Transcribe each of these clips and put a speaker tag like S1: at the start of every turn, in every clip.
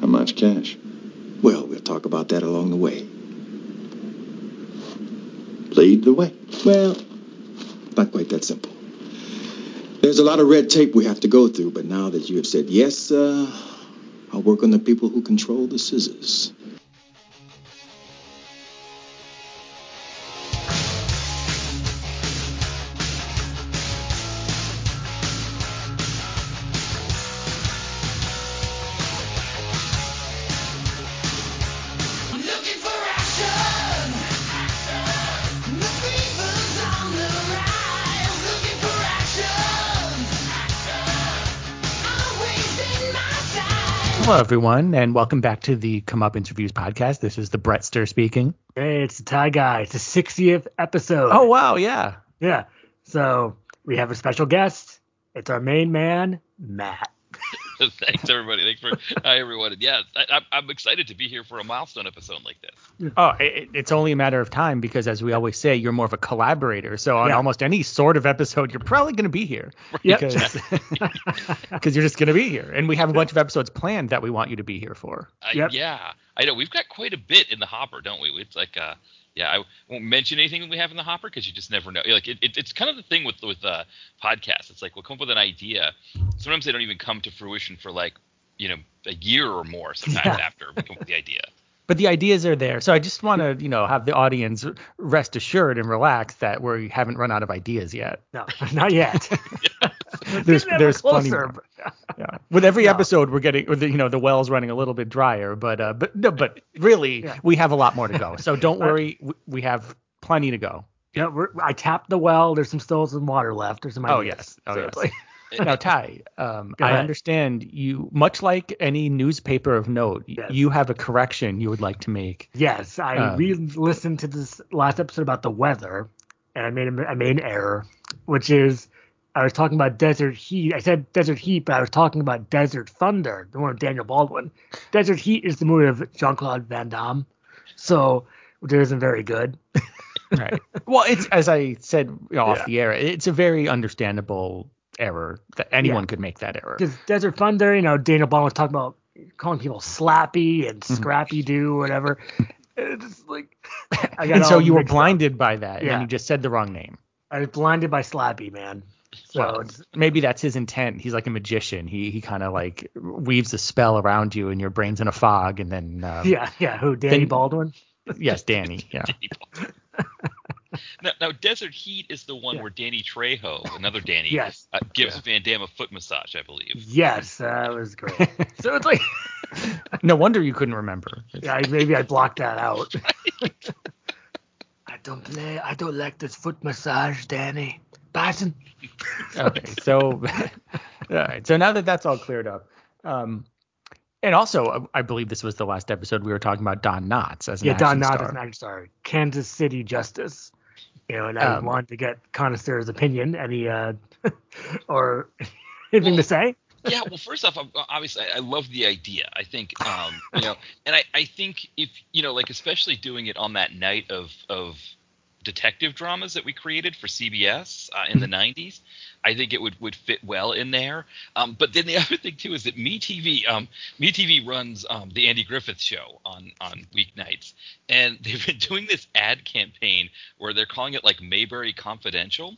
S1: How much cash?
S2: Well, we'll talk about that along the way. Lead the way. Well, not quite that simple. There's a lot of red tape we have to go through, but now that you have said yes, uh, I'll work on the people who control the scissors.
S3: I'm looking for action. The fever's on the rise. Looking for action. I'm wasting my time.
S4: Hello, everyone, and welcome back to the Come Up Interviews podcast. This is the Brett Stir speaking.
S5: Hey, it's the Thai guy. It's the 60th episode.
S4: Oh, wow, yeah.
S5: yeah. So we have a special guest. It's our main man, Matt.
S6: Thanks everybody. Thanks for hi everyone. Yeah, I, I'm- I'm excited to be here for a milestone episode like this.
S4: Oh, i- i it's only a matter of time because, as we always say, you're more of a collaborator. So on
S5: Yeah.
S4: almost any sort of episode, you're probably going to be here
S5: Yep.
S4: because because you're just going to be here. And we have a bunch of episodes planned that we want you to be here for.
S6: I,
S5: Yep.
S6: Yeah, I know we've got quite a bit in the hopper, don't we? It's like, uh, yeah, I won't mention anything that we have in the hopper because you just never know. Like it, it, it's kind of the thing with with uh, podcasts. It's like we'll come up with an idea. Sometimes they don't even come to fruition for like you know a year or more. Sometimes
S5: Yeah.
S6: after we come up with the idea.
S4: But the ideas are there. So I just want to, you know, have the audience rest assured and relaxed that we haven't run out of ideas yet.
S5: No, not yet.
S4: there's
S5: Getting ever
S4: there's plenty
S5: closer,
S4: more. Yeah. With every
S5: No.
S4: episode, we're getting, or the, you know, the well's running a little bit drier, but uh, but no, but really,
S5: Yeah.
S4: we have a lot more to go. So don't
S5: Right.
S4: worry, we, we have plenty to go.
S5: Yeah, we're, I tapped the well. There's some still some water left. There's some
S4: Oh,
S5: ideas.
S4: yes. Oh,
S5: So
S4: yes.
S5: it's like-
S4: Now, Ty, um,
S5: Go
S4: I
S5: ahead.
S4: understand you, much like any newspaper of note, y-
S5: Yes.
S4: you have a correction you would like to make.
S5: yes, I
S4: Um,
S5: re-listened to this last episode about the weather, and I made a, I made an error, which is I was talking about desert heat. I said desert heat, but I was talking about Desert Thunder, the one with Daniel Baldwin. Desert Heat is the movie of Jean Claude Van Damme, so which isn't very good.
S4: Right. well, it's as I said you know, off
S5: Yeah.
S4: the air, it's a very understandable error that anyone could make that error.
S5: Because Desert Thunder, you know, Daniel Baldwin was talking about calling people slappy and
S4: Mm-hmm.
S5: scrappy do whatever. It's just like I got
S4: And so
S5: all
S4: you were
S5: mixed up.
S4: blinded by that, and then
S5: Yeah.
S4: you just said the wrong name.
S5: I was blinded by slappy, man. So
S4: Well,
S5: it's,
S4: maybe that's his intent. He's like a magician. He he kind of like weaves a spell around you, and your brain's in a fog. And then um,
S5: yeah, yeah. Who Danny
S4: then-
S5: Baldwin?
S4: yes, Danny. Yeah,
S6: now, now, Desert Heat is the one
S5: Yeah.
S6: where Danny Trejo, another Danny,
S5: Yes.
S6: uh, gives Van Damme a foot massage, I believe.
S5: Yes, that was great. so it's like,
S4: no wonder you couldn't remember.
S5: yeah, maybe I blocked that out. I don't play. I don't like this foot massage, Danny. Bison.
S4: okay, so all right. So now that that's all cleared up, um, and also I I believe this was the last episode we were talking about Don Knotts as an
S5: Yeah,
S4: action
S5: Don Knotts
S4: star.
S5: is an action star. Kansas City Justice. You know, and I
S4: Um,
S5: wanted to get connoisseur's opinion. Any uh, or anything to say?
S6: yeah well first off I'm- obviously I- i love the idea i think um you know and i i think if you know like especially doing it on that night of of detective dramas that we created for cbs uh, in the 90s i think it would would fit well in there um but then the other thing too is that me tv um me tv runs um the andy griffith show on on weeknights and they've been doing this ad campaign where they're calling it like mayberry confidential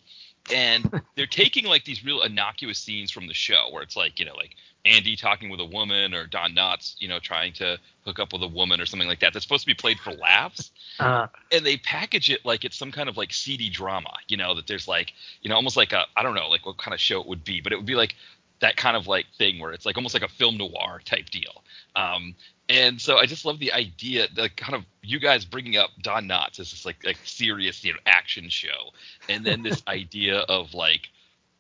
S6: and they're taking like these real innocuous scenes from the show where it's like you know like andy talking with a woman or don knotts you know trying to hook up with a woman or something like that that's supposed to be played for laughs
S5: Uh,
S6: and they package it like it's some kind of like seedy drama you know that there's like you know almost like a i don't know like what kind of show it would be but it would be like that kind of like thing where it's like almost like a film noir type deal um and so i just love the idea the kind of you guys bringing up don knotts as this like like serious you know action show and then this idea of like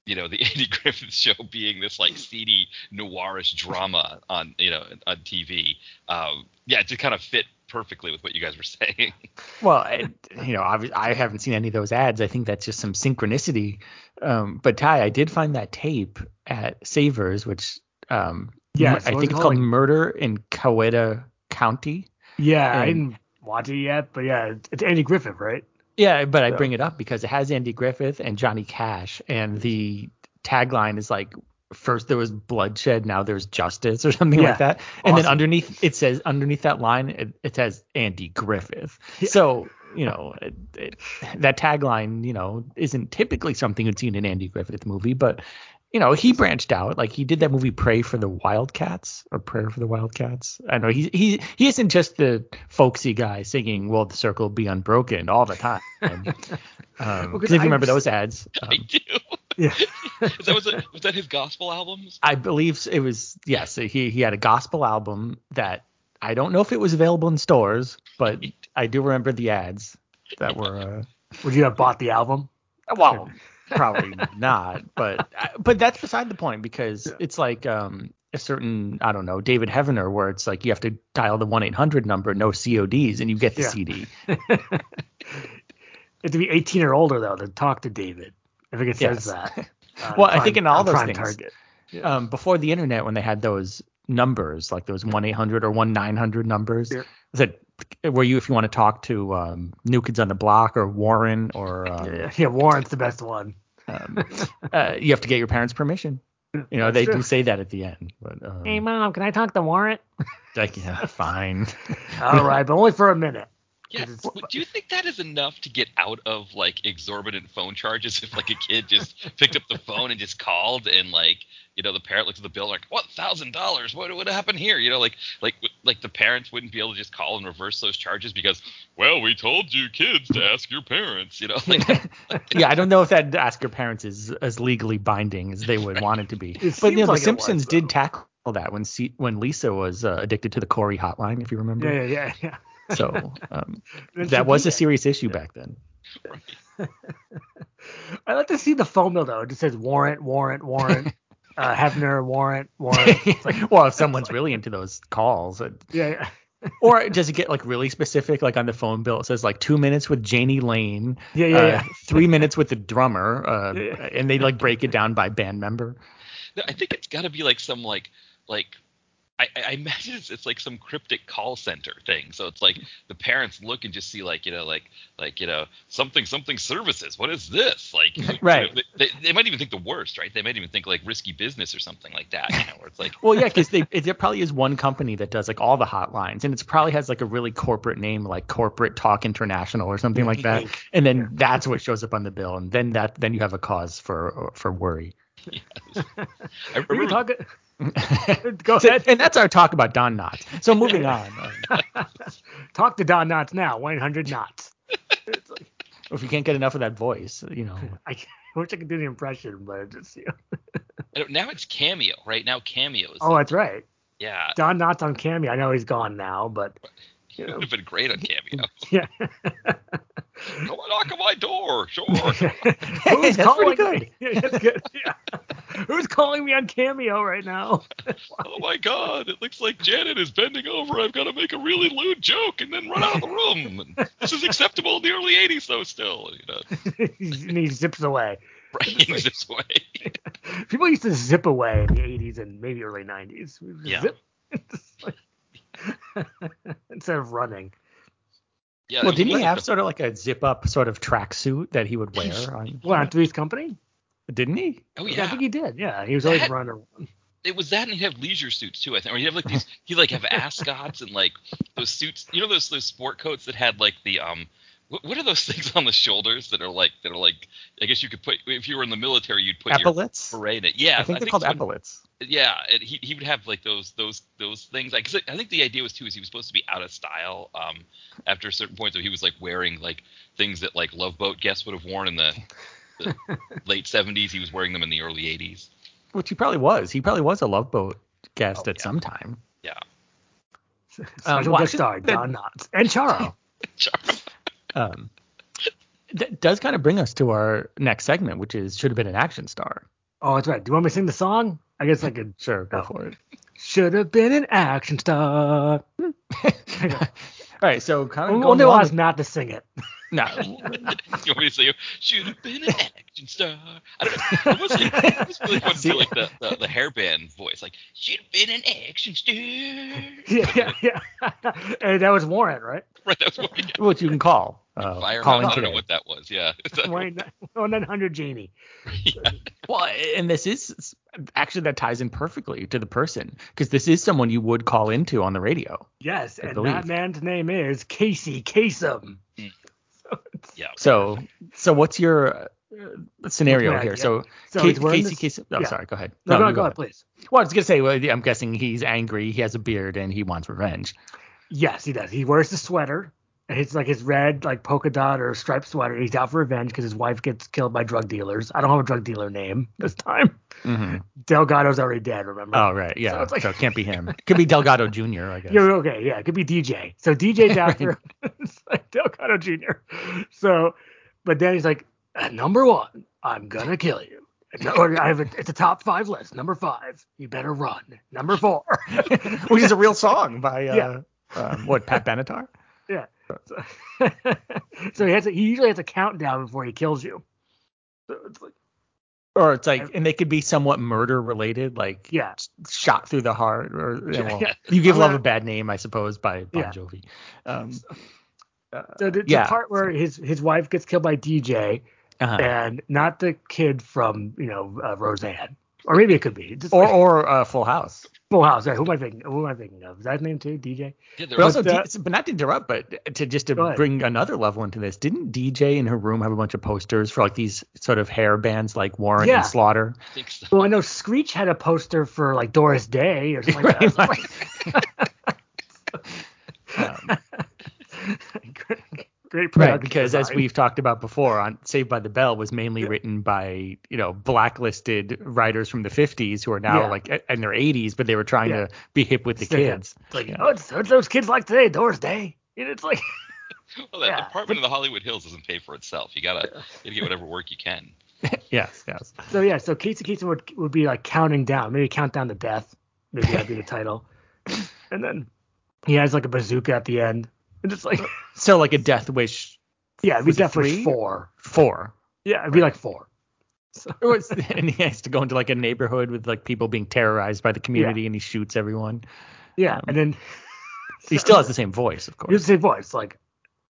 S6: you know the Andy Griffith Show being this like seedy noirish drama on you know on TV, um, yeah, it just kind of fit perfectly with what you guys were saying.
S4: Well, I, you know, obvi- I haven't seen any of those ads. I think that's just some synchronicity. Um, but Ty, I did find that tape at Savers, which um,
S5: Yeah,
S4: mu-
S5: it's
S4: I
S5: what
S4: think
S5: it's
S4: it's called
S5: called.
S4: Murder in Coweta County.
S5: yeah,
S4: And-
S5: I didn't watch it yet, but yeah, it's- it's Andy Griffith, right?
S4: Yeah, but I
S5: Yeah.
S4: bring it up because it has Andy Griffith and Johnny Cash, and the tagline is like first there was bloodshed, now there's justice or something
S5: Yeah.
S4: like that. And then
S5: Awesome.
S4: underneath it says underneath that line it, it says Andy Griffith. So you know it, it, that tagline you know isn't typically something you'd see in an Andy Griffith movie, but you know he branched out like he did that movie Pray for the Wildcats or Prayer for the Wildcats. I know he he he isn't just the folksy guy singing "Will the Circle Be Unbroken" all the time. Um, 'cause if
S5: I
S4: you remember
S5: was-
S4: those ads,
S6: I
S4: um,
S6: do.
S5: Yeah.
S6: Is that was, that was that his gospel albums?
S4: I believe it was yes. He he had a gospel album that I don't know if it was available in stores, but I do remember the ads that were.
S5: Would you have bought the album?
S4: Uh, well, probably not, but uh, but that's beside the point because it's like um a certain I don't know David Heavener where it's like you have to dial the one eight hundred number, no CODs, and you get the
S5: Yeah.
S4: CD.
S5: It had to be 18 or older though to talk to David. I think it says
S4: Yes.
S5: that. Uh,
S4: Well, I
S5: prime-
S4: think in all
S5: on
S4: those
S5: prime
S4: things.
S5: Target.
S4: um, before the internet when they had those numbers like those 1-800 or 1-900 numbers
S5: Yeah.
S4: that where you if you want to talk to um, new kids on the block or warren or um,
S5: Yeah, yeah, Warren's the best one.
S4: um, uh, you have to get your parents permission you know
S5: That's
S4: they
S5: true.
S4: do say that at the end but um,
S5: Hey mom, can I talk to Warren?
S4: like, yeah, fine
S5: All right, but only for a minute.
S6: Yeah.
S5: It is-
S6: w- Do you think that is enough to get out of like exorbitant phone charges if like a kid just picked up the phone and just called and like you know the parent looked at the bill like what thousand dollars what what happened here you know like like w- like the parents wouldn't be able to just call and reverse those charges because well we told you kids to ask your parents you know like
S4: yeah i don't know if that ask your parents is as legally binding as they would want it to be
S5: seems
S4: but you know
S5: like it was,
S4: the simpsons
S5: though.
S4: did tackle that when C- when lisa was uh, addicted to the corey hotline if you remember
S5: Yeah, yeah, yeah. yeah.
S4: so um,
S5: Then
S4: that
S5: she
S4: was
S5: did
S4: a
S5: it.
S4: serious issue back then
S5: I like to see the phone bill though. It just says warrant, warrant, warrant. uh, Hefner, warrant, warrant.
S4: well, if someone's really into those calls, it-
S5: Yeah, yeah.
S4: or does it get like really specific? Like on the phone bill, it says like two minutes with Janie Lane,
S5: Yeah, yeah,
S4: uh,
S5: yeah.
S4: three minutes with the drummer, uh,
S5: Yeah, yeah.
S4: and they like break it down by band member.
S6: No, I think it's got to be like some like like I, I I imagine it's, it's like some cryptic call center thing. So it's like the parents look and just see like you know like like you know something something services. What is this like? you know,
S4: Right.
S6: they, they might even think the worst, right? They might even think like risky business or something like that. You know, where it's like
S4: Well, yeah, because they it, there probably is one company that does like all the hotlines, and it's probably has like a really corporate name, like Corporate Talk International or something like that, and then that's what shows up on the bill, and then that then you have a cause for for worry.
S6: I
S5: Are we
S6: remember
S5: talking? Go
S4: So-
S5: ahead.
S4: and that's our talk about Don Knotts. So moving on. um,
S5: Talk to Don Knotts now. 100 knots. It's like,
S4: if you can't get enough of that voice, you know.
S5: I, can't- I wish I could do the impression, but it just. You know.
S6: I don't- now it's cameo, right? Now cameo is
S5: Oh, that's right.
S6: yeah.
S5: Don Knotts on Cameo. I know he's gone now, but
S6: It would have been great on cameo.
S5: yeah.
S6: Come on, knock on my door, sure.
S5: Who's
S4: That's
S5: calling?
S4: pretty good.
S5: Yeah, that's good. Yeah. Who's calling me on Cameo right now?
S6: Oh my god, it looks like Janet is bending over. I've got to make a really lewd joke and then run out of the room. And this is acceptable in the early 80s, though, still. You know,
S5: and he zips away.
S6: right in this way.
S5: People used to zip away in the 80s and maybe early 90s. We would
S6: Yeah.
S5: zip. It's like- Instead of running.
S6: Yeah,
S4: Well,
S6: it
S4: didn't
S6: was
S4: he
S6: like
S4: have sort of like a zip up sort of tracksuit that he would wear on?
S5: What, on Three's Company?
S4: Yeah. Didn't he?
S6: the- Oh,
S5: I
S6: yeah.
S5: think he did. Yeah, he was always
S6: That-
S5: running.
S6: It was that, and he'd have leisure suits, too, I think. Or he'd have like these, he'd like have ascots and like those suits. You know, those those sport coats that had like the, um, what, what are those things on the shoulders that are like, that are like, I guess you could put, if you were in the military, you'd put your
S4: Epaulets?
S6: beret in it. Yeah,
S4: I think they're called
S6: it's what-
S4: epaulets.
S6: yeah it, he, he would have like those those those things like 'cause i think the idea was too is he was supposed to be out of style um after a certain point so he was like wearing like things that like love boat guests would have worn in the, the late 70s he was wearing them in the early 80s
S4: Which he probably was. He probably was a love boat guest
S6: Oh,
S4: at
S6: yeah.
S4: some time.
S6: yeah uh,
S5: Special
S4: why
S5: guest
S4: did
S5: star,
S4: the-
S5: Don Knotts. And Charo.
S6: Charles.
S4: Um, that does kind of bring us to our next segment, which is should have been an action star.
S5: Oh, that's right. Do you want me to sing the song? I guess I could.
S4: Sure, go
S5: Oh.
S4: for it.
S5: Should have been an action star.
S4: All right, so kind of
S5: Only
S4: going
S5: was
S4: along
S5: not to sing it.
S4: with- no,
S6: you want me to say should have been an action star i don't know it was like, it was really fun to
S4: See?
S6: do, like the, the, the hairband voice like should have been an action star
S5: Yeah, yeah, yeah. and that was Warren, right?
S6: right that was what we got
S4: what you can call. Uh,
S6: fire
S4: call in
S6: i don't know
S4: today.
S6: what that was yeah
S5: oh, Warren, 1900 Janie.
S4: Well, and this is actually that ties in perfectly to the person because this is someone you would call into on the radio.
S5: Yes,
S4: I
S5: and
S4: believe.
S5: that man's name is Casey Kasem.
S6: Mm.
S5: So it's
S6: Yeah.
S4: So so what's your uh, scenario
S5: What's my
S4: here?
S5: idea?
S4: So,
S5: So
S4: Ca-
S5: he's wearing
S4: Casey,
S5: this-
S4: Casey, oh,
S5: yeah.
S4: sorry, go ahead.
S5: no, go,
S4: you
S5: go ahead, please.
S4: Well, I was gonna say, well, I'm guessing he's angry. He has a beard and he wants revenge.
S5: Yes, he does. He wears the sweater. and It's like his red, like polka dot or striped sweater. He's out for revenge because his wife gets killed by drug dealers. I don't have a drug dealer name this time.
S4: Mhm.
S5: Delgado's already dead. Remember?
S4: Oh right, yeah. So,
S5: Mm-hmm. it's like-
S4: it can't be him. Could be Delgado Jr. I guess.
S5: You're okay. Yeah, it could be DJ. So DJ's after it's like Delgado Jr. So, but then he's like, at number one, I'm gonna kill you. At no- or I have a, it's a top five list. Number five, you better run. Number four,
S4: Which is a real song by uh,
S5: Yeah.
S4: um, what Pat Benatar.
S5: so he has a, he usually has a countdown before he kills you. So it's like,
S4: Or it's like, and they could be somewhat murder related, like
S5: yeah,
S4: shot through the heart. Or yeah,
S5: Yeah,
S4: well,
S5: yeah.
S4: you give
S5: I'm
S4: love
S5: not-
S4: a bad name, I suppose, by Bon
S5: Yeah.
S4: Jovi. Um,
S5: So the, the
S4: Yeah,
S5: part where his his wife gets killed by DJ
S4: uh-huh.
S5: and not the kid from you know uh, Roseanne or maybe it could be It's just
S4: Or or uh, Full House.
S5: Full House. Right, who am I thinking? Who am I thinking of? Is that his name too? DJ.
S6: Yeah, there
S4: But,
S6: was-
S4: also,
S5: uh,
S4: D- but not to interrupt, but to just to
S5: Go ahead.
S4: bring another level into this, didn't DJ in her room have a bunch of posters for like these sort of hair bands like Warren
S5: Yeah.
S4: and Slaughter?
S6: I think so.
S5: Well, I know Screech had a poster for like Doris Day or something like
S4: Right,
S5: that.
S4: Um,
S5: great, great
S4: right,
S5: production
S4: because as
S5: design.
S4: we've talked about before, on Saved by the Bell was mainly written by you know blacklisted writers from the 50s who are now
S5: Yeah.
S4: like in their 80s, but they were trying
S5: Yeah.
S4: to be hip with the
S5: Stick it.
S4: kids.
S5: It's like, oh, it's, it's those kids like today, Doris Day. And it's like,
S6: Well, that
S5: yeah.
S6: apartment in the Hollywood Hills doesn't pay for itself. You gotta, you gotta get whatever work you can.
S4: Yes, yes.
S5: so yeah, so Casey Kasem would would be like counting down, maybe count down to death. Maybe that'd be the title. And then he has like a bazooka at the end. And it's like,
S4: So like a Death Wish
S5: yeah, it'd be
S4: Was it
S5: definitely
S4: three?
S5: four.
S4: four.
S5: Yeah, it'd be like four.
S4: It was- and he has to go into like a neighborhood with like people being terrorized by the community, and he shoots everyone.
S5: Yeah, and then
S4: He Um, still has the same voice, of
S5: you
S4: course.
S5: say voice like,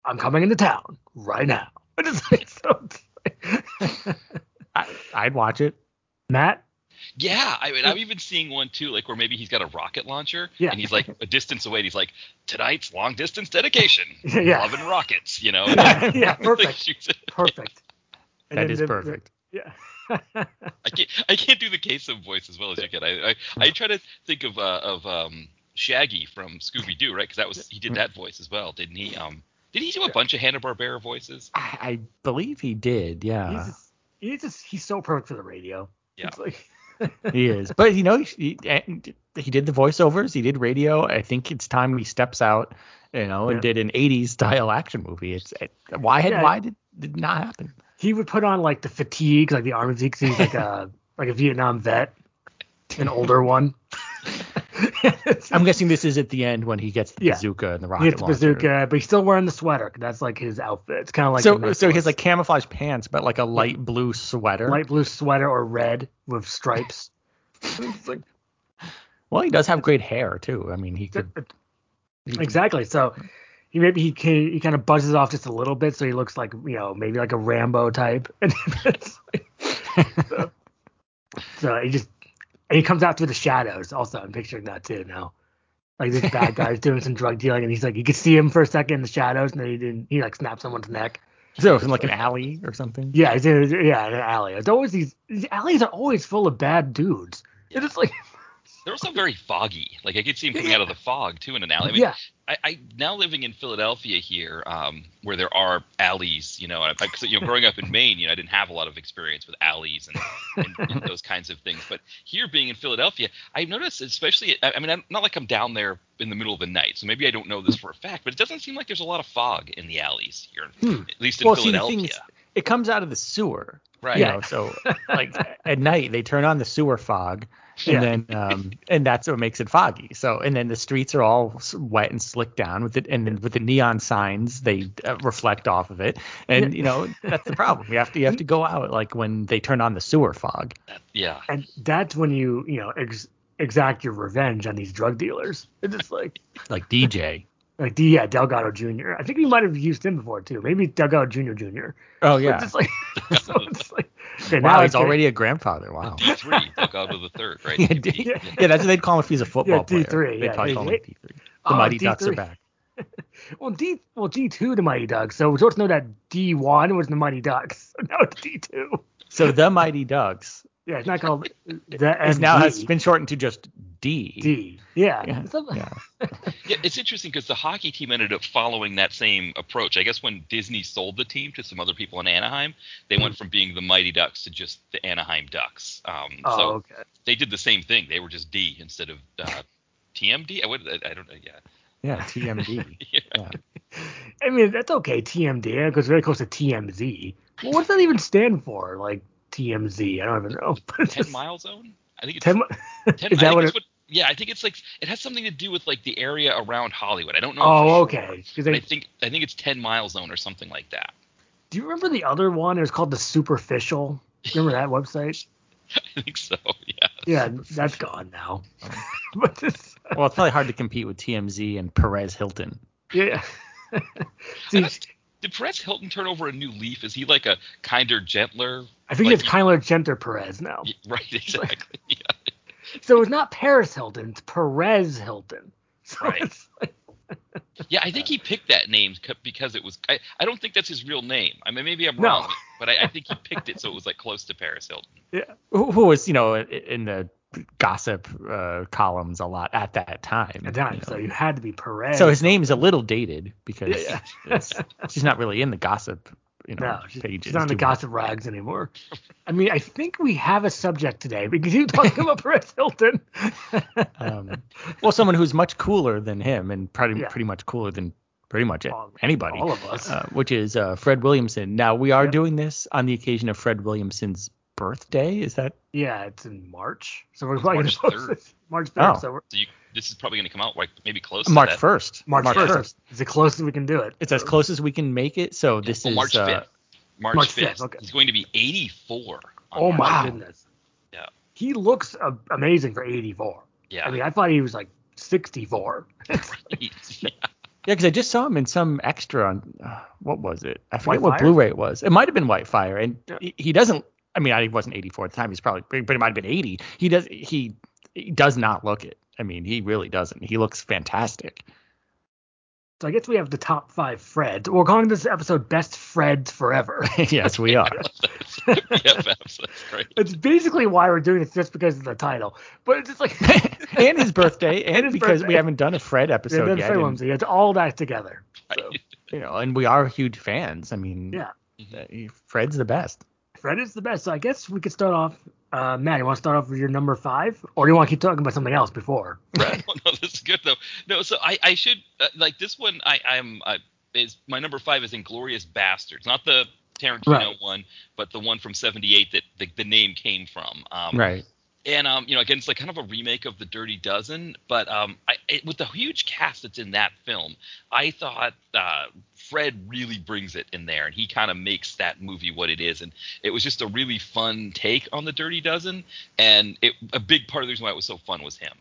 S5: "I'm coming into town right now." And it's like, so it's like-
S4: I, I'd watch it.
S5: Matt,
S6: Yeah, I mean, I'm even seeing one too, like where maybe he's got a rocket launcher,
S5: Yeah.
S6: and he's like a distance away. And he's like, tonight's long distance dedication,
S5: Yeah.
S6: love and rockets, you know.
S5: yeah, yeah,
S6: Like,
S5: perfect,
S6: shoots it.
S5: perfect. And
S4: That
S5: then
S4: is
S5: the- the-
S4: perfect. Uh-huh.
S5: yeah,
S6: I can't, I can't do the Kasem voice as well as you can. I, I, I try to think of, uh, of um, Shaggy from Scooby Doo, right? Because that was he
S5: Mm-hmm.
S6: did that voice as well, didn't he? Um, did he do a bunch of Hanna Barbera voices?
S4: I, I believe he did. Yeah,
S5: he's just, he's just he's so perfect for the radio.
S6: Yeah.
S5: It's like,
S4: he is. But you know, he, and he did the voiceovers. He did radio. I think it's time he steps out. You know, and
S5: Yeah.
S4: did an '80s style action movie. It's it, why had
S5: Yeah.
S4: why did did not happen?
S5: he would put on like the fatigue, like the army fatigue. 'cause he's like a like a Vietnam vet, an older one.
S4: I'm guessing this is at the end when he gets the
S5: Yeah.
S4: bazooka and the rocket
S5: he gets the
S4: launcher.
S5: bazooka, but he's still wearing the sweater. 'cause That's like his outfit. It's kind of like
S4: so
S5: the
S4: so he
S5: Mentalist.
S4: has like camouflage pants, but like a light blue sweater.
S5: light blue sweater or red with stripes.
S4: Well, he does have great hair too. I mean, he could.
S5: exactly. So he maybe he can, he kind of buzzes off just a little bit, so he looks like you know maybe like a Rambo type. And it's like- so, so he just and he comes out through the shadows. Also, I'm picturing that too now. Like this bad guy's doing some drug dealing, and he's like you can see him for a second in the shadows, and then he didn't. He like snaps someone's neck.
S4: So in like an alley or something.
S5: Yeah, he's in, yeah, in an alley. It's always these, these alleys are always full of bad dudes. It's just like
S6: They're also very foggy. Like I could see him coming out of the fog too in an alley. I mean,
S5: yeah,
S6: I, I now living in Philadelphia here, um, where there are alleys. You know, I, I, 'cause, you know, growing up in Maine, you know, I didn't have a lot of experience with alleys and, and, and those kinds of things. But here, being in Philadelphia, I've noticed, especially. I, I mean, I'm not like I'm down there in the middle of the night, so maybe I don't know this for a fact, but it doesn't seem like there's a lot of fog in the alleys here, at least in
S4: Hmm. Well, see, the
S6: Philadelphia.
S4: thing is, it comes out of the sewer.
S6: right.
S4: You know, so like at night they turn on the sewer fog, and
S5: Yeah.
S4: then um, and that's what makes it foggy. So and then the streets are all s- wet and slick down with it, and then with the neon signs they uh, reflect off of it, and you know that's the problem. You have to you have to go out like when they turn on the sewer fog.
S6: Yeah.
S5: and that's when you you know ex- exact your revenge on these drug dealers. It's just like
S4: like DJ.
S5: Like D, yeah, Delgado Jr. I think we might have used him before too. Maybe Delgado Jr. Jr.
S4: Oh
S5: But
S4: yeah.
S5: Just like, so it's like okay,
S4: wow,
S5: now
S4: he's
S5: it's gonna-
S4: already a grandfather. Wow.
S6: D three, Delgado the third, right?
S4: yeah,
S6: He-
S4: D-
S6: he-
S4: yeah, that's what they'd call him if he's a football
S5: Yeah,
S4: player.
S5: D3,
S4: They'd
S5: yeah,
S4: probably call him
S5: D3.
S4: D3. The
S5: Oh,
S4: Mighty Ducks are
S5: D3.
S4: back.
S5: Well, D well D two to Mighty Ducks. So we just know that D one was the Mighty Ducks. So now it's D two.
S4: So the Mighty Ducks
S5: Yeah, it's not called the
S4: is now
S5: MD.
S4: has been shortened to just D.
S5: D. Yeah.
S4: Yeah,
S5: So-
S4: yeah.
S6: Yeah, it's interesting because the hockey team ended up following that same approach. I guess when Disney sold the team to some other people in Anaheim, they
S5: Mm.
S6: went from being the Mighty Ducks to just the Anaheim Ducks. Um,
S5: Oh,
S6: so
S5: okay.
S6: they did the same thing. They were just D instead of uh, TMD. I, would, I don't know. Yeah.
S4: Yeah, TMD.
S6: Yeah.
S4: yeah.
S5: I mean, that's okay. TMD because very close to TMZ. Well, what does that even stand for? Like TMZ? I don't even know. But it's
S6: Ten
S5: just-
S6: mile zone. I think it's
S5: Ten.
S6: ten.
S5: mi-
S6: I
S5: is that
S6: think
S5: what
S6: it's
S5: it-
S6: what? Yeah, I think it's like it has something to do with like the area around Hollywood. I don't know.
S5: Oh,
S6: for sure,
S5: okay. 'Cause
S6: but
S5: they-
S6: I think I think it's ten mile zone or something like that.
S5: do you remember the other one? It was called the Superficial. Remember that website?
S6: I think so. Yeah.
S5: Yeah, that's gone now. but it's,
S4: Well, it's probably hard to compete with TMZ and Perez Hilton.
S5: yeah. See,
S6: Did Perez Hilton turn over a new leaf? Is he like a kinder, gentler?
S5: I think
S6: like
S5: it's Kyler Jenter Perez now.
S6: y- right, exactly. Yeah.
S5: So it's not Paris Hilton. It's Perez Hilton. So
S6: Right.
S5: it's like-
S6: yeah, I think he picked that name c- because it was. I, I don't think that's his real name. I mean, maybe I'm
S5: No.
S6: wrong, but I, I think he picked it so it was like close to Paris Hilton.
S4: who who was you know i- in the gossip uh, columns a lot at that time.
S5: at times,
S4: you know.
S5: So you had to be Perez.
S4: So his name's a little dated because
S5: Yeah.
S4: it's, she's not really in the gossip, you know,
S5: No, she's,
S4: pages.
S5: she's not on the
S4: too
S5: gossip rags anymore. I mean, I think we have a subject today because you talking about Perez Hilton.
S4: much. Um, well, someone who's much cooler than him and pretty
S5: Yeah.
S4: pretty much cooler than pretty much
S5: All-
S4: anybody.
S5: all of us.
S4: Uh, which is uh, Fred Williamson. Now we are
S5: Yep.
S4: doing this on the occasion of Fred Williamson's birthday. Is that
S5: yeah, it's in March, so we're probably
S6: March
S5: gonna post
S6: 3rd.
S5: this March third.
S4: Oh.
S5: So we're,
S6: So you, this is probably going to come out like maybe close
S4: March
S6: to that.
S4: first?
S5: March
S4: first.
S5: first is the closest we can do it.
S4: It's as close as we can make it. So this
S6: Oh,
S4: is
S6: March
S4: uh,
S6: fifth. March,
S5: March
S6: 5th.
S5: 5th, okay.
S6: He's going to be 84. on
S5: Oh
S6: March
S5: my
S4: Wow.
S5: goodness.
S6: Yeah.
S5: He looks uh, amazing for 84.
S6: Yeah.
S5: I mean, I thought he was like 64.
S6: Yeah.
S4: Yeah, because I just saw him in some extra on uh, what was it? I forget
S5: White
S4: what
S5: Fire?
S4: Blu-ray it was. It might have been Whitefire, and he, he doesn't. I mean, I wasn't 84 at the time. He's probably, but it might have been 80. He does. He, he does not look it. I mean, he really doesn't. He looks fantastic.
S5: So I guess we have the top five Freds. We're calling this episode "Best Freds Forever."
S4: yes, we are.
S6: That's- BFFs, that's great.
S5: It's basically why we're doing this, just because of the title. But it's just like
S4: and his birthday, and,
S5: his
S4: because we
S5: birthday.
S4: haven't done a Fred
S5: Yeah,
S4: episode
S5: that's
S4: yet,
S5: Fred
S4: and,
S5: Williamson. It's all that together. So,
S4: you know, and we are huge fans. I mean,
S5: Yeah.
S4: uh, Fred's the best.
S5: Fred is the best. So I guess we could start off. Uh, Matt, you want to start off with your number five, or do you want to keep talking about something else before?
S6: Right. no, no, this is good though. No, so I, I should uh, like this one. I, I'm I, is my number five is Inglorious Bastards, not the Tarantino
S5: Right.
S6: one, but the one from '78 that the, the name came from. Um,
S4: Right.
S6: And um, you know, again, it's like kind of a remake of The Dirty Dozen, but um, I, it, with the huge cast that's in that film, I thought uh, Fred really brings it in there, and he kind of makes that movie what it is. And it was just a really fun take on The Dirty Dozen, and it a big part of the reason why it was so fun was him.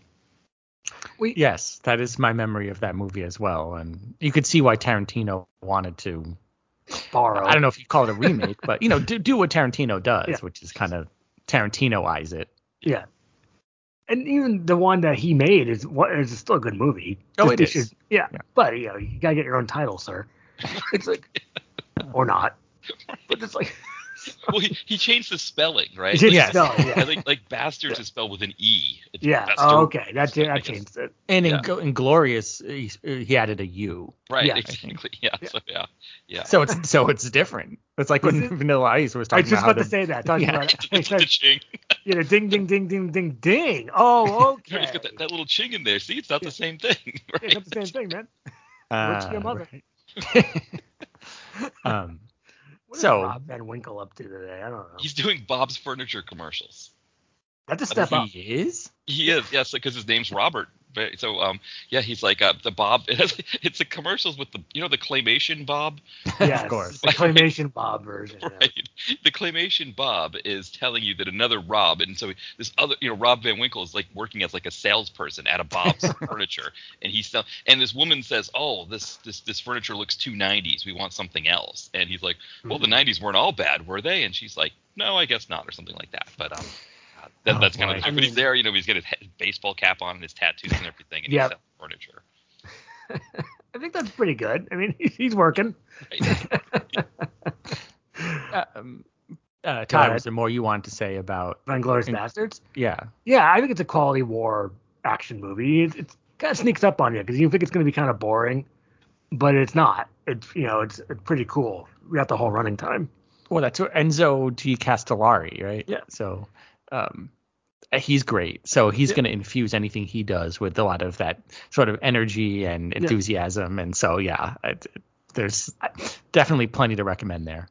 S4: Yes, that is my memory of that movie as well, and you could see why Tarantino wanted to
S5: Borrow.
S4: I don't know if you call it a remake, but you know, do, do what Tarantino does,
S5: Yeah.
S4: which is kind of Tarantinoize it.
S5: Yeah. And even the one that he made is what is still a good movie.
S4: Oh,
S5: Just
S4: it
S5: they
S4: is.
S5: yeah,
S4: Yeah.
S5: but you know you gotta get your own title, sir. It's like or not. But it's like
S6: Well, he, he changed the spelling, right?
S5: it's just
S4: Yes.
S5: spelled,
S6: I
S5: yeah.
S6: think like bastards is spelled with an e. It's
S5: yeah.
S6: bastard.
S5: Oh, okay. That
S6: I
S5: that
S6: guess.
S5: changed it.
S4: And
S6: Yeah.
S4: in in Glorious, he, he added a U,
S6: Right.
S5: Yeah, I
S6: exactly. Yeah. So yeah. Yeah.
S4: so it's so it's different. It's like
S5: Is it-
S4: when Vanilla Ice was
S5: I
S4: talking
S5: was just
S4: about,
S5: about to say that. Talking
S4: Yeah.
S5: about
S6: With the ching.
S5: you know, ding ding ding ding ding ding. Oh,
S6: Sure,
S5: okay.
S6: It's got that, that little ching in there. See, it's not the same thing.
S5: It's
S6: Right.
S5: not the same thing, man.
S4: how
S5: Where's your mother?
S4: right. um,
S5: What is
S4: So-
S5: Rob Van Winkle up to today? I don't know.
S6: He's doing Bob's Furniture commercials.
S5: That's a
S6: I mean,
S5: step up.
S4: he is.
S6: He is. Yes, because his name's Robert. very- so um yeah he's like uh, the Bob it's the commercials with the you know the claymation Bob
S5: Yes,
S4: course.
S5: The claymation Bob version. yeah.
S6: right the claymation Bob is telling you that another Rob and so this other you know Rob Van Winkle is like working as like a salesperson at a Bob's furniture and he's sell- and this woman says oh this this this furniture looks too 90s we want something else and he's like well the 90s weren't all bad were they and she's like no I guess not or something like that but um. That,
S4: Oh,
S6: that's kind
S4: boy.
S6: of the joke. But he's there, you know. He's got his he- baseball cap on and his tattoos and everything, and
S5: Yep.
S6: he's selling furniture.
S5: I think that's pretty good. I mean, he's working.
S6: Right.
S4: Um, uh, Todd,
S5: ahead.
S4: was there more you wanted to say about?
S5: Glorious
S4: And-
S5: Bastards.
S4: Yeah.
S5: Yeah, I think it's a quality war action movie. It, it kind of sneaks up on you because you think it's going to be kind of boring, but it's not. It's you know, it's, it's pretty cool. We got the whole running time.
S4: Well, that's what- Enzo G. Castellari, right?
S5: Yeah.
S4: So, um, uh, he's great. So he's
S5: Yeah.
S4: going to infuse anything he does with a lot of that sort of energy and enthusiasm. And so, yeah, it, it- there's definitely plenty to recommend there.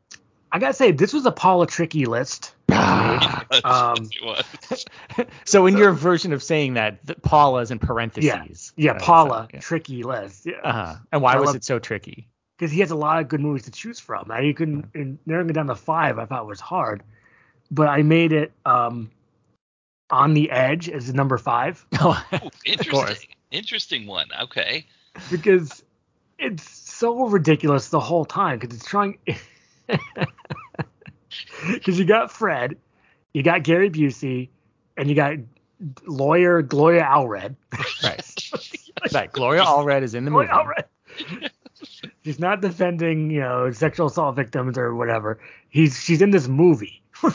S5: I gotta say, this was a Paula Tricky list.
S4: Ah.
S5: Um,
S6: It was.
S4: so in your version of saying that, the Paula's in parentheses.
S5: Yeah,
S4: Uh, so,
S5: Paula
S4: yeah.
S5: Tricky list. Yeah.
S4: Uh-huh. And why
S5: I
S4: was
S5: love-
S4: it so tricky?
S5: because he has a lot of good movies to choose from. I you can and narrowing it down to five, I thought was hard, but I made it um, on the edge as number five
S4: Oh,
S6: Ooh, interesting. Interesting one. Okay.
S5: because it's so ridiculous the whole time because it's trying because you got Fred, you got Gary Busey, and you got lawyer Gloria Allred.
S4: right. right. Gloria Allred is in the movie.
S5: Gloria Allred. She's not defending, you know, sexual assault victims or whatever. He's she's in this movie.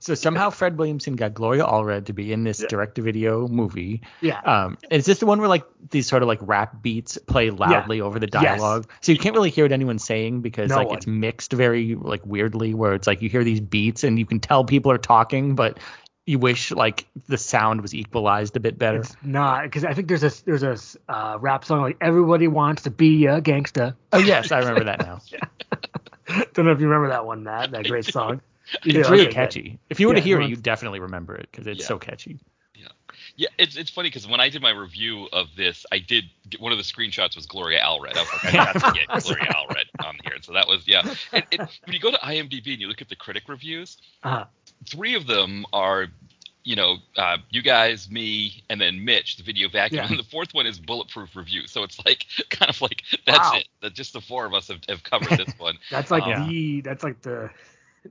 S4: So somehow Fred Williamson got Gloria Allred to be in this
S5: Yeah.
S4: direct-to-video movie.
S5: yeah.
S4: Um, is this the one where like these sort of like rap beats play loudly over the
S5: Yes.
S4: dialogue? So you can't really hear what anyone's saying because
S5: No
S4: like
S5: one.
S4: it's mixed very like weirdly, where it's like you hear these beats and you can tell people are talking, but you wish like the sound was equalized a bit better.
S5: It's not because I think there's a there's a uh, rap song like everybody wants to be a gangsta.
S4: Oh yes, I remember that now.
S5: Don't know if you remember that one, Matt. That great song. Yeah,
S4: It's really
S5: okay,
S4: catchy. If you were
S5: Yeah,
S4: to hear
S5: no,
S4: it,
S5: it's-
S4: you'd definitely remember it because it's
S6: Yeah.
S4: so catchy.
S6: Yeah, it's it's funny because when I did my review of this, I did get, one of the screenshots was Gloria Allred. I was like, I have to get Gloria Allred on here. And so that was yeah. And it, when you go to IMDb and you look at the critic reviews,
S5: good. Uh,
S6: three of them are, you know, uh, you guys, me, and then Mitch, the video vacuum.
S5: Yeah.
S6: And the fourth one is bulletproof review. So it's like kind of like that's
S5: Wow.
S6: it. That just the four of us have, have covered this one.
S5: that's like
S4: Yeah.
S5: the that's like the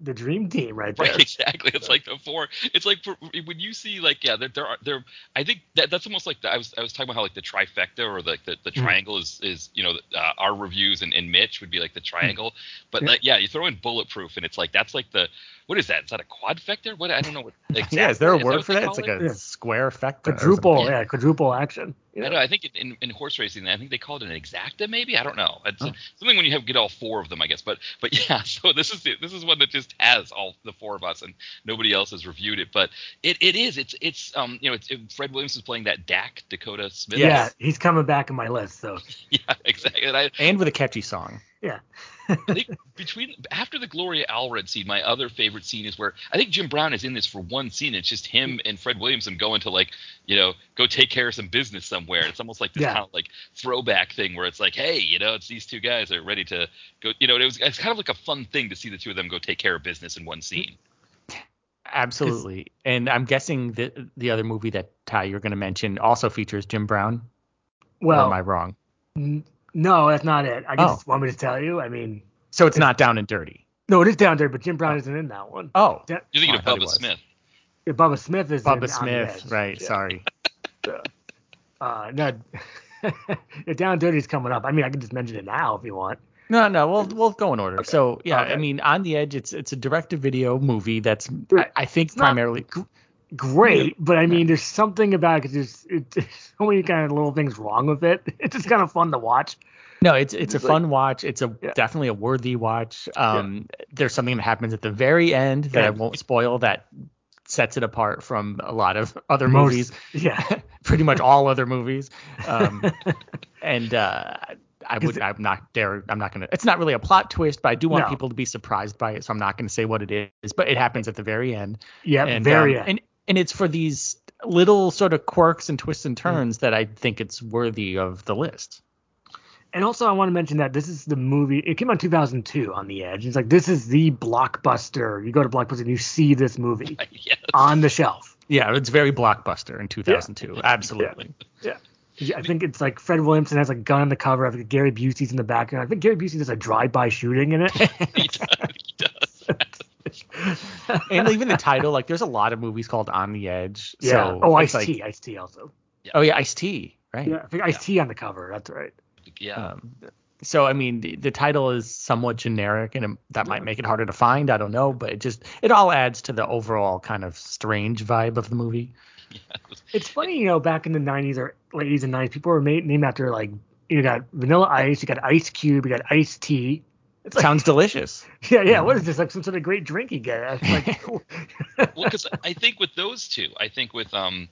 S5: the dream team right there.
S6: Right, exactly. It's like the four. It's like for, when you see like yeah, there, there are there. I think that that's almost like the, I was I was talking about how like the trifecta or like the,
S4: Hmm.
S6: the triangle is is you know uh, our reviews and, and Mitch would be like the
S4: Hmm.
S6: triangle, but
S5: Yeah.
S6: like yeah, you throw in bulletproof and it's like that's like the what is that? Is that a quadfecta? What I don't know what. Exactly.
S4: Yeah, is there a
S6: that
S4: word
S6: what
S4: for
S6: they
S4: that?
S6: call
S4: It's like
S6: it?
S4: a
S5: Yeah.
S4: square factor. or
S5: Quadruple,
S6: Yeah.
S5: yeah, quadruple action.
S6: I know. I think in- in, in horse racing, I think they called it an exacta, maybe. I don't know. It's
S4: Oh.
S6: something when you have get all four of them, I guess. But but yeah. So this is it. this is one that just has all the four of us, and nobody else has reviewed it. But it, it is. It's it's um you know it's it, Fred Williams is playing that Dak Dakota Smith.
S5: Yeah,
S4: Yes.
S5: he's coming back in my list. So
S6: yeah, exactly. And I,
S4: And with a catchy song.
S6: I think between after the Gloria Allred scene, my other favorite scene is where I think Jim Brown is in this for one scene. It's just him and Fred Williamson going to like, you know, go take care of some business somewhere. It's almost like this
S5: Yeah.
S6: kind of like throwback thing where it's like, hey, you know, it's these two guys are ready to go. You know, it was it's kind of like a fun thing to see the two of them go take care of business in one scene.
S4: Absolutely. And I'm guessing the the other movie that Ty you're going to mention also features Jim Brown. or am I
S5: well,
S4: wrong?
S5: n- no, that's not it. I
S4: Oh.
S5: just want me to tell you. I mean,
S4: So it's not Down and Dirty.
S5: no, it is down there, but Jim Brown isn't in that one.
S4: Oh,
S5: Yeah,
S6: You're thinking
S4: Oh, I
S6: of
S4: thought he
S6: Bubba
S4: was.
S6: Smith.
S5: Bubba Smith is in
S4: Bubba
S5: On the
S4: Smith.
S5: Edge.
S4: Right. Sorry.
S5: Uh, no, the Down Dirty's coming up. I mean, I can just mention it now if you want.
S4: No, no, we'll we'll go in order. So yeah, I
S5: Okay.
S4: mean, on the edge, it's it's a direct-to-video movie that's I,
S5: Right.
S4: I think
S5: not
S4: primarily
S5: Great, but I mean, there's something about it 'cause there's, it, there's so many kind of little things wrong with it. It's just kind of fun to watch.
S4: No, it's it's a
S5: It's like-
S4: fun watch. It's a
S5: Yeah.
S4: definitely a worthy watch. Um, there's something that happens at the very end that I
S5: Yeah.
S4: won't spoil that sets it apart from a lot of other
S5: Most-
S4: movies,
S5: Yeah,
S4: pretty much all other movies. Um, and uh, I would I'm not dare I'm not gonna. It's not really a plot twist, but I do want
S5: No.
S4: people to be surprised by it, so I'm not gonna say what it is. But it happens at the very end.
S5: yeah,
S4: and,
S5: very.
S4: um,
S5: end.
S4: and and it's for these little sort of quirks and twists and turns that I think it's worthy of the list.
S5: And also, I want to mention that this is the movie. It came out in 2002 on The Edge. It's like this is the blockbuster. You go to Blockbuster and you see this movie
S6: yes.
S5: on the shelf.
S4: Yeah, it's very blockbuster in 2002. Absolutely.
S5: Yeah. I think it's like Fred Williamson has a gun on the cover. I think Gary Busey's in the background. I think Gary Busey does a drive-by shooting in it.
S6: he does. He does.
S4: and even the title, like there's a lot of movies called On the Edge.
S5: yeah.
S4: So
S5: oh,
S4: it's
S5: Ice
S4: like-
S5: T. Ice T also.
S4: Oh yeah, Ice T. Right.
S5: Yeah. I think Ice T on the cover. That's right.
S6: Yeah.
S4: Um, so I mean, the, the title is somewhat generic, and it- that might make it harder to find. I don't know, but it just it all adds to the overall kind of strange vibe of the movie.
S5: It's funny, you know, back in the 90s or late 80s and 90s, people were made, named after like you got Vanilla Ice, you got Ice Cube, you got Ice Tea.
S4: It sounds delicious.
S5: Yeah, yeah. What is this? Like some sort of great drink you get? It's Like,
S6: well, because I think with those two, I think with um,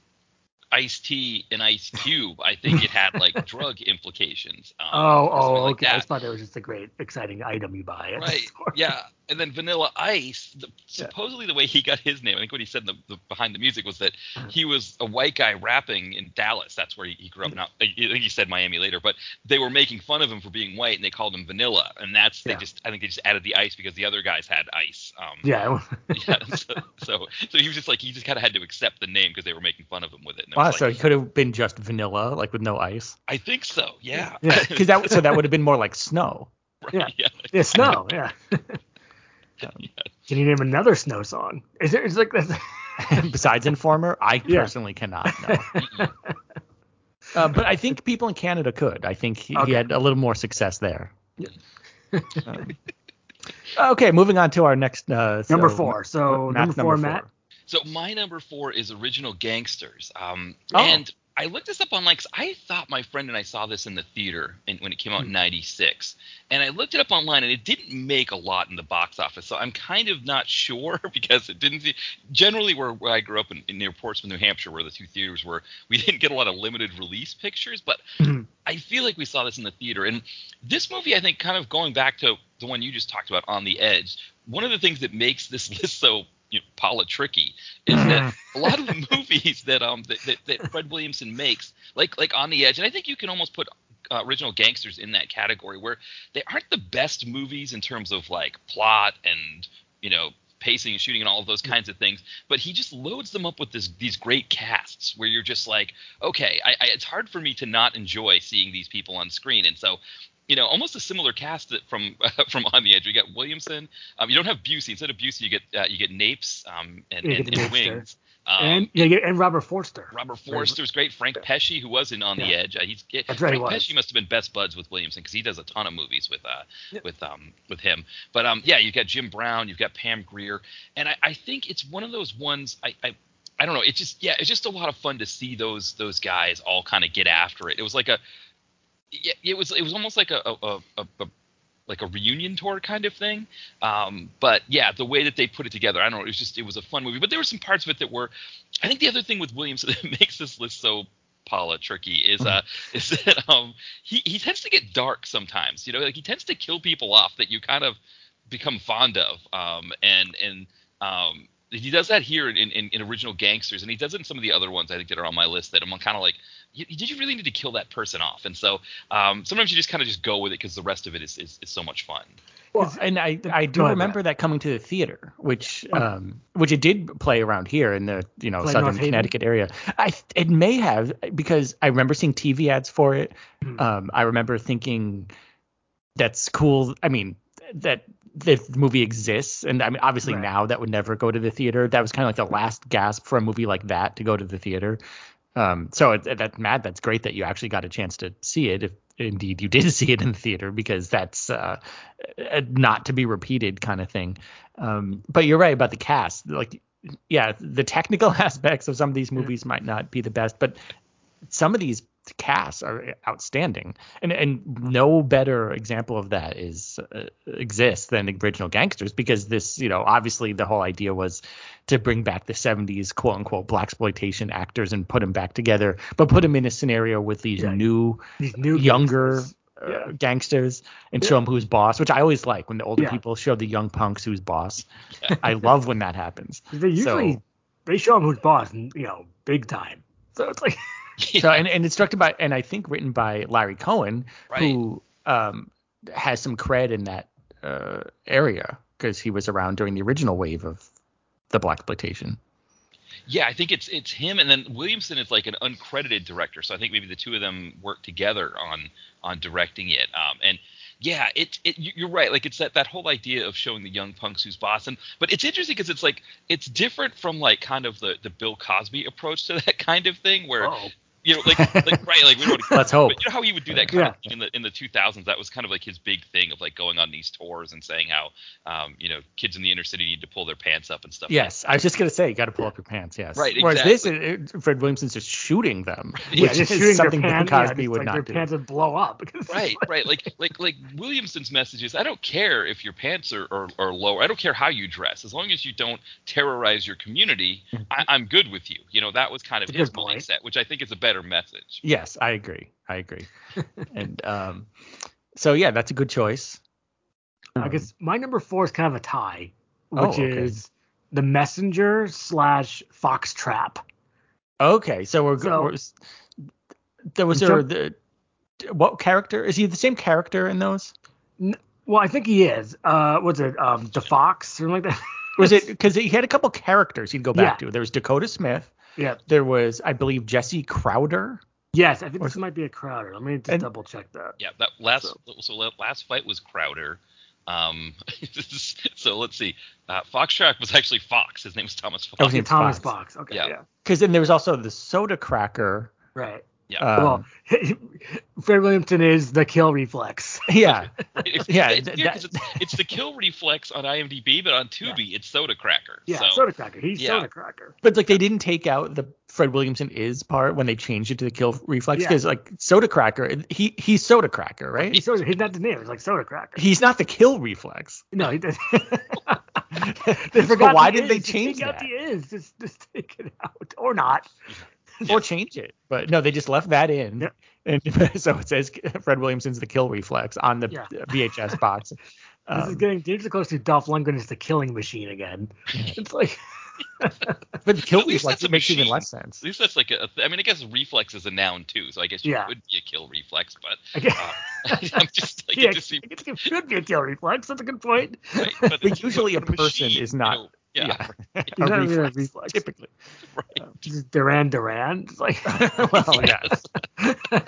S6: Ice T and Ice Cube, I think it had like drug implications. Um,
S5: oh,
S6: or
S5: oh,
S6: something like
S5: okay. I
S6: that.
S5: just thought that was just a great, exciting item you buy. at the
S6: Right.
S5: store.
S6: Yeah. And then Vanilla Ice, the, supposedly the way he got his name, I think what he said in the, the behind the music was that he was a white guy rapping in Dallas. That's where he, he grew up. Now I think he said Miami later, but they were making fun of him for being white and they called him Vanilla. And that's they
S5: Yeah.
S6: just I think they just added the ice because the other guys had ice. Um,
S5: Yeah.
S6: yeah, so, so so he was just like he just kind of had to accept the name because they were making fun of him with it. And it
S4: Wow,
S6: was
S4: so
S6: like,
S4: it could have been just vanilla, like with no ice.
S6: I think so. Yeah.
S5: Yeah.
S4: Because that so that would have been more like snow.
S5: Yeah.
S6: yeah.
S5: Yeah, snow. Yeah. Um, Can you name another snow song? Is there? Is like that's,
S4: Besides Informer, I
S5: Yeah.
S4: personally cannot know. Uh, but I think people in Canada could. I think he, he
S5: Okay.
S4: had a little more success there. Um, okay, moving on to our next uh, so-
S5: number four. So
S4: Matt's
S5: number four, Matt.
S6: So my number four is original gangsters. Um,
S4: Oh.
S6: and I looked this up on like 'cause I thought my friend and I saw this in the theater in, when it came out in '96, and I looked it up online and it didn't make a lot in the box office. So I'm kind of not sure because it didn't. see- Generally, where, where I grew up in, in near Portsmouth, New Hampshire, where the two theaters were, we didn't get a lot of limited release pictures. But I feel like we saw this in the theater. And this movie, I think, kind of going back to the one you just talked about, On the Edge, one of the things that makes this list so you know, politricky is that a lot of the movies that um that, that, that Fred Williamson makes, like like On the Edge, and I think you can almost put uh, original gangsters in that category, where they aren't the best movies in terms of like plot and you know pacing and shooting and all of those kinds of things but he just loads them up with this these great casts where you're just like okay I, I it's hard for me to not enjoy seeing these people on screen and so you know almost a similar cast that from from on the edge you got williamson um, you don't have busey instead of busey you get uh, you get napes um and,
S5: You get
S6: and,
S5: the
S6: and
S5: Napes there.
S6: wings um,
S5: and yeah, yeah, and Robert Forster.
S6: Robert Forster's great. Frank Pesci, who was in On the
S5: Yeah.
S6: Edge, uh, he's
S5: That's right, he
S6: Frank
S5: was.
S6: Pesci must have been best buds with Williamson because he does a ton of movies with uh with um with him. But um yeah, you've got Jim Brown, you've got Pam Greer, and I, I think it's one of those ones I. I I don't know. It's just yeah, it's just a lot of fun to see those those guys all kind of get after it. It was like a yeah, it was it was almost like a a, a, a, a like a reunion tour kind of thing. Um, but yeah, the way that they put it together, I don't know, it was just it was a fun movie. But there were some parts of it that were. I think the other thing with Williamson that makes this list so Paula tricky is uh is that um he he tends to get dark sometimes. You know, like he tends to kill people off that you kind of become fond of. Um, and and um. He does that here in, in, in original gangsters, and he does it in some of the other ones I think that are on my list. That I'm kind of like, "You- did you really need to kill that person off? And so um, sometimes you just kind of just go with it because the rest of it is, is, is so much fun.
S5: Well,
S4: and I, I do
S5: ahead,
S4: remember that coming to the theater, which um, which it did play around here in the you know
S5: Play
S4: southern
S5: North Haven?
S4: Connecticut area. I it may have because I remember seeing TV ads for it.
S5: Hmm.
S4: Um, I remember thinking that's cool. I mean that the movie exists, and I mean obviously
S5: Right.
S4: now that would never go to the theater. That was kind of like the last gasp for a movie like that to go to the theater. Um, so it, that Matt, that's great that you actually got a chance to see it. If indeed you did see it in the theater, because that's uh, a not to be repeated kind of thing. Um, but you're right about the cast. Like, yeah, the technical aspects of some of these movies might not be the best, but some of these casts are outstanding, and and no better example of that is uh, exists than original gangsters because this, you know, obviously the whole idea was to bring back the 70s quote unquote black exploitation actors and put them back together, but put them in a scenario with these
S5: Yeah.
S4: new
S5: these new
S4: younger
S5: gangsters.
S4: uh,
S5: Yeah.
S4: gangsters and show 'em show them who's boss, which I always like when the older
S5: Yeah.
S4: people show the young punks who's boss. I love when that happens.
S5: They usually
S4: So-
S5: they show him who's boss, and, you know, big time. So it's like,
S4: So and, and it's directed by and I think written by Larry Cohen, who um, has some cred in that uh, area because he was around during the original wave of the black exploitation.
S6: Yeah, I think it's it's him, and then Williamson is like an uncredited director, so I think maybe the two of them work together on on directing it. Um, and yeah, it it you- you're right. Like it's that that whole idea of showing the young punks who's boss, and but it's interesting because it's like it's different from like kind of the the Bill Cosby approach to that kind of thing, where
S5: oh,
S6: you know, like, like right, like we don't want to,
S4: Let's hope.
S6: But you know how he would do that kind of thing in the in the 2000s. That was kind of like his big thing of like going on these tours and saying how, um, you know, kids in the inner city need to pull their pants up and stuff. like
S4: Yes, I was just gonna say you got to pull up your pants. Yes,
S6: Right,
S4: Whereas this, it, it- Fred Williamson's just shooting them,
S5: yeah,
S4: which
S5: just
S4: is
S5: shooting their
S4: something
S5: pants,
S4: Bill
S5: yeah,
S4: Cosby
S5: just,
S4: would
S5: like,
S4: not
S5: their
S4: do.
S5: pants would blow up. because-
S6: right right like like like williamson's message is i don't care if your pants are, are, are lower i don't care how you dress as long as you don't terrorize your community I, i'm good with you you know that was kind of
S5: Mm-hmm. It's a
S6: his
S5: good point.
S6: mindset which i think is a better message
S4: Yes, I agree. I agree. and um, so yeah, that's a good choice.
S5: I guess my number four is kind of a tie, which
S4: Um, Oh, okay.
S5: is the messenger slash fox trap.
S4: Okay, so we're,
S5: So-
S4: we're there was
S5: Jump-
S4: a, the what character is he the same character in those?
S5: Well, I think he is. Uh, what's it? Um, the fox, something like that.
S4: Was it because he had a couple characters he'd go back
S5: Yeah.
S4: to? There was Dakota Smith.
S5: yeah.
S4: There was I believe Jesse Crowder.
S5: Yes, I think
S4: Or-
S5: this might be a Crowder. Let me just
S4: And-
S5: double check that.
S6: yeah that last
S5: So-
S6: so, la- last fight was crowder um so let's see uh fox Track was actually fox his name was thomas fox
S4: Oh, he-
S5: Okay,
S4: name's
S5: Thomas
S4: Fox.
S5: Fox. Okay, yeah.
S6: Yeah.
S4: Because then there was also the Soda Cracker.
S5: Right.
S6: Yeah.
S4: um,
S5: well, Fred Williamson is the kill reflex.
S4: yeah,
S6: It's-
S4: yeah, th-
S6: it's, weird 'cause
S4: that-
S6: it's, it's the kill reflex on imdb but on tubi it's soda cracker
S5: Yeah,
S6: so,
S5: soda cracker. He's
S6: yeah.
S5: soda cracker.
S4: but like they didn't take out the Fred Williamson is part when they changed it to the kill reflex
S5: Yeah.
S4: because like Soda Cracker he he's Soda Cracker right?
S5: He's, soda, he's not the name. He's like soda cracker.
S4: He's not the kill reflex.
S5: no, he doesn't. they
S4: But
S5: forgot.
S4: why
S5: the
S4: did they
S5: is. Just
S4: change
S5: take out
S4: that?
S5: the is. Just, just take it out or not.
S4: or change it. But no, they just left that in.
S5: Yep.
S4: And so it says Fred Williamson's the kill reflex on the
S5: Yeah.
S4: VHS box.
S5: This is
S4: Um,
S5: getting dangerously close to Dolph Lundgren is the killing machine again. It's like
S4: but the kill
S6: At least
S4: reflex
S6: that's a
S4: it makes even
S6: machine.
S4: less sense.
S6: At least that's like a. I mean, I guess reflex is a noun too, so I guess you
S5: Yeah.
S6: would be a kill reflex. But
S5: again,
S6: uh, I'm just like
S5: yeah,
S6: it just seems.
S5: it could be a kill reflex. That's a good point.
S6: Right? But,
S4: But
S6: it's-
S4: usually
S6: but
S4: a
S6: the
S4: person
S6: machine,
S4: is not-
S6: know, yeah,
S5: He's
S4: A
S5: not even a
S4: reflex,
S5: reflex.
S4: typically.
S6: Right.
S5: This is Duran Duran. It's like Oh,
S4: well, yes.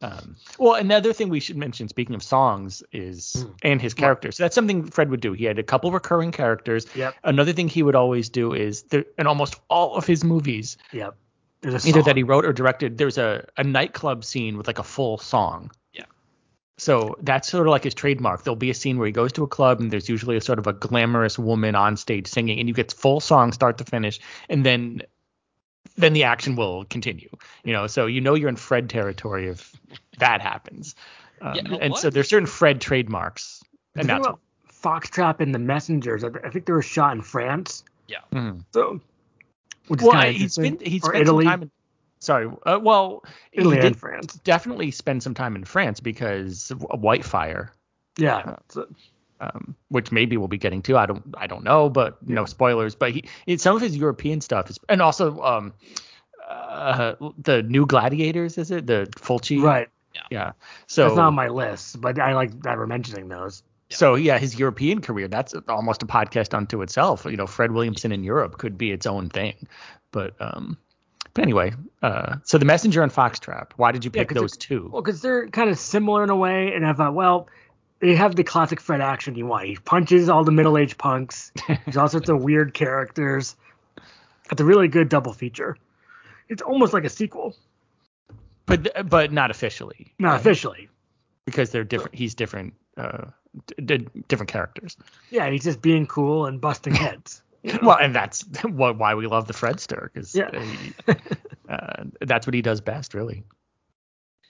S4: um, well, another thing we should mention, speaking of songs, is
S5: Mm.
S4: and his characters. So that's something Fred would do. He had a couple recurring characters.
S5: Yep.
S4: Another thing he would always do is, there, in almost all of his movies,
S5: Yep. There's a
S4: either
S5: song.
S4: that he wrote or directed. There's a a nightclub scene with like a full song.
S6: Yeah.
S4: So that's sort of like his trademark. There'll be a scene where he goes to a club and there's usually a sort of a glamorous woman on stage singing, and you get full song start to finish, and then then the action will continue. You know, so you know you're in Fred territory if that happens. Um,
S6: Yeah, and a
S4: and so
S6: lot-
S4: there's certain Fred trademarks,
S5: The
S4: and
S5: thing
S4: that's
S5: about Foxtrap and the Messengers. I I think they were shot in France.
S4: Mhm.
S5: So, Hmm. which is
S4: well,
S5: kinda
S4: he's
S5: interesting.
S4: been he's
S5: or
S4: spent
S5: Italy,
S4: some time. In, sorry, uh, well, he
S5: Italy
S4: did
S5: and France.
S4: definitely spend some time in France because of Whitefire,
S5: Yeah. So,
S4: um, which maybe we'll be getting to. I don't I don't know, but no spoilers. But he it, some of his European stuff is, and also um, uh, the new Gladiators is it the Fulci?
S5: right.
S4: Yeah. So
S5: That's not on my list, but I like that we're mentioning those.
S4: so yeah, his European career that's almost a podcast unto itself. You know, Fred Williamson in Europe could be its own thing, but um. But anyway, uh, so the messenger and Foxtrap. Why did you
S5: Yeah,
S4: pick
S5: 'cause
S4: those
S5: it-
S4: two?
S5: Well, because they're kind of similar in a way, and I thought, well, they have the classic Fred action you want. He punches all the middle-aged punks. There's all sorts of weird characters. It's a really good double feature. It's almost like a sequel,
S4: but but not officially.
S5: not
S4: right?
S5: officially.
S4: because they're different. He's different. Uh, d- d- different characters.
S5: Yeah, he's just being cool and busting heads.
S4: Well, and that's wh- why we love the Fredster because
S5: Yeah.
S4: uh, that's what he does best, really.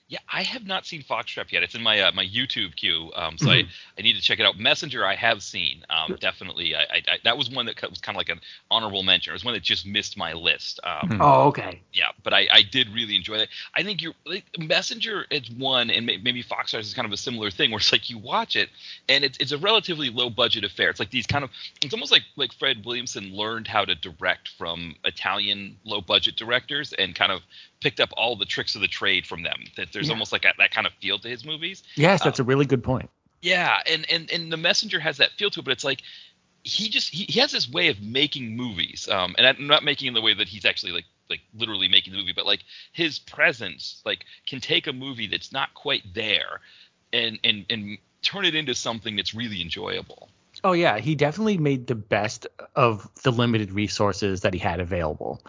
S6: yeah. I I have not seen Foxtrap yet. It's in my uh, my YouTube queue, um, so
S4: Mm-hmm.
S6: I, I need to check it out. Messenger, I have seen. Um, definitely, I, I, I that was one that was kind of like an honorable mention. It was one that just missed my list. Um,
S5: Oh, okay.
S6: yeah, but I, I did really enjoy that. I think you like, Messenger is one, and may- maybe Fox Stars is kind of a similar thing where it's like you watch it, and it's it's a relatively low budget affair. It's like these kind of it's almost like like Fred Williamson learned how to direct from Italian low budget directors and kind of picked up all the tricks of the trade from them. That there's
S5: Yeah.
S6: almost like a, that kind of feel to his movies.
S4: Yes, that's a really good point.
S6: Yeah, and and and the messenger has that feel to it, but it's like he just he, he has this way of making movies. Um, and I'm not making in the way that he's actually like like literally making the movie, but like his presence like can take a movie that's not quite there, and and and turn it into something that's really enjoyable.
S4: Oh yeah, he definitely made the best of the limited resources that he had available.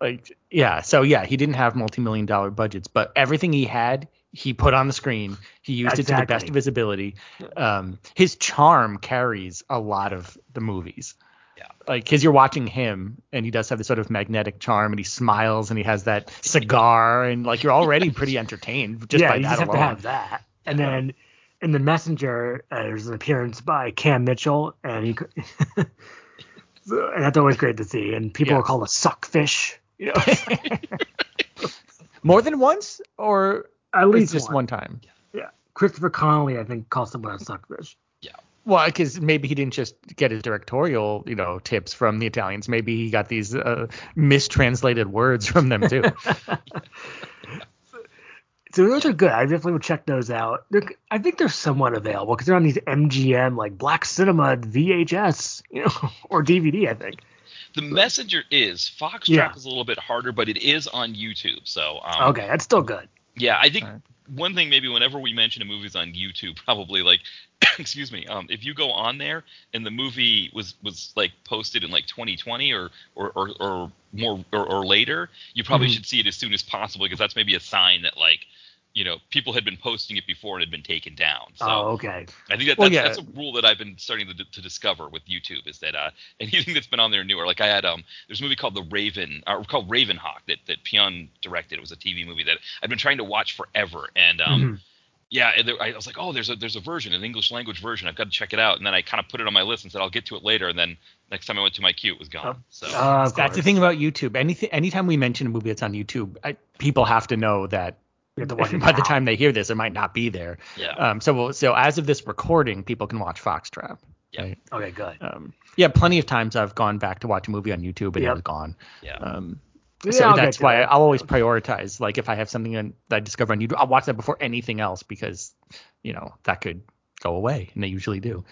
S4: Like yeah, so yeah, he didn't have multi-million dollar budgets, but everything he had, he put on the screen. He used it to the best
S5: Exactly.
S4: of his ability. Um, his charm carries a lot of the movies.
S6: Yeah.
S4: Like, cause you're watching him, and he does have this sort of magnetic charm, and he smiles, and he has that cigar, and like you're already pretty entertained just
S5: yeah,
S4: by
S5: you
S4: that
S5: just have
S4: alone.
S5: to have that. And then in the messenger, uh, there's an appearance by Cam Mitchell, and he, so, and that's always great to see. And people
S4: Yeah.
S5: are called a suckfish. You know,
S4: More than once, or
S5: at
S4: at least
S5: least
S4: just one time.
S5: Yeah, Christopher Connolly, I think, called someone a suckfish.
S4: Well, because maybe he didn't just get his directorial, you know, tips from the Italians. Maybe he got these uh, mistranslated words from them too.
S5: So those are good. I definitely would check those out. They're, I think they're somewhat available because they're on these MGM like Black Cinema VHS, you know, or DVD. I think.
S6: The messenger is Foxtrot
S5: Yeah.
S6: is a little bit harder, but it is on YouTube. So um,
S5: Okay, that's still good.
S6: Yeah, I think
S4: Alright.
S6: one thing maybe whenever we mention a movie's on YouTube, probably like, excuse me, um, if you go on there and the movie was was like posted in like 2020 or or or, or more or, or later, you probably should see it as soon as possible because that's maybe a sign that like, you know, people had been posting it before it had been taken down. So
S5: oh, okay.
S6: I think that, that's,
S4: Well, yeah.
S6: that's a rule that I've been starting to, to discover with YouTube is that uh, anything that's been on there newer, like I had um, there's a movie called The Raven, or called Ravenhawk that that Pion directed. It was a TV movie that I've been trying to watch forever, and um,
S4: Mm-hmm.
S6: yeah, and there, I was like, oh, there's a there's a version, an English language version. I've got to check it out, and then I kind of put it on my list and said I'll get to it later, and then next time I went to my queue, it was gone. so
S5: Uh, of
S4: that's the
S5: course.
S4: thing about YouTube. Anything, anytime we mention a movie that's on YouTube, I, people have to know that
S5: You have to watch it
S4: by the
S5: now.
S4: time they hear this, it might not be there.
S6: yeah,
S4: Um, so, we'll- so as of this recording, people can watch Foxtrap.
S6: Yeah.
S4: right?
S5: Okay, good.
S4: Um, yeah, plenty of times I've gone back to watch a movie on YouTube and it
S5: Yep.
S4: was gone.
S6: yeah.
S4: Um,
S5: Yeah,
S4: so
S5: I'll get
S4: that's
S5: to
S4: why
S5: that.
S4: I'll always prioritize. Like if I have something on- that I discover on YouTube, I'll watch that before anything else because, you know, that could go away, and they usually do.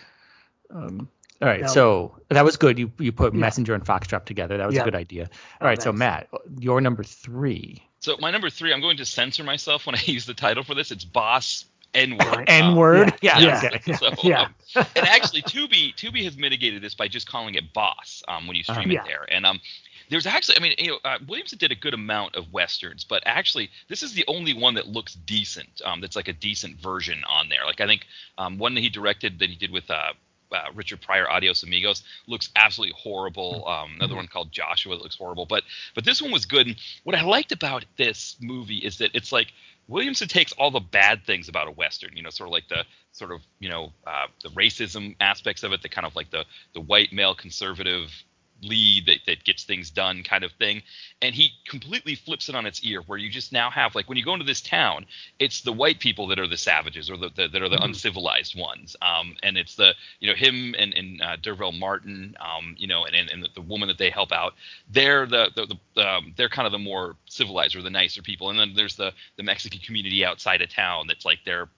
S4: Um, all right,
S5: Now-
S4: so that was good. You you put
S5: Yeah.
S4: Messenger and Foxtrap together. That was
S5: Yeah. Oh,
S4: a good idea. All right, so Matt, your number three,
S6: So my number three, I'm going to censor myself when I use the title for this. It's Boss N word.
S4: N word. Yeah,
S5: Oh, yeah,
S4: okay.
S5: yeah,
S6: So,
S5: yeah.
S6: um, and actually, Tubi Tubi has mitigated this by just calling it Boss um, when you stream
S5: Uh-huh.
S6: it there. And um, there's actually, I mean, you know, uh, Williamson did a good amount of westerns, but actually, this is the only one that looks decent. Um, that's like a decent version on there. Like I think um, one that he directed that he did with. Uh, uh, Richard Pryor, Adios Amigos, looks absolutely horrible. Um, another one called Joshua that looks horrible, but but this one was good. And what I liked about this movie is that it's like Williamson takes all the bad things about a western, you know, sort of like the sort of you know uh, the racism aspects of it, the kind of like the the white male conservative lead that, that gets things done kind of thing and he completely flips it on its ear where you just now have like when you go into this town it's the white people that are the savages or the, the that are the uncivilized ones um and it's the you know him and and uh, Derville Martin um you know and and, and the, the woman that they help out they're the the, the um, they're kind of the more civilized or the nicer people and then there's the the Mexican community outside of town that's like they're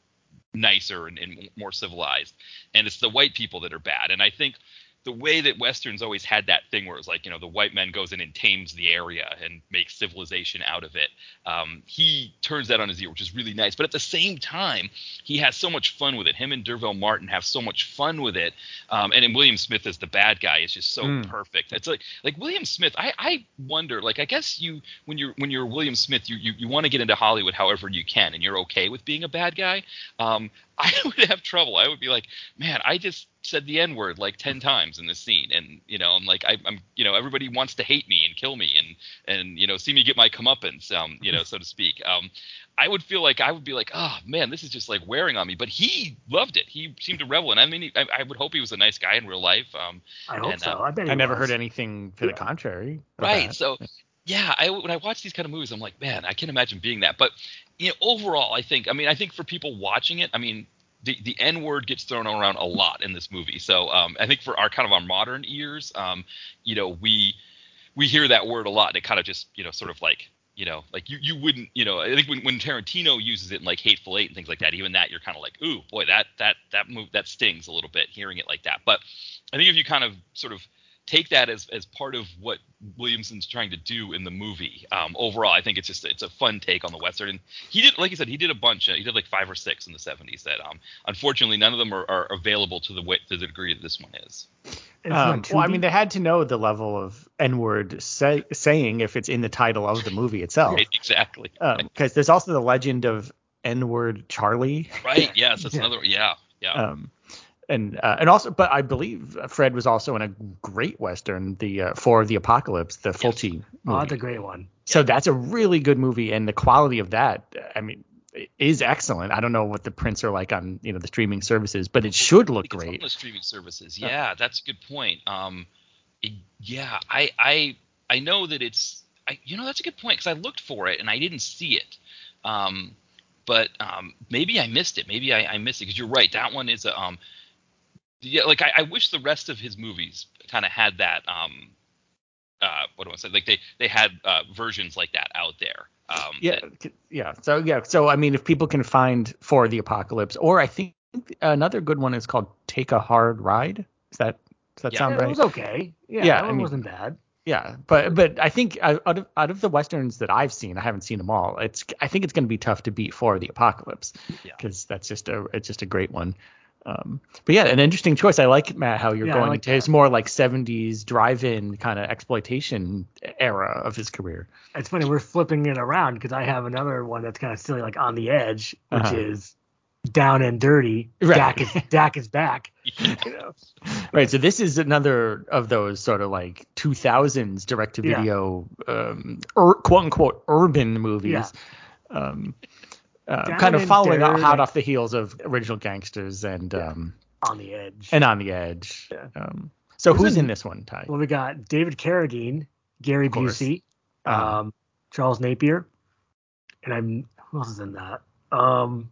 S6: nicer and, and more civilized. And it's the white people that are bad. And I think the way that westerns always had that thing where it was like, you know, the white man goes in and tames the area and makes civilization out of it. Um, he turns that on his ear, which is really nice. But at the same time, he has so much fun with it. Him and Derville Martin have so much fun with it. Um, and then William Smith as the bad guy is just so
S4: Mm.
S6: perfect. It's like like William Smith. I, I wonder. Like I guess you when you're when you're William Smith, you you, you want to get into Hollywood however you can, and you're okay with being a bad guy. Um, I would have trouble. I would be like, man, I just said the N word like ten times in this scene, and you know, I'm like, I, I'm, you know, everybody wants to hate me and kill me, and and you know, see me get my comeuppance, um, you know, so to speak. Um, I would feel like I would be like, oh man, this is just like wearing on me. But he loved it. He seemed to revel in. it. I mean, he, I, I would hope he was a nice guy in real life. Um,
S5: I hope
S6: And,
S5: so.
S6: um,
S5: I bet.
S4: uh, I never heard
S5: any.
S4: anything to the contrary. of
S6: right
S4: that.
S6: so yeah I, when i watch these kind of movies i'm like man i can't imagine being that but you know overall i think i mean i think for people watching it i mean the, the N word gets thrown around a lot in this movie, so um, I think for our kind of our modern ears, um, you know, we we hear that word a lot, and it kind of just you know sort of like you know like you you wouldn't you know I think when, when Tarantino uses it in like Hateful Eight and things like that, even that you're kind of like ooh boy that that that move that stings a little bit hearing it like that, but I think if you kind of sort of take that as as part of what Williamson's trying to do in the movie. Um, overall, I think it's just it's a fun take on the Western. And he did, like you said, he did a bunch. uh, He did like five or six in the '70s that, um, unfortunately, none of them are, are available to the way, to the degree that this one is.
S5: It's not
S4: Um, well, I
S5: 2D.
S4: mean, they had to know the level of N-word say, saying if it's in the title of the movie itself,
S6: Right, exactly.
S4: because Um, there's also the legend of N-word Charlie,
S6: Right. Yes, that's
S5: Yeah.
S6: another. Yeah. Yeah.
S4: um, and uh, and also, but I believe Fred was also in a great western, the uh, Four of the Apocalypse, the Fulci
S5: Oh,
S4: movie.
S5: that's a great one.
S4: So that's a really good movie, and the quality of that, I mean, i- is excellent. I don't know what the prints are like on you know the streaming services, but it should look
S6: think it's on
S4: great.
S6: the streaming services. Yeah, that's a good point. Um, it- yeah, I I I know that it's. I, you know that's a good point because I looked for it and I didn't see it. Um, but um, maybe I missed it. Maybe I, I missed it because you're right. That one is a um. Yeah, like I, I wish the rest of his movies kind of had that um. Uh, what do I say? Like they they had uh, versions like that out there. Um,
S4: Yeah,
S6: that-
S4: c- yeah. So yeah, so I mean, if people can find For the Apocalypse, or I think another good one is called Take a Hard Ride. Is that does that
S6: Yeah.
S4: sound
S5: Yeah,
S4: Um, right?
S5: It was okay. Yeah,
S4: Yeah,
S5: that
S4: I
S5: one
S4: mean-
S5: wasn't bad.
S4: Yeah, but but I think out out of out of the westerns that I've seen, I haven't seen them all. It's I think it's going to be tough to beat for the apocalypse
S6: Yeah.
S4: because that's just a it's just a great one. Um, but yeah, an interesting choice. I like Matt how you're
S5: Yeah, I
S4: going
S5: like
S4: to his
S5: that.
S4: more like 70s drive-in kind of exploitation e-, era of his career.
S5: It's funny we're flipping it around because I have another one that's kind of silly, like on the edge, which
S4: Uh-huh.
S5: is down and dirty.
S4: Right.
S5: Dak is Dak is back. You know?
S4: Right. So this is another of those sort of like 2000s direct-to-video um, ur, quote unquote urban movies. Um, uh,
S5: Down
S4: kind of
S5: and
S4: following out hot
S5: dirty.
S4: off the heels of original gangsters and um,
S5: On the edge.
S4: and on the edge.
S5: Yeah.
S4: Um, so
S5: This
S4: who's
S5: is-
S4: in this one, Ty?
S5: well, we got David Carradine, Gary
S4: Of course.
S5: Busey,
S4: Uh,
S5: um, Charles Napier, and I'm who else is in that? Um,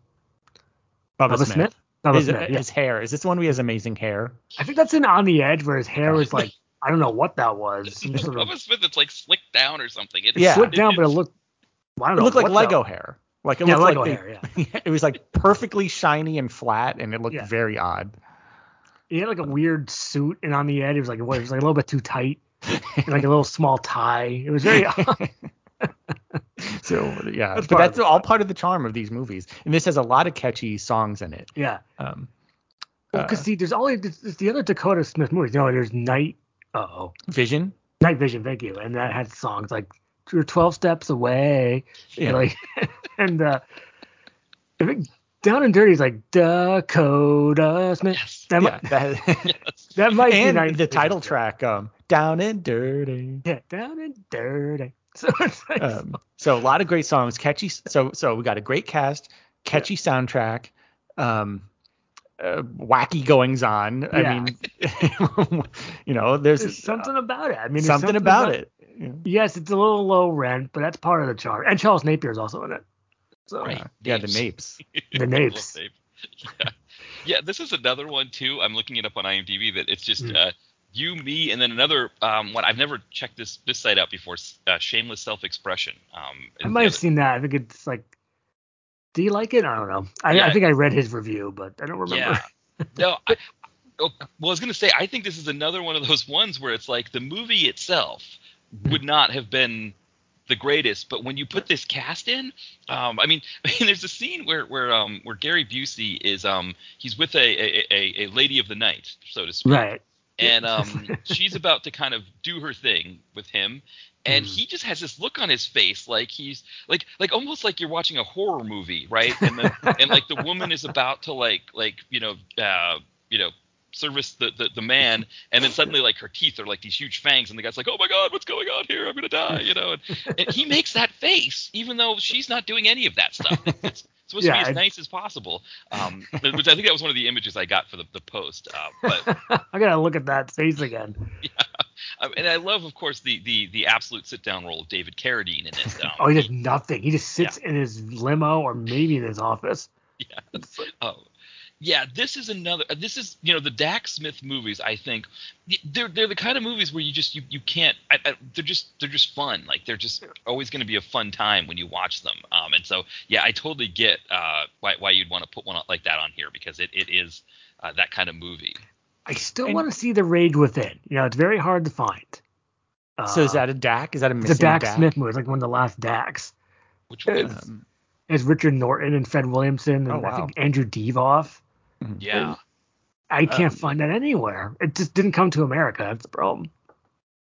S4: Bubba, Smith.
S5: Bubba
S4: his,
S5: Smith. yeah.
S4: his hair. Is this the one where he has amazing hair?
S5: I think that's in On the Edge where his hair was like I don't know what that was. Some sort of
S6: Bubba Smith, it's like slicked down or something. It,
S4: Yeah.
S5: slipped down, but it looked. I don't
S4: It
S5: know.
S4: looked like
S5: what the-
S4: Lego hair. Like it
S5: yeah,
S4: looked
S5: Lego
S4: like
S5: hair. Yeah.
S4: they- it was like perfectly shiny and flat, and it looked
S5: Yeah.
S4: very odd.
S5: He had like a weird suit, and on the edge, it was like what? It was like a little bit too tight, and like a little small tie. It was very.
S4: So yeah,
S5: That's
S4: but
S5: part of
S4: that's
S5: the
S4: all part of the charm of these movies. And this has a lot of catchy songs in it.
S5: yeah.
S4: Um,
S5: Well, because
S4: Uh,
S5: see, there's all it's, it's the other Dakota Smith movies. You know, there's Night. Oh,
S4: Vision.
S5: Night Vision. Thank you. And that had songs like "You're 12 Steps Away,"
S4: Yeah.
S5: and like, and uh, I think Down and Dirty is like Dakota Smith.
S6: Yes.
S5: That,
S4: yeah,
S5: might,
S4: that-
S5: that might be
S4: and
S5: Night
S4: the
S5: Vision.
S4: title track, um, "Down and Dirty."
S5: Yeah, down and dirty. So it's like,
S4: um, so a lot of great songs, catchy. So so we got a great cast, catchy soundtrack, um, uh, wacky goings on.
S5: Yeah.
S4: I mean, you know, there's, uh,
S5: there's something about it. I mean,
S4: something,
S5: there's
S4: about, it. you know.
S5: Yes, it's a little low rent, but that's part of the charm. And Charles Napier is also in it. So uh,
S6: Right.
S4: Uh, yeah, the
S6: Napes.
S4: Napes.
S5: the
S6: Little
S5: Napes.
S6: nape. Yeah. yeah, this is another one too. I'm looking it up on IMDb that it's just
S5: Mm.
S6: uh, you, me, and then another um, one. I've never checked this this site out before. s- Uh, Shameless Self Expression. Um,
S5: I
S6: is the
S5: might have
S6: other-
S5: seen that. I think it's like, do you like it? I don't know. I,
S6: Yeah.
S5: I think I read his review, but I don't remember.
S6: Yeah. no. I, oh, well, I was gonna say I think this is another one of those ones where it's like the movie itself
S5: Hmm.
S6: would not have been the greatest, but when you put this cast in, um, I mean, I mean, there's a scene where where um, where Gary Busey is um, he's with a, a, a, a lady of the night, so to speak,
S5: Right.
S6: and um, she's about to kind of do her thing with him, and
S5: Mm-hmm.
S6: he just has this look on his face like he's like like almost like you're watching a horror movie, right? And the, and like the woman is about to like like you know uh, you know service the, the the man, and then suddenly like her teeth are like these huge fangs, and the guy's like, oh my god, what's going on here? I'm gonna die, you know? And, and he makes that face even though she's not doing any of that stuff. It's, supposed
S5: Yeah,
S6: to be as
S5: I-
S6: nice as possible, um, which I think that was one of the images I got for the, the post. Uh, but
S5: I gotta look at that face again.
S6: Um, and I love, of course, the the the absolute sit down role of David Carradine in this. Um,
S5: Oh, he does nothing. He just sits in his limo or maybe in his office.
S6: oh. yeah, this is another. uh, This is you know the Dax Smith movies. I think y- they're they're the kind of movies where you just you, you can't. I, I, they're just they're just fun. Like they're just always going to be a fun time when you watch them. Um, and so yeah, I totally get uh why why you'd want to put one like that on here because it it is uh, that kind of movie.
S5: I still
S4: And-
S5: want to see the Rage Within. You know, it's very hard to find. Uh,
S4: so is that a DAC? Is that a
S5: it's
S4: missing
S5: a Dax
S4: DAC?
S5: Smith movie? It's like one of the last Dax.
S6: Which one? is-
S4: Um,
S5: It's Richard Norton and Fred Williamson and
S4: Oh,
S5: I
S4: wow.
S5: think Andrew Devoff.
S6: yeah.
S5: I can't
S4: Um,
S5: find that anywhere. It just didn't come to America. That's the problem.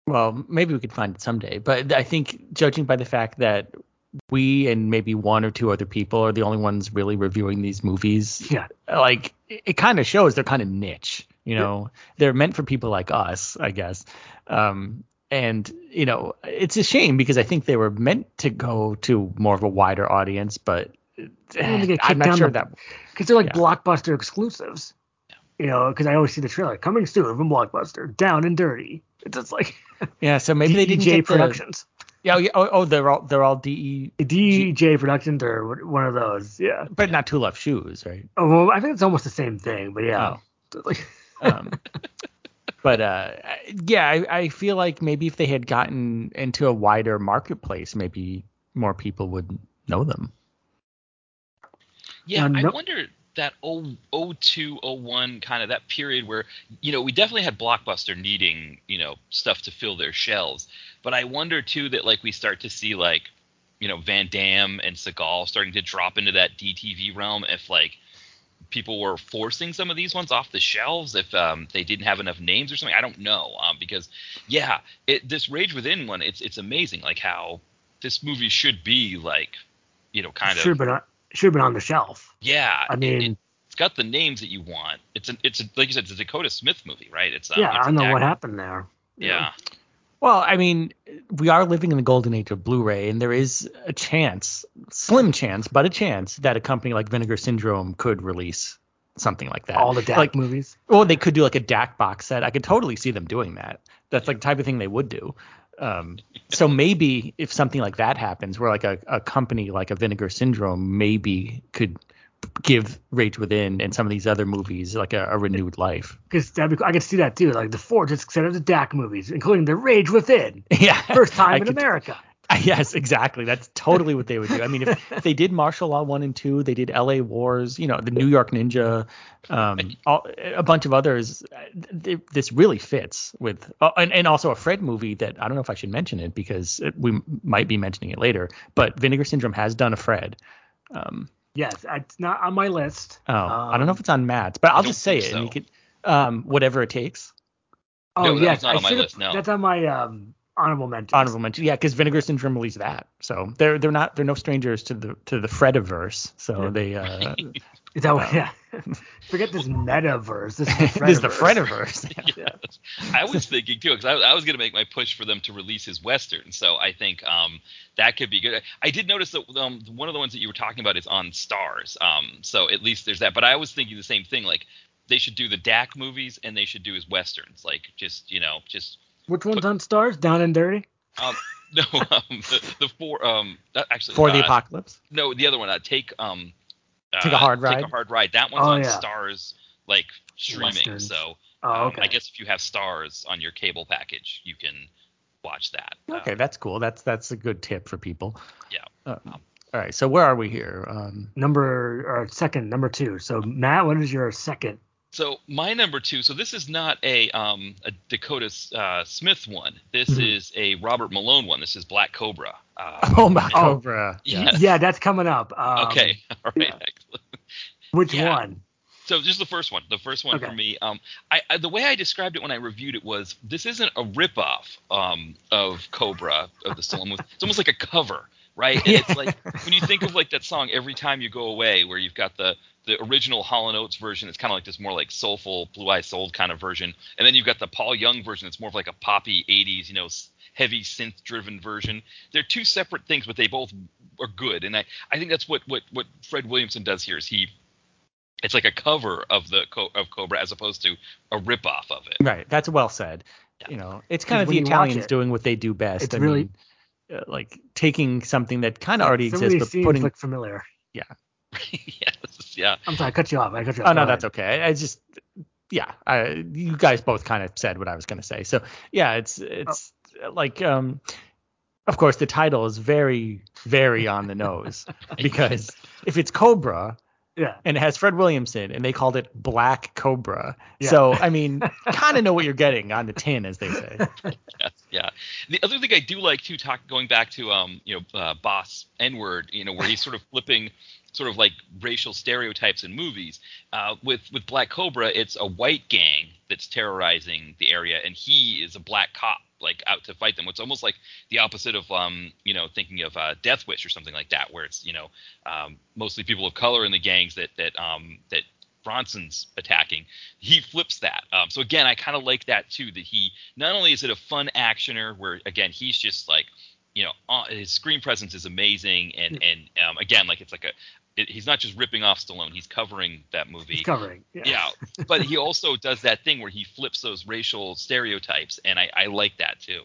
S4: Well, maybe we could find it someday. But I think, judging by the fact that we and maybe one or two other people are the only ones really reviewing these movies,
S5: Yeah.
S4: like it, it kind of shows they're kind of niche. You know, they're meant for people like us, I guess. Um, and you know, it's a shame because I think they were meant to go to more of a wider audience, but eh,
S5: don't think it
S4: I'm
S5: kicked down
S4: not sure
S5: the-
S4: that
S5: Because they're like
S4: Yeah.
S5: blockbuster exclusives. You know, because I always see the trailer coming soon from Blockbuster, Down and Dirty. It's just like
S4: Yeah, so maybe they didn't
S5: DJ
S4: get the,
S5: Productions.
S4: yeah, oh, yeah, oh, oh, they're all they're all DE,
S5: DJ Productions or wh- one of those. Yeah.
S4: but not two left shoes, right?
S5: Oh, well, I think it's almost the same thing, but
S4: Oh.
S5: yeah. Like,
S4: Um, but uh, I- yeah, I, I feel like maybe if they had gotten into a wider marketplace, maybe more people would know them.
S6: Yeah,
S5: Now, Uh, no-
S6: I wonder that 0- 02, 01 kind of that period where you know we definitely had blockbuster needing you know stuff to fill their shelves, but I wonder too that like we start to see like you know Van Damme and Seagal starting to drop into that DTV realm if like people were forcing some of these ones off the shelves if um, they didn't have enough names or something. I don't know um, because yeah, it, this Rage Within one it's it's amazing like how this movie should be like you know kind
S5: should have
S6: of
S5: been on, should have been on the shelf.
S6: yeah,
S5: I
S6: it-
S5: mean,
S6: it, has got the names that you want. It's an, it's a, like you said, it's a Dakota Smith movie, right? It's uh,
S5: yeah, I
S6: it's a
S5: don't know
S6: Dak-
S5: what happened there.
S6: Yeah,
S4: Well, I mean, we are living in the golden age of Blu-ray, and there is a chance, slim chance, but a chance that a company like Vinegar Syndrome could release something like that.
S5: All the Dak
S4: like,
S5: movies.
S4: Well, they could do like a DAC box set. I could totally see them doing that. That's like the type of thing they would do. Um, so maybe if something like that happens, where like a, a company like a Vinegar Syndrome maybe could give Rage Within and some of these other movies like a, a renewed life.
S5: Because that'd be, I could see that too. Like the four disc set of the Dak movies, including The Rage Within,
S4: yeah,
S5: first time
S4: I
S5: in
S4: could-
S5: America.
S4: Yes, exactly. That's totally what they would do. I mean, if, if they did Martial Law One and Two, they did L.A. Wars, you know, the New York Ninja, um, all, a bunch of others. uh, th- This really fits with, oh, and and also a Fred movie that I don't know if I should mention it because it, we might be mentioning it later. But Vinegar Syndrome has done a Fred. Um,
S5: Yes, it's not on my list. Um,
S4: oh, I don't know if it's on Matt's, but I'll
S6: don't
S4: just say it,
S6: think
S4: and you
S6: so.
S4: could, um, whatever it takes.
S5: Oh
S6: No, that
S5: yes,
S6: was not
S5: I
S6: on my
S5: should've-
S6: list, no.
S5: that's on my um, honorable mention.
S4: honorable mention. Yeah, because Vinegar Syndrome released that, so they're they're not they're no strangers to the to the Frediverse. So they uh,
S5: Is that what, yeah? Forget this metaverse. This is the
S4: this is the
S5: Freddiverse.
S4: Frediverse.
S6: I was thinking too because I, I was going to make my push for them to release his western, so I think um, that could be good. I did notice that um, one of the ones that you were talking about is on Stars, um, so at least there's that. But I was thinking the same thing, like they should do the Dak movies and they should do his westerns, like just you know just
S5: Which one's on Stars? Down and Dirty.
S6: um, no um, the, the four um uh, actually
S4: For the
S6: uh,
S4: apocalypse.
S6: No, the other one. Uh, take um, uh,
S4: Take a Hard
S6: Take
S4: Ride?
S6: a hard ride. That one's
S5: Oh,
S6: on
S5: yeah.
S6: Stars like streaming.
S5: Westerns.
S6: So
S5: Oh,
S6: um,
S5: okay.
S6: I guess if you have Stars on your cable package, you can watch that. Uh,
S4: Okay, that's cool. That's that's a good tip for people.
S6: Yeah. Um,
S4: Uh, all right, so where are we here? Um,
S5: number or second, number two. So Matt, what is your second?
S6: So my number two. So this is not a um, a Dakota uh, Smith one. This
S5: Mm-hmm.
S6: is a Robert Malone one. This is Black Cobra. Uh,
S4: oh my
S5: Oh.
S4: Cobra.
S6: yeah.
S5: Yeah, that's coming up. Um,
S6: Okay. All right. Excellent.
S5: Which
S6: Yeah.
S5: one?
S6: So just the first one, the first one
S5: Okay.
S6: for me. Um, I, I the way I described it when I reviewed it was this isn't a ripoff um of Cobra of the Stolen Moon. It's almost like a cover, right? And it's like when you think of like that song "Every Time You Go Away," where you've got the the original Hall and Oates version. It's kind of like this more like soulful, blue eyed soul kind of version, and then you've got the Paul Young version. It's more of like a poppy '80s, you know, s- heavy synth driven version. They're two separate things, but they both are good. And I I think that's what what what Fred Williamson does here is he it's like a cover of the co- of Cobra as opposed to a ripoff of it.
S4: Right. That's well said. You know, it's kind of
S5: when
S4: the
S5: you watch
S4: Italians
S5: it,
S4: doing what they do best.
S5: it's
S4: I
S5: really-
S4: mean, uh, like taking something that kind of already
S5: Some of
S4: exists,
S5: these
S4: but
S5: scenes
S4: putting.
S5: look familiar.
S6: yes, yeah.
S5: I'm sorry, I cut you off. I cut you off.
S4: oh no,
S5: Go
S4: that's
S5: ahead.
S4: okay. I, I just, yeah, I, you guys both kind of said what I was gonna say. So yeah, it's it's uh, like um, of course the title is very very on the nose because if it's Cobra,
S5: Yeah.
S4: and it has Fred Williamson, and they called it Black Cobra.
S5: Yeah.
S4: So I mean, kind of know what you're getting on the tin, as they say.
S6: Yes, yeah. The other thing I do like too, talk going back to um, you know, uh, Boss N word, you know, where he's sort of flipping, sort of like racial stereotypes in movies. Uh, with with Black Cobra, it's a white gang that's terrorizing the area, and he is a black cop, like out to fight them. It's almost like the opposite of um, you know, thinking of uh, Death Wish or something like that, where it's you know, um, mostly people of color in the gangs that that um that Bronson's attacking, he flips that. Um, so again, I kind of like that too. That he not only is it a fun actioner where again he's just like, you know, uh, his screen presence is amazing,
S5: Hmm.
S6: and and um, again like it's like a, it, he's not just ripping off Stallone, he's covering that movie.
S5: He's covering. Yeah.
S6: yeah, but he also does that thing where he flips those racial stereotypes, and I, I like that too.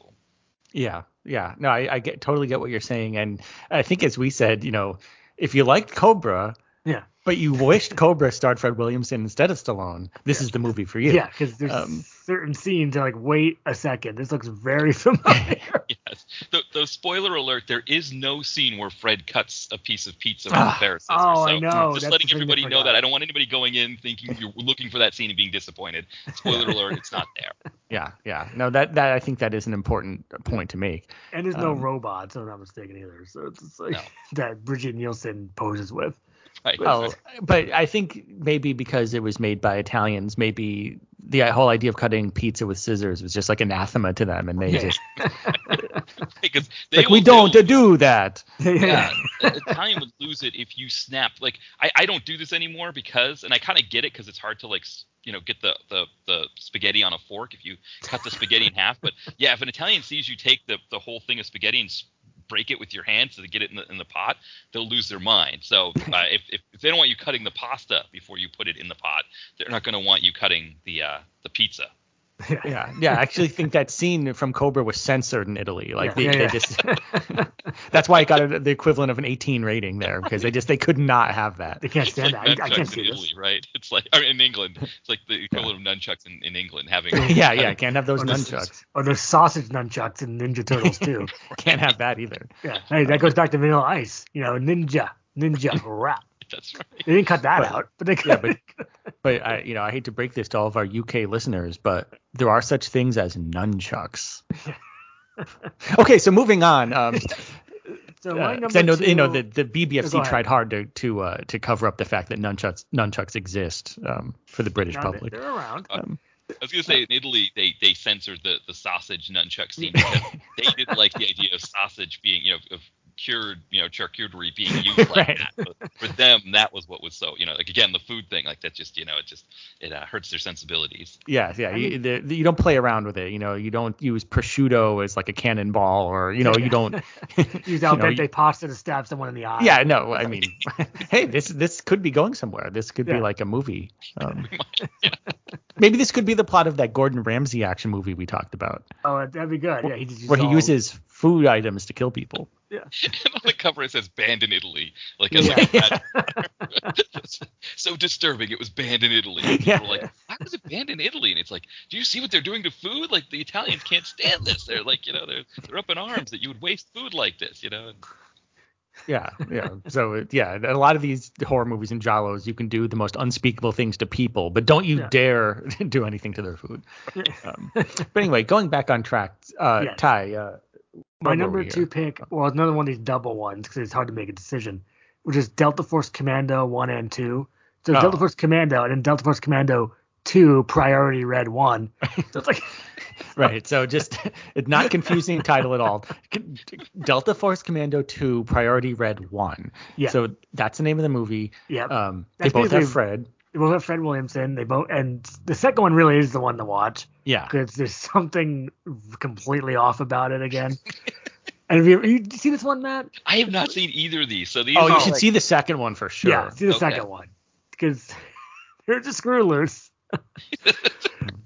S4: Yeah, yeah. No, I, I get totally get what you're saying, and I think as we said, you know, if you liked Cobra,
S5: Yeah.
S4: but you wished Cobra starred Fred Williamson instead of Stallone, this is the movie for you.
S5: Yeah, because there's
S4: Um,
S5: certain scenes that are like, wait a second, this looks very familiar.
S6: Yes. Though, though spoiler alert, there is no scene where Fred cuts a piece of pizza from
S4: Ah.
S6: the Ferris.
S5: Oh,
S6: scissors.
S5: I
S6: So,
S5: know. That's
S6: Just
S5: the
S6: letting
S5: thing I
S6: everybody know
S5: forgot.
S6: that. I don't want anybody going in thinking you're looking for that scene and being disappointed. Spoiler alert, it's not there.
S4: yeah, yeah. No, that that I think that is an important point to make.
S5: and there's no
S4: Um,
S5: robots, if I'm not mistaken either. So it's just like
S6: No.
S5: that Bridget Nielsen poses with.
S6: Right.
S4: Oh, but I think maybe because it was made by Italians, maybe the whole idea of cutting pizza with scissors was just like anathema to them, and they
S5: Yeah.
S4: just
S6: Because they
S4: like we
S6: will
S4: don't
S6: know-
S4: do that.
S6: yeah, a- a time would lose it if you snap. Like I, I don't do this anymore because, and I kind of get it because it's hard to like, s- you know, get the, the the spaghetti on a fork if you cut the spaghetti in half. But yeah, if an Italian sees you take the the whole thing of spaghetti and s- break it with your hands to get it in the in the pot, they'll lose their mind. So uh, if, if if they don't want you cutting the pasta before you put it in the pot, they're not going to want you cutting the uh the pizza.
S4: Yeah, yeah. I actually think that scene from Cobra was censored in Italy. Like
S5: Yeah,
S4: they,
S5: yeah,
S4: they
S5: yeah.
S4: just that's why it got a, the equivalent of an 18 rating there because they just they could not have that.
S5: They can't
S6: It's like
S5: stand that. I, I
S6: nunchucks
S5: can't
S6: in
S5: see this.
S6: Italy, right? It's like or in England, it's like the equivalent of nunchucks in, in England having
S4: Yeah, yeah. Can't have those
S5: Or the s-
S4: nunchucks.
S5: Or the sausage nunchucks in Ninja Turtles too.
S4: Can't have that either.
S5: yeah. Hey, that goes back to Vanilla Ice. You know, ninja, ninja rap.
S6: That's right.
S5: They didn't cut that
S4: But-
S5: out, but they cut.
S4: Yeah, but but I you know I hate to break this to all of our UK listeners, but there are such things as nunchucks. okay, so moving on. Um,
S5: so my
S4: uh, 'cause
S5: number
S4: I know you know
S5: two-
S4: the the
S5: Go
S4: BBFC
S5: ahead.
S4: tried hard to to uh, to cover up the fact that nunchucks nunchucks exist um, for the British
S5: now they-
S4: public. Uh,
S5: They're around.
S6: I was gonna say in Italy they they censored the the sausage nunchuck scene because they didn't like the idea of sausage being you know of cured you know charcuterie being used like
S4: Right.
S6: that. But for them that was what was so you know like again the food thing like that just you know it just it uh, hurts their sensibilities.
S4: Yeah, yeah. You,
S5: mean-
S4: the, you don't play around with it. You know, you don't use prosciutto as like a cannonball, or you know, you don't.
S5: Use
S4: you
S5: al
S4: know,
S5: dente
S4: you-
S5: pasta to stab someone in the eye.
S4: yeah, no. I mean, hey, this this could be going somewhere. This could
S5: Yeah.
S4: be like a movie. Um, maybe this could be the plot of that Gordon Ramsay action movie we talked about,
S5: Oh, that'd be good. Yeah, he just used
S4: where he
S5: all-
S4: uses food items to kill people.
S6: and on the cover it says banned in Italy. Like, as
S5: Yeah.
S6: like that- that's so disturbing. It was banned in Italy. And people
S4: Yeah.
S6: were like, why was it banned in Italy? And it's like, do you see what they're doing to food? Like the Italians can't stand this. They're like, you know, they're they're up in arms that you would waste food like this, you know. And
S4: Yeah, yeah. So it- yeah, a lot of these horror movies and giallos, you can do the most unspeakable things to people, but don't you
S5: Yeah.
S4: dare do anything to their food. Um, but anyway, going back on track, uh,
S5: Yes.
S4: Ty. Uh,
S5: My
S4: where
S5: number
S4: were we
S5: two
S4: here?
S5: pick, well, it's another one of these double ones because it's hard to make a decision, which is Delta Force Commando 1 and 2. It's So
S4: Oh.
S5: Delta Force Commando and then Delta Force Commando Two Priority Red One. So it's like
S4: Right. So just it's not confusing title at all. Delta Force Commando 2 Priority Red 1.
S5: Yeah.
S4: So that's the name of the movie.
S5: yeah,
S4: Um
S5: That's
S4: they both
S5: basically-
S4: have Fred.
S5: they both have Fred Williamson. They both and the second one really is the one to watch
S4: Yeah.
S5: because there's something completely off about it again. and have you, you see this one, Matt?
S6: I have not seen either of these, so these.
S4: Oh, you
S6: are
S4: should
S6: like-
S4: see the second one for sure.
S5: Yeah, see the
S6: Okay.
S5: second one because they're just screw loose.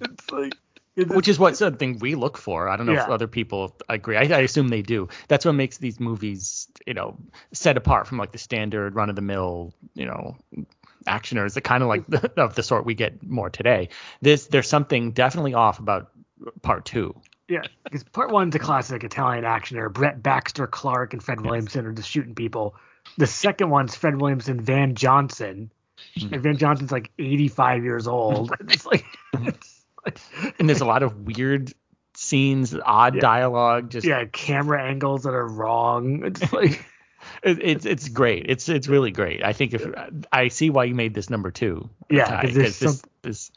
S5: it's like it's,
S4: Which is what something we look for. I don't know if
S5: Yeah.
S4: other people agree. I, I assume they do. That's what makes these movies, you know, set apart from like the standard run of the mill, you know, actioners. The kind of like the, of the sort we get more today. This there's something definitely off about part two.
S5: Yeah, because part one's a classic Italian actioner. Brett Baxter Clark and Fred Williamson are just shooting people. The second one's Fred Williamson, Van Johnson,
S4: Hmm.
S5: and Van Johnson's like 85 years old. It's like, it's like-
S4: and there's a lot of weird scenes, odd
S5: Yeah.
S4: dialogue. Just
S5: yeah, camera angles that are wrong. It's like,
S4: it, it's it's great. It's it's really great. I think if I see why you made this number two.
S5: Yeah,
S4: Ty,
S5: 'cause there's
S4: 'cause this,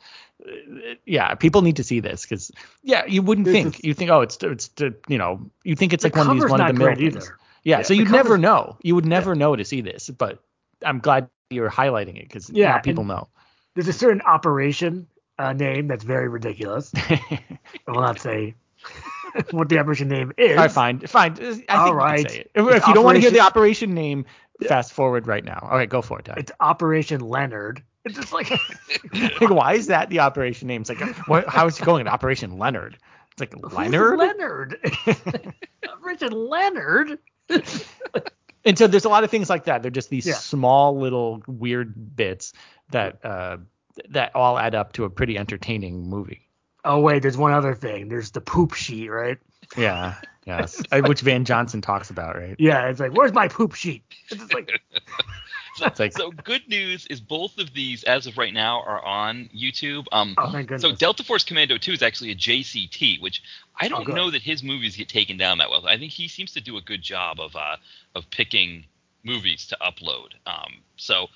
S4: this uh, yeah, people need to see this because yeah, you wouldn't
S5: There's
S4: think
S5: this-
S4: you think oh it's it's you know you think it's
S5: the
S4: like one of these
S5: cover's
S4: one
S5: not
S4: of the mill
S5: great
S4: things.
S5: either.
S4: Yeah,
S5: Yeah,
S4: so
S5: the
S4: you never
S5: cover's-
S4: know. You would never know to see this, but I'm glad you're highlighting it because
S5: Yeah,
S4: now people
S5: and-
S4: know.
S5: There's a certain operation uh, name that's very ridiculous. I will not say what the operation name is.
S4: All right, fine, fine. I think
S5: All
S4: you can
S5: right.
S4: say it. If,
S5: It's
S4: if you don't want to hear the
S5: Operation-
S4: operation name, fast forward right now. All right, go for it, Ty.
S5: It's Operation Leonard. It's just like.
S4: like, why is that the operation name? It's like, what, how is it going? Operation Leonard. It's like
S5: Who's
S4: Leonard.
S5: Leonard. Richard Leonard.
S4: and so there's a lot of things like that. They're just these
S5: Yeah.
S4: small little weird bits that uh, that all add up to a pretty entertaining movie.
S5: Oh wait, there's one other thing. There's the poop sheet, right?
S4: Yeah. Yes. Uh, Which Van Johnson talks about, right?
S5: Yeah, it's like, where's my poop sheet? It's just like,
S4: It's like
S6: So good news is both of these, as of right now, are on YouTube. Um,
S5: oh thank goodness.
S6: so Delta Force Commando 2 is actually a JCT, which I
S5: Oh,
S6: don't
S5: good.
S6: know that his movies get taken down that well. I think he seems to do a good job of uh, of picking movies to upload. Um, so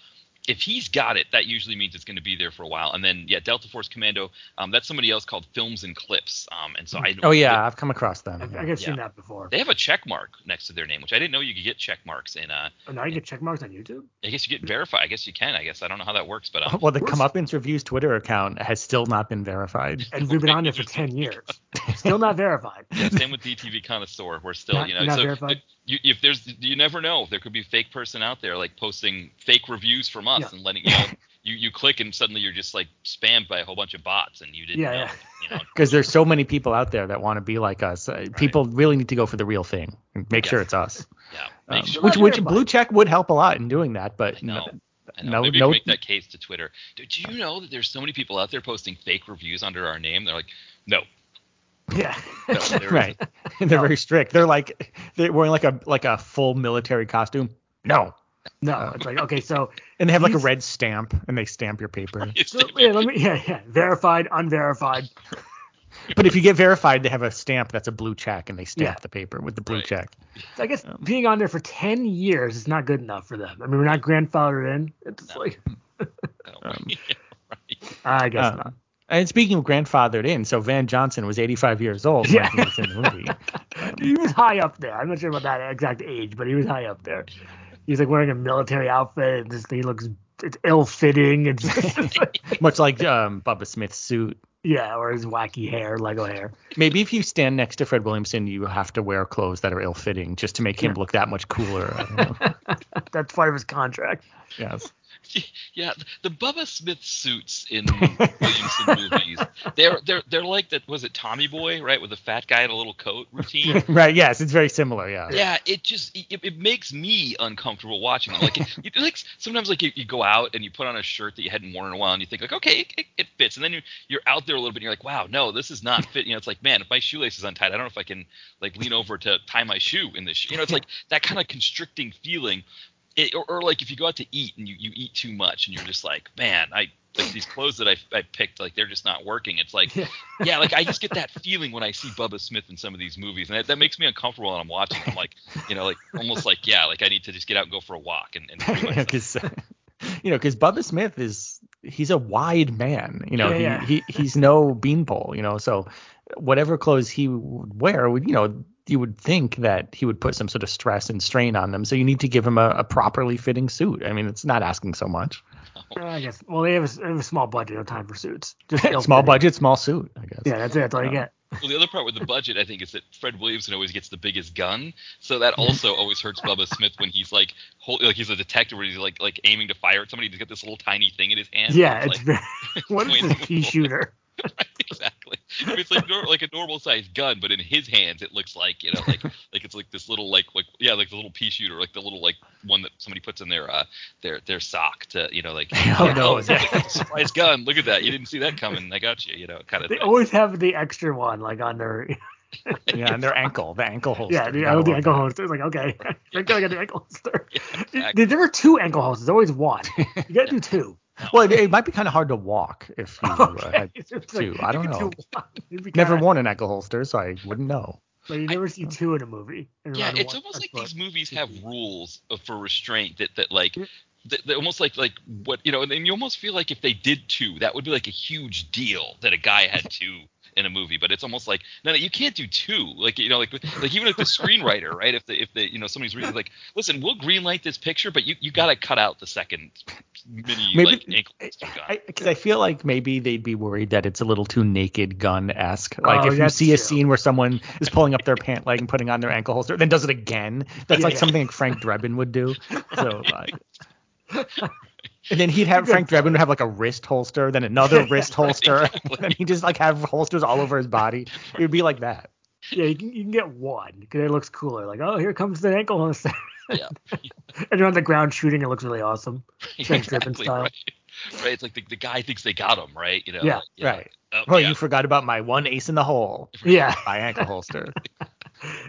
S6: if he's got it, that usually means it's going to be there for a while. And then yeah, Delta Force Commando, um, that's somebody else called Films and Clips. Um, and so I don't.
S4: oh yeah, I've come across them.
S5: I, I
S4: yeah.
S5: think I've seen
S6: Yeah.
S5: that before.
S6: They have a check mark next to their name, which I didn't know you could get check marks in. Uh,
S5: Oh, now you get check marks on YouTube.
S6: I guess you get verified. I guess you can. I guess I don't know how that works, but um,
S4: Well, the
S5: Where's-
S4: Comeuppance Reviews Twitter account has still not been verified.
S5: And we've been on there for ten years, still not verified.
S6: Yeah, same with DTV connoisseur. We're still,
S5: Not-
S6: you know,
S5: not
S6: so
S5: verified?
S6: you, if there's, you never know. There could be a fake person out there like posting fake reviews from us
S5: Yeah.
S6: and letting you know. You, you click and suddenly you're just like spammed by a whole bunch of bots and you didn't
S5: Yeah,
S6: know.
S5: yeah.
S6: You know,
S4: because there's so many people out there that want to be like us. Uh, People really need to go for the real thing and make
S6: Yes.
S4: sure it's us.
S6: yeah.
S4: Um,
S6: Make sure
S4: which
S5: Well,
S4: which
S5: everybody-
S4: blue check would help a lot in doing that, but
S6: I know.
S4: no-
S6: I know.
S4: no-
S6: Maybe we
S4: no-
S6: can make that case to Twitter. Do, do you know that there's so many people out there posting fake reviews under our name? They're like, no,
S5: Yeah.
S6: no, there isn't.
S4: right. And they're very strict. They're like they're wearing like a like a full military costume. No.
S5: No, it's like okay, so
S4: And they have like a
S5: These-
S4: red stamp and they stamp your paper.
S6: It's
S5: so yeah, let me yeah yeah verified unverified.
S4: but if you get verified, they have a stamp that's a blue check and they stamp
S5: Yeah.
S4: the paper with the blue
S6: Right.
S4: check.
S5: So I guess
S6: Um,
S5: being on there for ten years is not good enough for them. I mean, we're not grandfathered in. It's just like
S6: um, right.
S5: I guess
S6: Uh,
S4: Um,
S5: not.
S4: and speaking of grandfathered in, so Van Johnson was 85 years old
S5: Yeah.
S4: when he was in the movie.
S5: he was high up there. I'm not sure about that exact age, but he was high up there. He's like wearing a military outfit, and this he looks it's ill-fitting. It's
S4: Much like um, Bubba Smith's suit
S5: yeah, or his wacky hair, Lego hair.
S4: Maybe if you stand next to Fred Williamson, you have to wear clothes that are ill-fitting just to make him look that much cooler. I don't know.
S5: That's part of his contract.
S4: yes.
S6: Yeah, th- the Bubba Smith suits in Williamson movies. They're they're they're like that was it Tommy Boy, right, with the fat guy in a little coat routine.
S4: Right. Yes, it's very similar. Yeah.
S6: Yeah, it just it, it makes me uncomfortable watching them. Like, it, it, like sometimes like you, you go out and you put on a shirt that you hadn't worn in a while, and you think like, okay, it, it, it fits, and then you you're out there a little bit, and you're like, wow, no, this is not fit. You know, it's like, man, if my shoelace is untied, I don't know if I can like lean over to tie my shoe in this. Shoe. You know, it's like that kind of constricting feeling. It, or, or like if you go out to eat and you, you eat too much and you're just like, man, I like these clothes that I, I picked, like they're just not working. It's like,
S5: Yeah.
S6: yeah, like I just get that feeling when I see Bubba Smith in some of these movies, and that, that makes me uncomfortable when I'm watching. I'm like, you know, like almost like yeah, like I need to just get out and go for a walk and, and do myself.
S4: Because you know, because Bubba Smith is he's a wide man. You know,
S5: Yeah, yeah.
S4: he, he he's no beanpole. You know, so whatever clothes he would wear, would you know, you would think that he would put some sort of stress and strain on them. So you need to give him a, a properly fitting suit. I mean, it's not asking so much.
S5: Uh, I guess. Well, they have, a, s- they have a small budget, no time for suits. Just
S4: small budget, small suit. I guess.
S5: Yeah, that's it. That's all you get.
S6: Well, the other part with the budget, I think, is that Fred Williamson always gets the biggest gun, so that also always hurts Bubba Smith when he's like, hold, like he's a detective where he's like like aiming to fire at somebody. He's got this little tiny thing in his hand.
S5: Yeah,
S6: It's
S5: it's
S6: like,
S5: very, what is
S6: Wayne
S5: this pea shooter?
S6: exactly. I mean, it's like nor- like a normal sized gun, but in his hands, it looks like you know, like like it's like this little like like yeah, like the little pea shooter, like the little like one that somebody puts in their uh their their sock to you know like
S4: Oh,
S6: like,
S4: no.
S6: it's like a surprise gun. Look at that. You didn't see that coming. I got you. You know, kind of.
S5: They
S6: Thing.
S5: always have the extra one, like on their
S4: Yeah, and their ankle, the ankle holster.
S5: yeah, the,
S4: You gotta
S5: oh, the
S4: love
S5: ankle
S4: that.
S5: holster. It's like okay, I gotta get the ankle holster.
S6: exactly.
S5: There were two ankle holsters. There's Always one. You gotta do two.
S4: Well, it, it might be kind of hard to walk if you uh, had
S5: It's just
S4: two.
S5: like,
S4: I don't
S5: you could
S4: know.
S5: do one. It'd be
S4: Never
S5: kinda-
S4: worn an ankle holster, so I wouldn't know.
S5: But you never see two in a movie. And
S6: yeah
S5: around
S6: it's
S5: one
S6: almost like
S5: foot.
S6: these movies have rules of- for restraint that that like
S5: Yeah.
S6: that, that almost like like what you know and then you almost feel like if they did two that would be like a huge deal that a guy had two in a movie but it's almost like no no you can't do two like you know like like even if the screenwriter right if the if the you know somebody's reading like listen we'll greenlight this picture but you you got to cut out the second mini
S4: Maybe-
S6: like ankle holster gun.
S4: Because I, feel like maybe they'd be worried that it's a little too naked gun esque. Like
S5: Oh,
S4: if you
S5: that's
S4: see
S5: true.
S4: a scene where someone is pulling up their pant leg and putting on their ankle holster, then does it again. That's like
S5: Yeah.
S4: something like Frank Drebin would do. So. Uh, And then he'd have Frank Drebin would have like a wrist holster, then another wrist holster, and then he'd just like have holsters all over his body. It would be like that.
S5: Yeah, you can, you can get one because it looks cooler. Like, oh, here comes the ankle holster.
S6: Yeah.
S5: and you're on the ground shooting. It looks really awesome. Frank Drebin
S6: exactly,
S5: style.
S6: right. right it's like the, the guy thinks they got him right you know
S5: Yeah,
S6: like, you know,
S4: right.
S6: oh,
S4: Oh,
S6: yeah.
S4: you forgot about my one ace in the hole.
S5: Yeah,
S4: My ankle holster.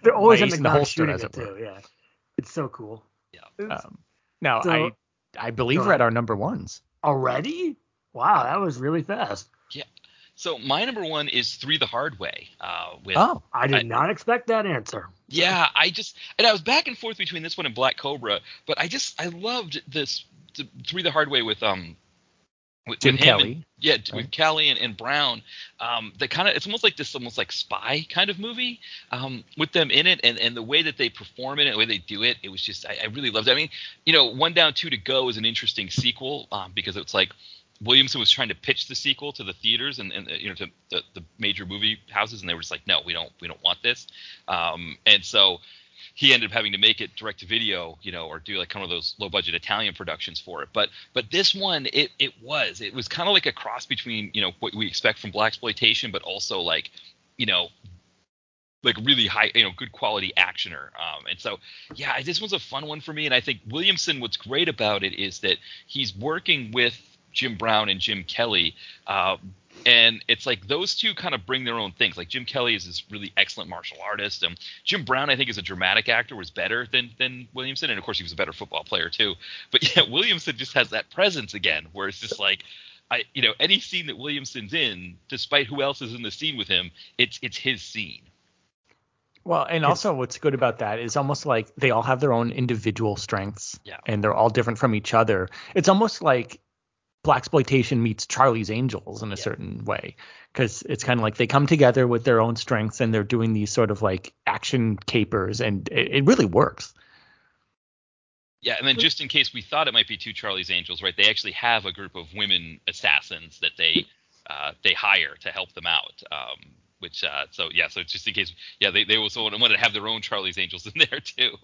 S5: they're always
S4: My
S5: on the
S4: ace in the
S5: ground
S4: holster,
S5: shooting
S4: as it
S5: it,
S4: were.
S5: too. Yeah, it's so cool.
S6: Yeah.
S5: It's-
S4: Um, now
S5: So-
S4: I I believe
S5: Go
S4: we're
S5: ahead.
S4: at our number ones.
S5: already? Wow, that was really fast.
S6: So my number one is Three the Hard Way. Uh, with
S4: Oh,
S5: I did
S6: I-
S5: not expect that answer.
S6: yeah, I just and I was back and forth between this one and Black Cobra, but I just I loved this th- Three the Hard Way with um with,
S4: Jim
S6: with him
S4: Kelly.
S6: and- yeah, with
S4: right?
S6: Kelly and, and Brown. Um, they kind of it's almost like this almost like spy kind of movie um, with them in it and, and the way that they perform it and the way they do it. It was just I, I really loved. it. I mean, you know, One Down, Two to Go is an interesting sequel um, because it's like Williamson was trying to pitch the sequel to the theaters and, and uh, you know to the, the major movie houses, and they were just like, no, we don't we don't want this. Um, and so he ended up having to make it direct to video, you know, or do like kind of those low budget Italian productions for it. But but this one, it it was it was kind of like a cross between you know what we expect from black exploitation, but also like you know like really high you know good quality actioner um and so yeah I- this was a fun one for me and i think williamson what's great about it is that he's working with jim brown and jim kelly uh, and it's like those two kind of bring their own things like jim kelly is this really excellent martial artist and jim brown i think is a dramatic actor was better than than williamson and of course he was a better football player too but yeah williamson just has that presence again where it's just like I, you know, any scene that Williamson's in, despite who else is in the scene with him, it's it's his scene.
S4: Well, and also what's good about that is almost like they all have their own individual strengths,
S6: Yeah.
S4: and they're all different from each other. It's almost like black exploitation meets Charlie's Angels in a
S6: Yeah.
S4: certain way, because it's kind of like they come together with their own strengths and they're doing these sort of like action capers, and it, it really works.
S6: Yeah, and then just in case we thought it might be two Charlie's Angels, right? They actually have a group of women assassins that they uh, they hire to help them out. Um, which uh, so yeah, so just in case, yeah, they they also want to have their own Charlie's Angels in there too.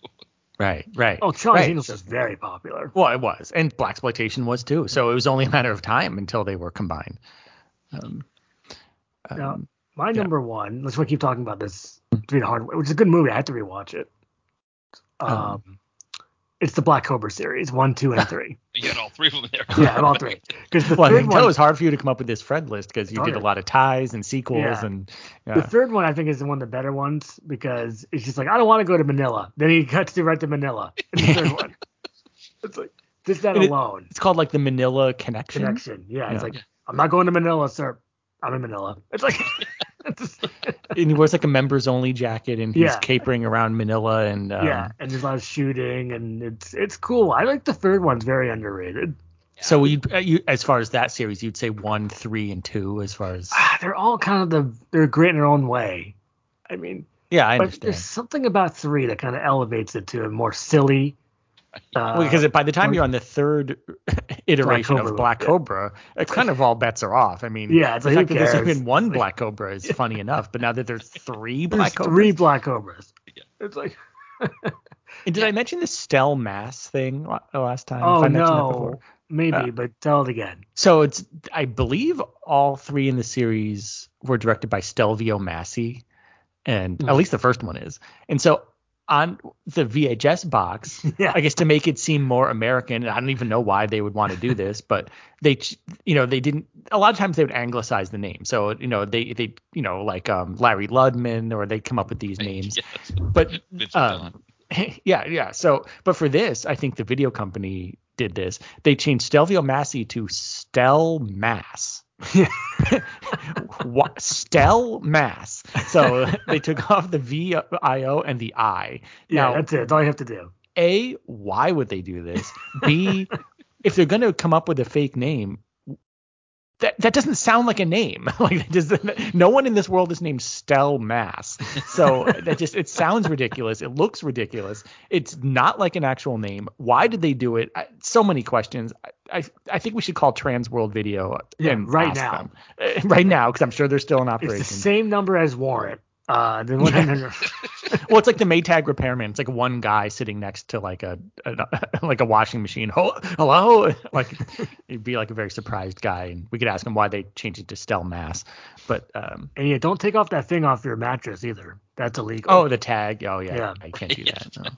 S4: Right, right.
S5: Oh, Charlie's
S4: Right.
S5: Angels is very popular.
S4: Well, it was, and black exploitation was too. So it was only a matter of time until they were combined. Um,
S5: Now,
S4: um,
S5: My
S4: yeah.
S5: number one. Let's keep talking about this. Three the Hard Way, which is a good movie. I had to rewatch it. Um,
S4: Um.
S5: it's the Black Cobra series, one, two, and three.
S6: You got all three of them there.
S5: yeah, all three. Because the
S4: well, I
S5: third
S4: can tell it
S5: one,
S4: was hard for you to come up with this Fred list because you did a
S5: hard.
S4: lot of ties and sequels
S5: Yeah.
S4: and
S5: the
S4: yeah.
S5: third one, I think is one of the better ones because it's just like I don't want to go to Manila. Then he cuts to right to Manila. In the third one. It's like just that
S4: And it-
S5: alone
S4: it's called like the Manila Connection.
S5: connection. Yeah,
S4: Yeah.
S5: it's like I'm not going to Manila, sir. I'm in Manila. It's like it's just-
S4: And he wears like a members only jacket and he's
S5: Yeah.
S4: capering around Manila and um,
S5: yeah, and there's a lot of shooting and it's it's cool. I like the third one's very underrated.
S4: So you, uh, you, as far as that series, you'd say one, three, and two. As far as
S5: Ah, they're all kind of the they're great in their own way. I mean,
S4: yeah, I
S5: but
S4: understand.
S5: there's something about three that kind of elevates it to a more silly. Uh,
S4: Well, because it- by the time
S5: or-
S4: you're on the third iteration
S5: uh, Cobra,
S4: of Black
S5: yeah.
S4: Cobra, it's kind of all bets are off. I mean,
S5: Yeah, it's
S4: the fact
S5: like, who
S4: that there's
S5: cares?
S4: even one Black Cobra is funny enough, but now that there's three
S5: there's
S4: Black
S5: three
S4: Cobras.
S5: black cobras.
S6: Yeah.
S5: It's like
S4: And did I mention the Stell Mass thing la- last time? if
S5: oh
S4: I mentioned that
S5: no,
S4: before?
S5: maybe,
S4: Uh,
S5: but tell it again.
S4: So it's, I believe, all three in the series were directed by Stelvio Massey, and at
S5: Mhm.
S4: least the first one is. And so on the VHS box,
S5: Yeah.
S4: I guess to make it seem more American, and I don't even know why they would want to do this, but they, ch- you know, they didn't. A lot of times they would anglicize the name, so you know they they you know like um, Larry Ludman, or they come up with these names.
S6: Yes.
S4: But
S6: Vince
S4: um, yeah, yeah. So, but for this, I think the video company did this. They changed Stelvio Massey to Stel Mass. what Stel Mass? So they took off the V I O and the I.
S5: Yeah,
S4: Now,
S5: that's it. That's all you have to do.
S4: a, why would they do this? B, if they're going to come up with a fake name, that that doesn't sound like a name. like that does no one in this world is named Stel Mass. So that just it sounds ridiculous. It looks ridiculous. It's not like an actual name. Why did they do it? I, so many questions. I, I I think we should call Trans World Video
S5: Yeah,
S4: and
S5: right
S4: ask
S5: now.
S4: them. Uh, right now because I'm sure they're still in
S5: It's the
S4: operation.
S5: same number as Warrant. Uh, the one hundred.
S4: well, it's like the Maytag repairman. It's like one guy sitting next to like a, a like a washing machine. Ho- Hello, like he'd be like a very surprised guy, and we could ask him why they changed it to Stel Mass. But um,
S5: And yeah, don't take off that thing off your mattress either. That's illegal.
S4: oh, the tag. Oh yeah,
S5: Yeah.
S4: I can't do that. No.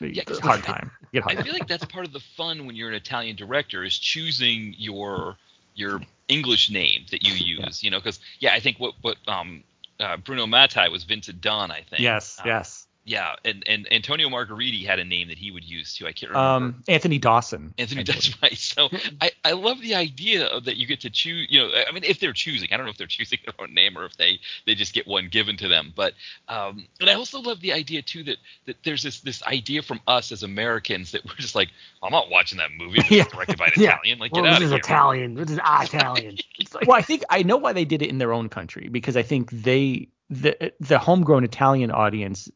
S6: Yeah, 'cause
S4: hard
S6: I-
S4: time. You Get hard
S6: I
S4: time.
S6: feel like that's part of the fun when you're an Italian director is choosing your your English name that you use. You know, because yeah, I think what what um uh, Bruno Mattei was Vincent Dunn, I think.
S4: Yes,
S6: Uh,
S4: yes.
S6: Yeah, and and Antonio Margheriti had a name that he would use too. I can't remember.
S4: Um, Anthony Dawson.
S6: Anthony,
S4: I believe.
S6: that's right. So I, I love the idea of that you get to choose. You know, I mean, if they're choosing, I don't know if they're choosing their own name or if they they just get one given to them. But um, and I also love the idea too that that there's this this idea from us as Americans that we're just like, I'm not watching that movie. if It's directed by an
S5: Yeah.
S6: Italian. Like,
S5: Well,
S6: get
S5: this
S6: out of
S5: is
S6: here.
S5: Italian. This is Italian. It's like,
S4: well, I think I know why they did it in their own country because I think they the the homegrown Italian audience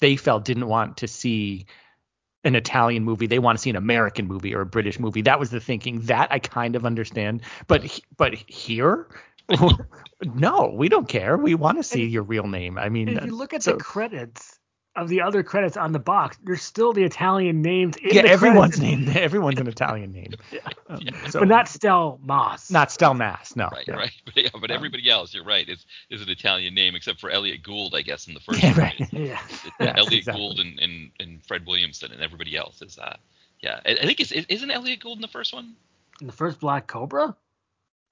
S4: they felt didn't want to see an Italian movie. They want to see an American movie or a British movie. That was the thinking. That I kind of understand. But he- but here, no, we don't care. We want to see your real name. I mean, uh,
S5: if you look at
S4: so-
S5: the credits of the other credits on the box, there's still the Italian names in
S4: yeah,
S5: the
S4: everyone's
S5: credits,
S4: name. Everyone's an Italian name. Um, so-
S5: but not Stel Moss.
S4: not Stel Mass. No.
S6: Right,
S4: no.
S6: right. But, yeah,
S5: Um,
S6: but everybody else, you're right, is is an Italian name except for Elliot Gould, I guess, in the first.
S4: Yeah,
S6: one.
S4: right.
S5: Yeah.
S6: It's- it's
S4: Yes,
S6: Elliot
S4: exactly.
S6: Gould and, and and Fred Williamson and everybody else is. Uh, yeah, I, I think it's isn't Elliot Gould in the first one.
S5: And the first Black Cobra.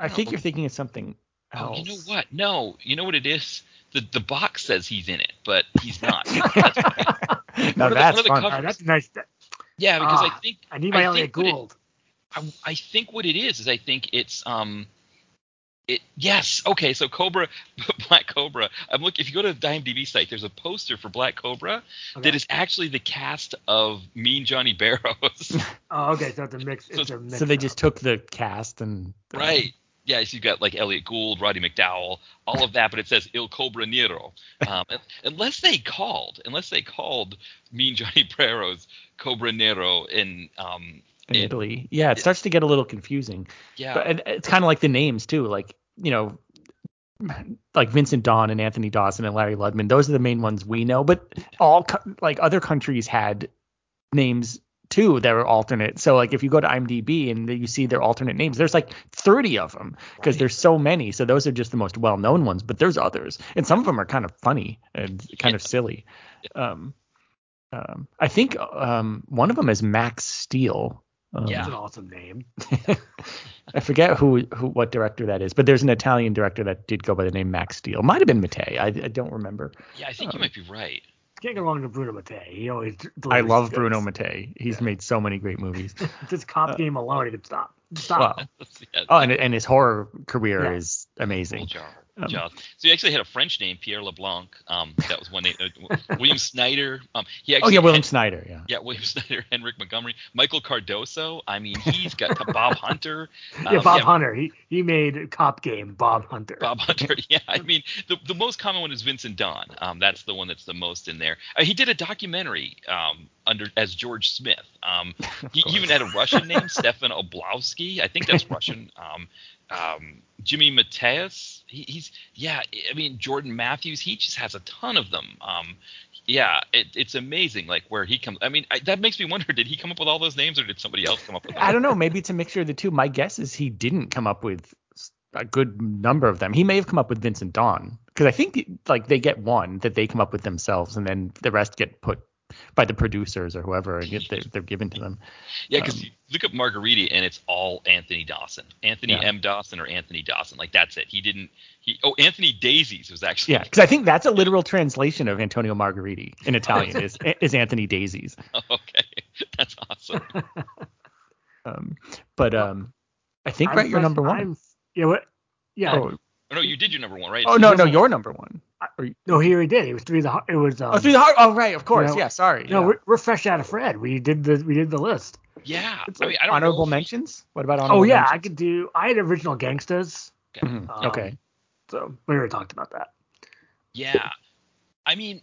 S4: I
S6: No.
S4: think you're thinking of something
S6: Oh,
S4: else.
S6: you know what? No, you know what it is. The the box says he's in it, but he's not.
S4: now
S6: One of the-
S4: that's
S6: one of the
S4: fun.
S6: covers-
S5: Ah, that's nice. That-
S6: yeah, because
S5: Ah.
S6: I think
S5: I need my
S6: I
S5: Elliot
S6: think what it-
S5: Gould.
S6: I, I think what it is is I think it's um it yes okay so Cobra Black Cobra I'm look if you go to the IMDb site there's a poster for Black Cobra
S5: Okay.
S6: that is actually the cast of Mean Johnny Barrows
S5: Oh, okay. So it's a mix. It's a mix
S4: So they just took the cast and uh,
S6: right yeah so you've got like Elliot Gould Roddy McDowell all of that but it says Il Cobra Nero um, un- unless they called unless they called Mean Johnny Barrows Cobra Nero in um
S4: in
S6: Yeah.
S4: Italy. Yeah, it starts to get a little confusing.
S6: yeah
S4: But and it's kind of like the names too, like you know, like Vincent Dawn and Anthony Dawson and Larry Ludman. Those are the main ones we know. But all co- like other countries had names too that were alternate. So like if you go to IMDb and you see their alternate names, there's like 30 of them because
S6: Right.
S4: there's so many. So those are just the most well-known ones, but there's others, and some of them are kind of funny and kind of silly. Um, um, I think um, one of them is Max Steele. Um,
S5: That's
S6: Yeah.
S5: an awesome name.
S4: I forget who who what director that is, but there's an Italian director that did go by the name Max Steele. Might have been Mattei. I, I don't remember.
S6: yeah I think you
S4: um,
S6: might be right
S5: Can't go wrong with Bruno Mattei. He always.
S4: I
S5: delivers
S4: love
S5: goods.
S4: Bruno Mattei. Uh, He's
S5: Yeah.
S4: made so many great movies.
S5: This cop game alone, he could stop. Stop.
S4: wow.
S6: yeah,
S4: Oh, and and his horror career
S5: Yeah.
S4: is amazing.
S6: Gold jar.
S4: Um,
S6: Jaws. So he actually had a French name, Pierre LeBlanc. Um, that was one name. Uh, William Snyder. Um, he
S4: oh
S6: actually
S4: yeah, William
S6: had-
S4: Snyder. Yeah.
S6: yeah, William Snyder, Henrik Montgomery, Michael Cardoso. I mean, he's got Bob Hunter.
S5: yeah,
S6: um,
S5: Bob Hunter. He he made Cop Game. Bob Hunter.
S6: Bob Hunter. Yeah, I mean the the most common one is Vincent Don. Um, that's the one that's the most in there. Uh, he did a documentary um, under as George Smith. Um, he
S4: course.
S6: even had a Russian name, Stefan Oblowski. I think that's Russian. Um, um, Jimmy Mateus. He, he's yeah. I mean Jordan Matthews. He just has a ton of them. Um, yeah, it, it's amazing. Like where he comes. I mean I, that makes me wonder. Did he come up with all those names, or did somebody else come up with them?
S4: I don't know. Maybe it's a mixture of the two. My guess is he didn't come up with s- a good number of them. He may have come up with Vincent Dawn because I think like they get one that they come up with themselves, and then the rest get put by the producers or whoever and get, they're, they're given to them.
S6: Yeah, because
S4: Um,
S6: you look up Margariti and it's all Anthony Dawson, Anthony
S4: Yeah.
S6: M. Dawson or Anthony Dawson. Like that's it. He didn't. He oh Anthony Daisies was actually.
S4: Yeah, because I think that's a literal translation of Antonio Margheriti in Italian is is Anthony Daisies.
S6: okay, that's awesome.
S4: Um, but um, I think
S5: I'm
S4: right, you're
S5: first-
S4: number one.
S5: I'm, yeah. What? Yeah.
S4: oh,
S6: Oh, no, you did your number one right.
S4: oh no, no, you're number one.
S5: No, here he did. It was three. of The Ho- it was. Um,
S4: Oh, through the heart. Oh, right, of course.
S5: no.
S4: yeah, sorry.
S5: No,
S4: yeah.
S5: we're, we're fresh out of Fred. We did the we did the list.
S6: Yeah,
S4: It's
S6: I
S4: like
S6: mean, I don't
S4: honorable
S6: know.
S4: mentions. What about honorable?
S5: Oh yeah, I
S4: mentions?
S5: could do. I had original gangsters.
S4: Mhm,
S5: Um,
S4: okay.
S5: So we already talked about that.
S6: Yeah, I mean,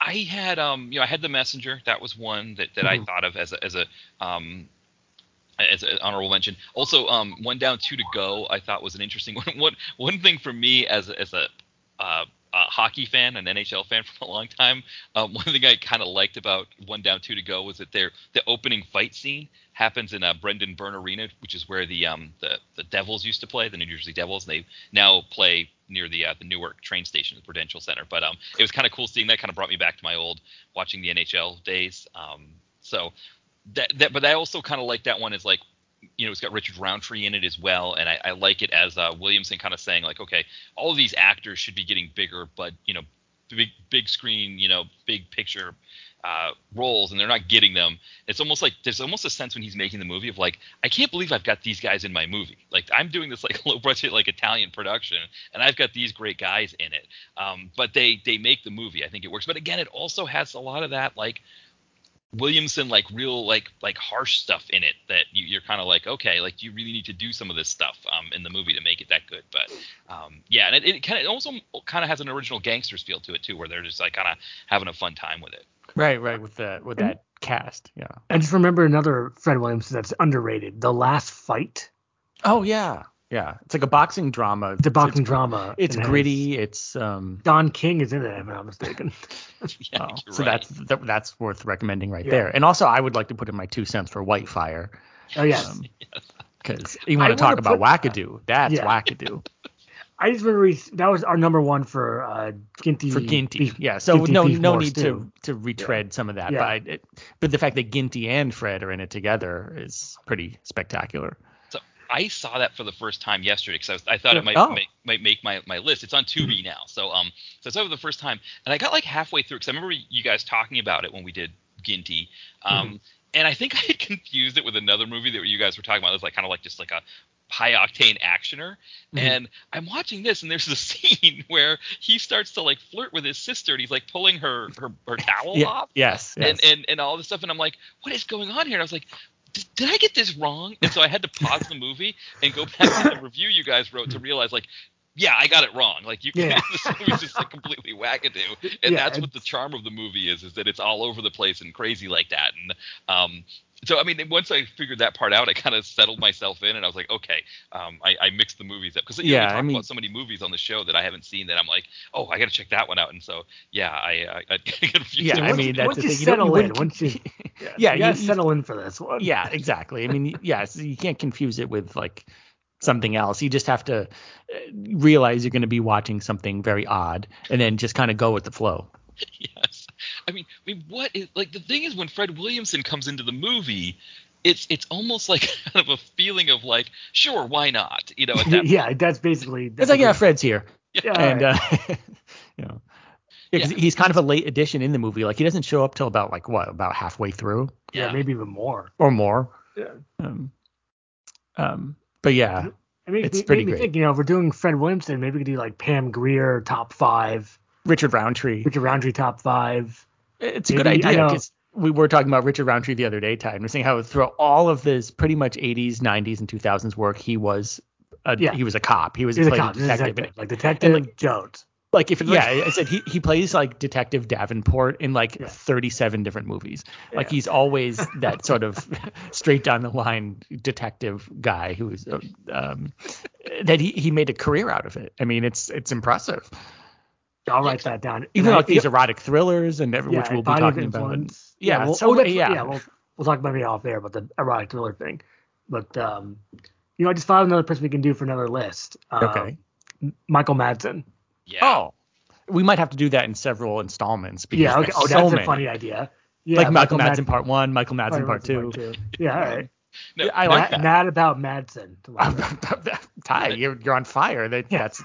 S6: I had um, you know, I had the messenger. That was one that that I
S4: Mhm.
S6: thought of as a as a um. As an honorable mention, also um, one down, two to go. I thought was an interesting one. One one thing for me as a- as a uh, a hockey fan, an NHL fan for a long time. Um, one thing I kind of liked about One Down, Two to Go was that their the opening fight scene happens in uh, Brendan Byrne Arena, which is where the um the, the Devils used to play, the New Jersey Devils, and they now play near the uh, the Newark train station, the Prudential Center. But um, it was kind of cool seeing that. Kind of brought me back to my old watching the NHL days. Um, so that that, but I also kind of like that one as like. You know, it's got Richard Roundtree in it as well, and I, I like it as uh, Williamson kind of saying like, okay, all of these actors should be getting bigger, but you know, big big screen, you know, big picture uh, roles, and they're not getting them. It's almost like there's almost a sense when he's making the movie of like, I can't believe I've got these guys in my movie. Like I'm doing this like low budget like Italian production, and I've got these great guys in it. Um, but they they make the movie. I think it works. But again, it also has a lot of that like Williamson like real like like harsh stuff in it that you, you're kind of like okay like you really need to do some of this stuff um, in the movie to make it that good but um, yeah and it, it kind of also kind of has an original gangsters feel to it too where they're just like kind of having a fun time with it
S4: Right, right, with the with that cast. Yeah.
S5: I just remember another Fred Williamson that's underrated. The Last Fight.
S4: Oh yeah. Yeah. It's like a boxing drama.
S5: It's a boxing
S4: it's,
S5: drama.
S4: It's
S5: and it has-
S4: gritty. It's um.
S5: Don King is in it, if I'm not mistaken.
S6: yeah,
S4: oh,
S6: you're
S4: so
S6: right.
S4: that's that, that's worth recommending right
S5: Yeah.
S4: there. And also, I would like to put in my two cents for Whitefire
S5: Oh yes.
S4: Um, because you
S5: I
S4: want
S5: wanna
S4: to talk about
S5: put- uh,
S4: wackadoo. That's
S5: Yeah.
S4: wackadoo
S5: I just remember we, that was our number one for uh, Ginty.
S4: for Ginty.
S5: Beef-
S4: yeah. So
S5: Ginty
S4: no
S5: Beef
S4: no
S5: Wars,
S4: need
S5: too.
S4: to to retread some of that.
S5: Yeah.
S4: But I, it, but the fact that Ginty and Fred are in it together is pretty spectacular.
S6: so i saw that for the first time yesterday because I, was- I thought it might,
S4: Oh. Hmm.
S6: make, might make my, my list it's on tubi now so um so i saw it for the first time and i got like halfway through because i remember you guys talking about it when we did ginty um
S4: Mm-hmm.
S6: and i think i had confused it with another movie that you guys were talking about it was like kind of like just like a high octane actioner
S4: Mm-hmm.
S6: and i'm watching this and there's a scene where he starts to like flirt with his sister and he's like pulling her her, her towel
S4: Yeah.
S6: off
S4: Yes. yes.
S6: and, and and all this stuff and i'm like what is going on here and i was like "Did- did i get this wrong and so i had to pause the movie and go back to the review you guys wrote to realize like yeah i got it wrong like you
S5: Yeah.
S6: this movie's just like completely wackadoo and
S5: Yeah,
S6: that's what the charm of the movie is is that it's all over the place and crazy like that and um so I mean, once I figured that part out, I kind of settled myself in, and I was like, okay, um, I, I mixed the movies up because
S4: Yeah,
S6: we
S4: I
S6: talk
S4: mean-
S6: about so many movies on the show that I haven't seen that I'm like, oh, I got to check that one out, and so yeah, I I, I get confused.
S4: Yeah, I
S5: once-
S4: mean that's
S5: once
S4: the
S5: you
S4: thing. don't-
S5: settle in,
S4: wouldn't-
S5: once you-
S4: yeah,
S5: you gotta
S4: you- you-
S5: settle in for this one.
S4: yeah, exactly. I mean, yes, you can't confuse it with like something else. You just have to uh, realize you're going to be watching something very odd, and then just kind of go with the flow.
S6: yes. I mean, I mean, what is like the thing is when Fred Williamson comes into the movie, it's it's almost like kind of a feeling of like, sure, why not? You know, at that
S5: yeah, that's basically.
S4: It's like, yeah, Fred's here,
S5: yeah,
S4: and uh, you know, yeah, 'cause
S6: Yeah.
S4: he's kind of a late addition in the movie. Like he doesn't show up till about like what, about halfway through
S5: yeah,
S6: yeah.
S5: maybe even more.
S4: or more.
S5: Yeah.
S4: Um, um, but yeah,
S5: I mean,
S4: It's
S5: it
S4: pretty
S5: made me
S4: great.
S5: think, you know, if we're doing Fred Williamson, maybe we could do like Pam Greer top five,
S4: Richard Roundtree.
S5: Richard Roundtree top five.
S4: It's a
S5: Maybe,
S4: good idea
S5: I know.
S4: 'cause we were talking about Richard Roundtree the other day, Ty, and we're saying how through all of his pretty much 80s, 90s, and 2000s work, he was a,
S5: Yeah.
S4: he was a cop. He was
S5: He's a
S4: played
S5: cop, he's a
S4: detective.
S5: detective,
S4: And,
S5: like Detective
S4: and,
S5: Jones.
S4: like if yeah, I said he, he plays like Detective Davenport in like
S5: Yeah.
S4: 37 different movies. Like
S5: Yeah.
S4: he's always that sort of straight down the line detective guy who is uh, um, that he, he made a career out of it. I mean, it's it's impressive.
S5: I'll write that down.
S4: Even
S5: And I-
S4: like these erotic thrillers and every,
S5: yeah,
S4: which we'll be
S5: Body of
S4: talking about. and-
S5: Influence.
S4: Yeah,
S5: we'll,
S4: so-
S5: oh, that's-
S4: yeah.
S5: we'll, we'll talk about me off air about the erotic thriller thing. But um, you know, I just found another person we can do for another list. Um,
S4: Okay.
S5: Michael Madsen.
S6: Yeah.
S4: Oh, we might have to do that in several installments because
S5: Yeah. Okay.
S4: there's
S5: Oh,
S4: so
S5: that's
S4: many.
S5: a funny idea. Yeah,
S4: like Malcolm
S5: Madsen-
S4: Madsen part one, Michael Madsen part two.
S5: Yeah. All right.
S6: No,
S4: I like
S5: mad,
S4: that.
S5: mad about Madsen.
S4: Ty, you're, you're on fire. That, that's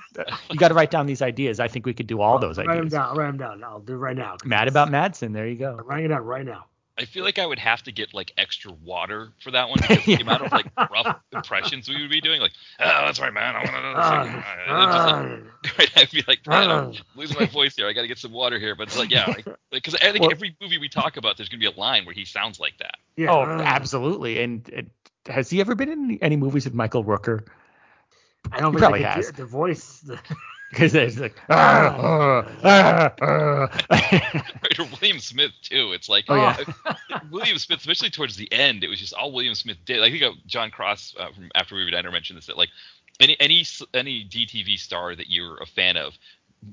S4: you got to write down these ideas. I think we could do all those
S5: write them
S4: ideas.
S5: down. I'll write them down. I'll do it right now.
S4: Mad about Madsen. There you
S5: I'm
S4: go.
S5: writing it down right now.
S6: I feel like I would have to get like extra water for that one because the amount of like rough impressions we would be doing, like, oh, that's right, man. I want to know.
S5: Uh,
S6: Uh, just, like, right, I'd be like, man, I'm
S5: uh.
S6: losing my voice here. I got to get some water here. But it's like, yeah, because like, 'cause I think
S4: Well-
S6: every movie we talk about, there's gonna be a line where he sounds like that.
S5: yeah,
S4: oh,
S5: uh,
S4: absolutely. And it, has he ever been in any, any movies with Michael Rooker?
S5: I don't
S4: He
S5: think
S4: probably
S5: I could do
S4: has.
S5: it. the voice. The,
S4: Because it's like ah, ah, ah, ah."
S6: Right, or William Smith too. It's like
S4: Oh, yeah.
S6: William Smith, especially towards the end, it was just all William Smith did. I think uh, John Cross uh, from After We Were Diner mentioned this that like any any s- any DTV star that you're a fan of,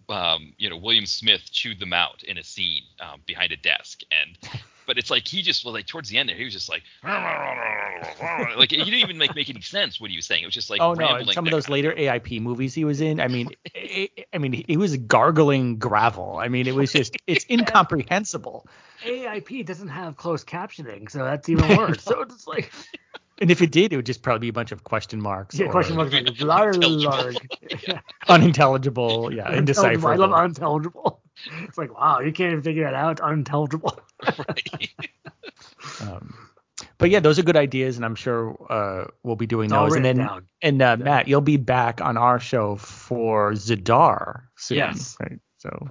S6: um, you know William Smith chewed them out in a scene um, behind a desk and. But it's like he just was like towards the end there he was just like like he didn't even like make any sense what he was saying it was just like
S4: oh no,
S6: rambling
S4: some of
S6: there.
S4: those later AIP movies he was in. I mean, I, I mean, he was gargling gravel. I mean, it was just it's incomprehensible.
S5: AIP doesn't have closed captioning, so that's even worse. so it's just like
S4: And if it did, it would just probably be a bunch of question marks.
S5: yeah,
S4: or
S5: question marks like large, large, yeah,
S4: Unintelligible, yeah,
S5: Unintelligible. Oh, I
S4: indecipherable.
S5: love unintelligible. It's like wow, you can't even figure that out. It's unintelligible.
S6: Right.
S4: Um, but yeah, those are good ideas, and I'm sure uh, we'll be doing
S5: It's all
S4: those. And
S5: written
S4: then,
S5: down.
S4: and uh, Matt, you'll be back on our show for Zadar soon.
S5: Yes.
S4: Right. So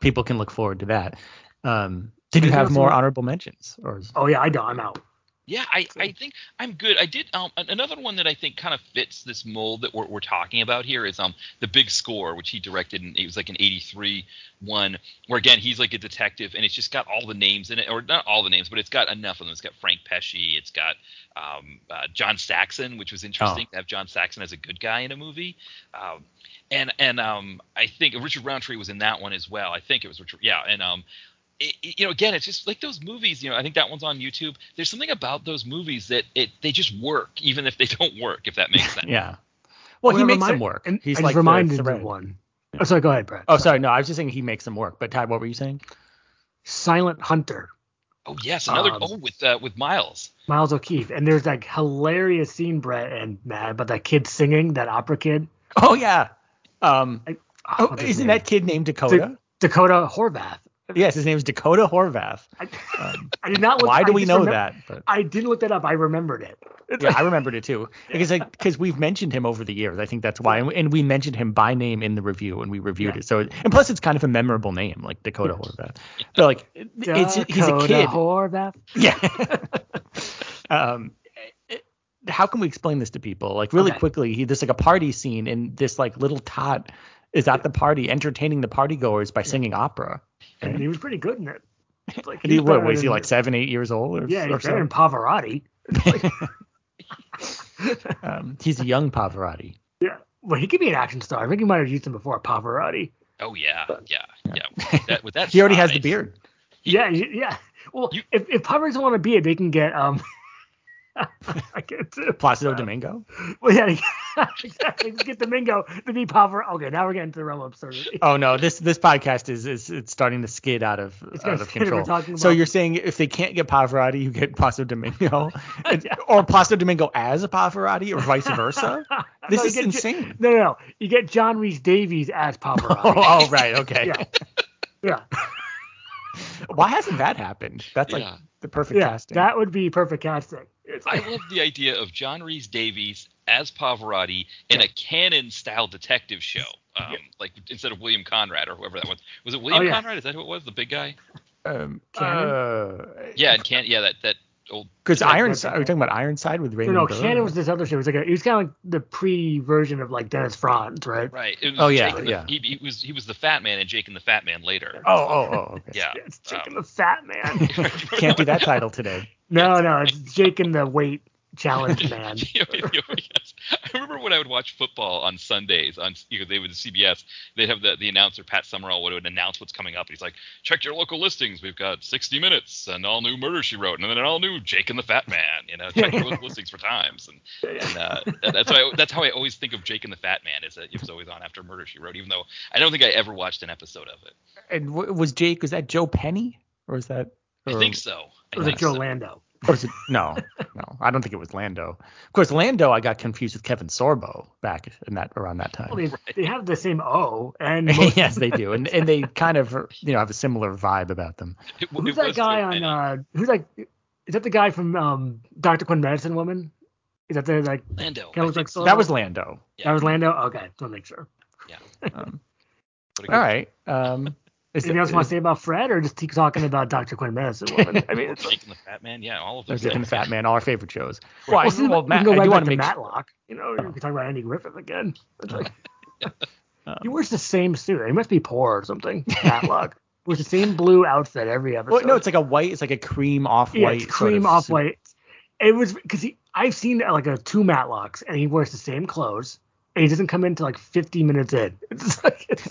S4: people can look forward to that. Um, did you
S5: Anything
S4: have
S5: else you
S4: more
S5: want-
S4: honorable mentions, or is-
S5: Oh yeah, I know. I'm out.
S6: Yeah, I, I think I'm good. I did um, an- another one that I think kind of fits this mold that we're, we're talking about here is um the Big Score, which he directed, and it was like an '83 one where again he's like a detective, and it's just got all the names in it, or not all the names, but it's got enough of them. It's got Frank Pesci, it's got um, uh, John Saxon, which was interesting to have John Saxon as a good guy in a movie. Um, and and um, I think Richard Roundtree was in that one as well. I think it was Richard. Yeah, and um, it, it- you know, again, it's just like those movies. You know, I think that one's on YouTube. There's something about those movies that it they just work, even if they don't work. If that makes sense.
S4: yeah. Well, he
S5: Well,
S4: makes
S5: remind-
S4: them work.
S5: And,
S4: He's
S5: I just
S4: like the
S5: reminded me
S4: thread.
S5: of one. Oh, sorry. Go ahead, Brad.
S4: Oh, sorry. No, I was just saying he makes them work. But Ty, what were you saying?
S5: Silent Hunter.
S6: Oh yes, another.
S5: Um,
S6: oh, with uh, with Miles.
S5: Miles O'Keefe, and there's that hilarious scene, Brett and Matt, about that kid singing, that opera kid.
S4: Oh yeah. Um,
S5: Ah,
S4: oh,
S5: what's his
S4: isn't
S5: name?
S4: that kid named Dakota?
S5: Dakota Horvath?
S4: yes, his name is Dakota Horvath.
S5: I,
S4: Um,
S5: I did not. Look,
S4: why do
S5: I
S4: we
S5: just
S4: know
S5: remem-
S4: that? But
S5: I didn't look that up. I remembered it.
S4: yeah, I remembered it too because because we've mentioned him over the years. I think that's why, and, and we mentioned him by name in the review when we reviewed
S5: Yeah.
S4: it. So and plus, it's kind of a memorable name like Dakota Horvath. But like, it- it's he's a
S5: Dakota
S4: kid.
S5: Horvath.
S4: Yeah. um, it- how can we explain this to people? Like really
S5: Okay.
S4: quickly, he, there's like a party scene, and this like little tot is at the party entertaining the party goers by singing opera.
S5: And he was pretty good in it. It's Like,
S4: And he, what
S5: better
S4: was he
S5: than-
S4: like seven, eight years old? Or,
S5: Yeah,
S4: or
S5: he's better
S4: so?
S5: than Pavarotti.
S4: um, he's a young Pavarotti.
S5: Yeah. Well, he could be an action star. I think you might have used him before, Pavarotti.
S6: Oh yeah, yeah, yeah. With that, with that
S4: He already has the
S6: size.
S4: beard.
S5: Yeah, y- yeah. Well,
S6: You-
S5: if if Pavarotti doesn't want to be it, they can get um. I get too.
S4: Placido Domingo.
S5: Well, yeah, exactly. Just get Domingo to be Pavarotti. Okay, now we're getting to the realm of absurdity.
S4: Oh no, this this podcast is is it's starting to skid out of
S5: It's gonna
S4: out of
S5: skid if we're
S4: control.
S5: talking
S4: So
S5: about-
S4: you're saying if they can't get Pavarotti, you get Placido Domingo, or Placido Domingo as a Pavarotti, or vice versa. This
S5: No, you
S4: is
S5: get-
S4: insane.
S5: No, no, no. You get John Reese Davies as
S4: Oh,
S5: Pavarotti.
S4: oh, right, okay.
S5: Yeah. Yeah.
S4: Why hasn't that happened? That's like
S6: Yeah.
S4: The perfect
S5: Yeah,
S4: casting.
S5: that would be perfect casting. It's
S6: I
S5: like,
S6: love the idea of John Reese Davies as Pavarotti in a canon-style detective show, um, like instead of William Conrad or whoever that was. Was
S4: Oh,
S6: it William
S5: yeah.
S6: Conrad? Is that who it was? The big guy?
S4: um,
S5: Cannon?
S6: Yeah, and can yeah that that old
S4: Because
S5: Yeah,
S4: Ironside.
S5: yeah.
S4: Are you talking about Ironside with
S5: no,
S4: Raymond?
S5: no,
S4: Burr?
S5: Cannon was this other show. It was like a, it was kind of like the pre-version of like Dennis Franz, right?
S6: right. It was
S4: Oh, yeah,
S6: Jake and
S4: yeah.
S6: The, he, he was he was the Fat Man and Jake and the Fat Man later.
S4: Oh, oh, oh. Okay.
S6: yeah.
S5: Yeah, It's Jake
S6: um,
S5: and the Fat Man.
S4: Can't do that title today.
S5: no, no, it's Jake and the Weight Challenge Man.
S6: Yeah, yeah, yes. I remember when I would watch football on Sundays on you know, they would CBS. They'd have the, the announcer Pat Summerall would, would announce what's coming up. He's like, check your local listings. We've got 60 Minutes, an all new Murder She Wrote, and then an all new Jake and the Fat Man. You know, check your local listings for times. And, and uh, that- that's why that's how I always think of Jake and the Fat Man is that it was always on after Murder She Wrote, even though I don't think I ever watched an episode of it.
S4: And w- was Jake? Was that Joe Penny? Or was that? Or,
S6: I think so. I
S5: It was
S6: think
S5: like Joe
S6: so.
S5: Lando.
S4: or was it, no, no. I don't think it was Lando. Of course, Lando. I got confused with Kevin Sorbo back in that around that time.
S5: Well, they, they have the same O, and most,
S4: yes, they do, and and they kind of you know have a similar vibe about them.
S6: It- it
S5: who's
S6: was
S5: that guy
S6: Joe
S5: on?
S6: Penny.
S5: Uh, who's like? Is that the guy from um, Doctor Quinn Medicine Woman? Is that the like?
S6: Lando.
S5: Kind
S6: I
S5: of
S6: think
S5: like
S6: so.
S4: That was Lando.
S5: That was Lando. Okay, don't make sure.
S4: Um,
S6: What a
S4: all
S6: good-
S4: right. Um, is
S5: Anything else you want to say about Fred, or just keep talking about Doctor Quinn Medicine Woman? I mean, it's,
S6: Jake and the Fat Man. Yeah, all of
S4: There's
S6: those.
S4: Dick and the Fat Man, all our favorite shows.
S5: well,
S4: Well, I,
S5: this is-
S4: well,
S5: we
S4: Matt,
S5: can go
S4: I
S5: right
S4: do
S5: back
S4: want
S5: to
S4: to make
S5: Matlock. You know, we can talk about Andy Griffith again. It's like,
S4: Um,
S5: he wears the same suit. He must be poor or something. Matlock wears the same blue outfit every episode.
S4: Well, no, it's like a white, it's like a cream off
S5: yeah,
S4: white.
S5: it's cream off white. It was because he. I've seen uh, like a two Matlocks, and he wears the same clothes, and he doesn't come in till like 50 minutes in. It's just like, it's,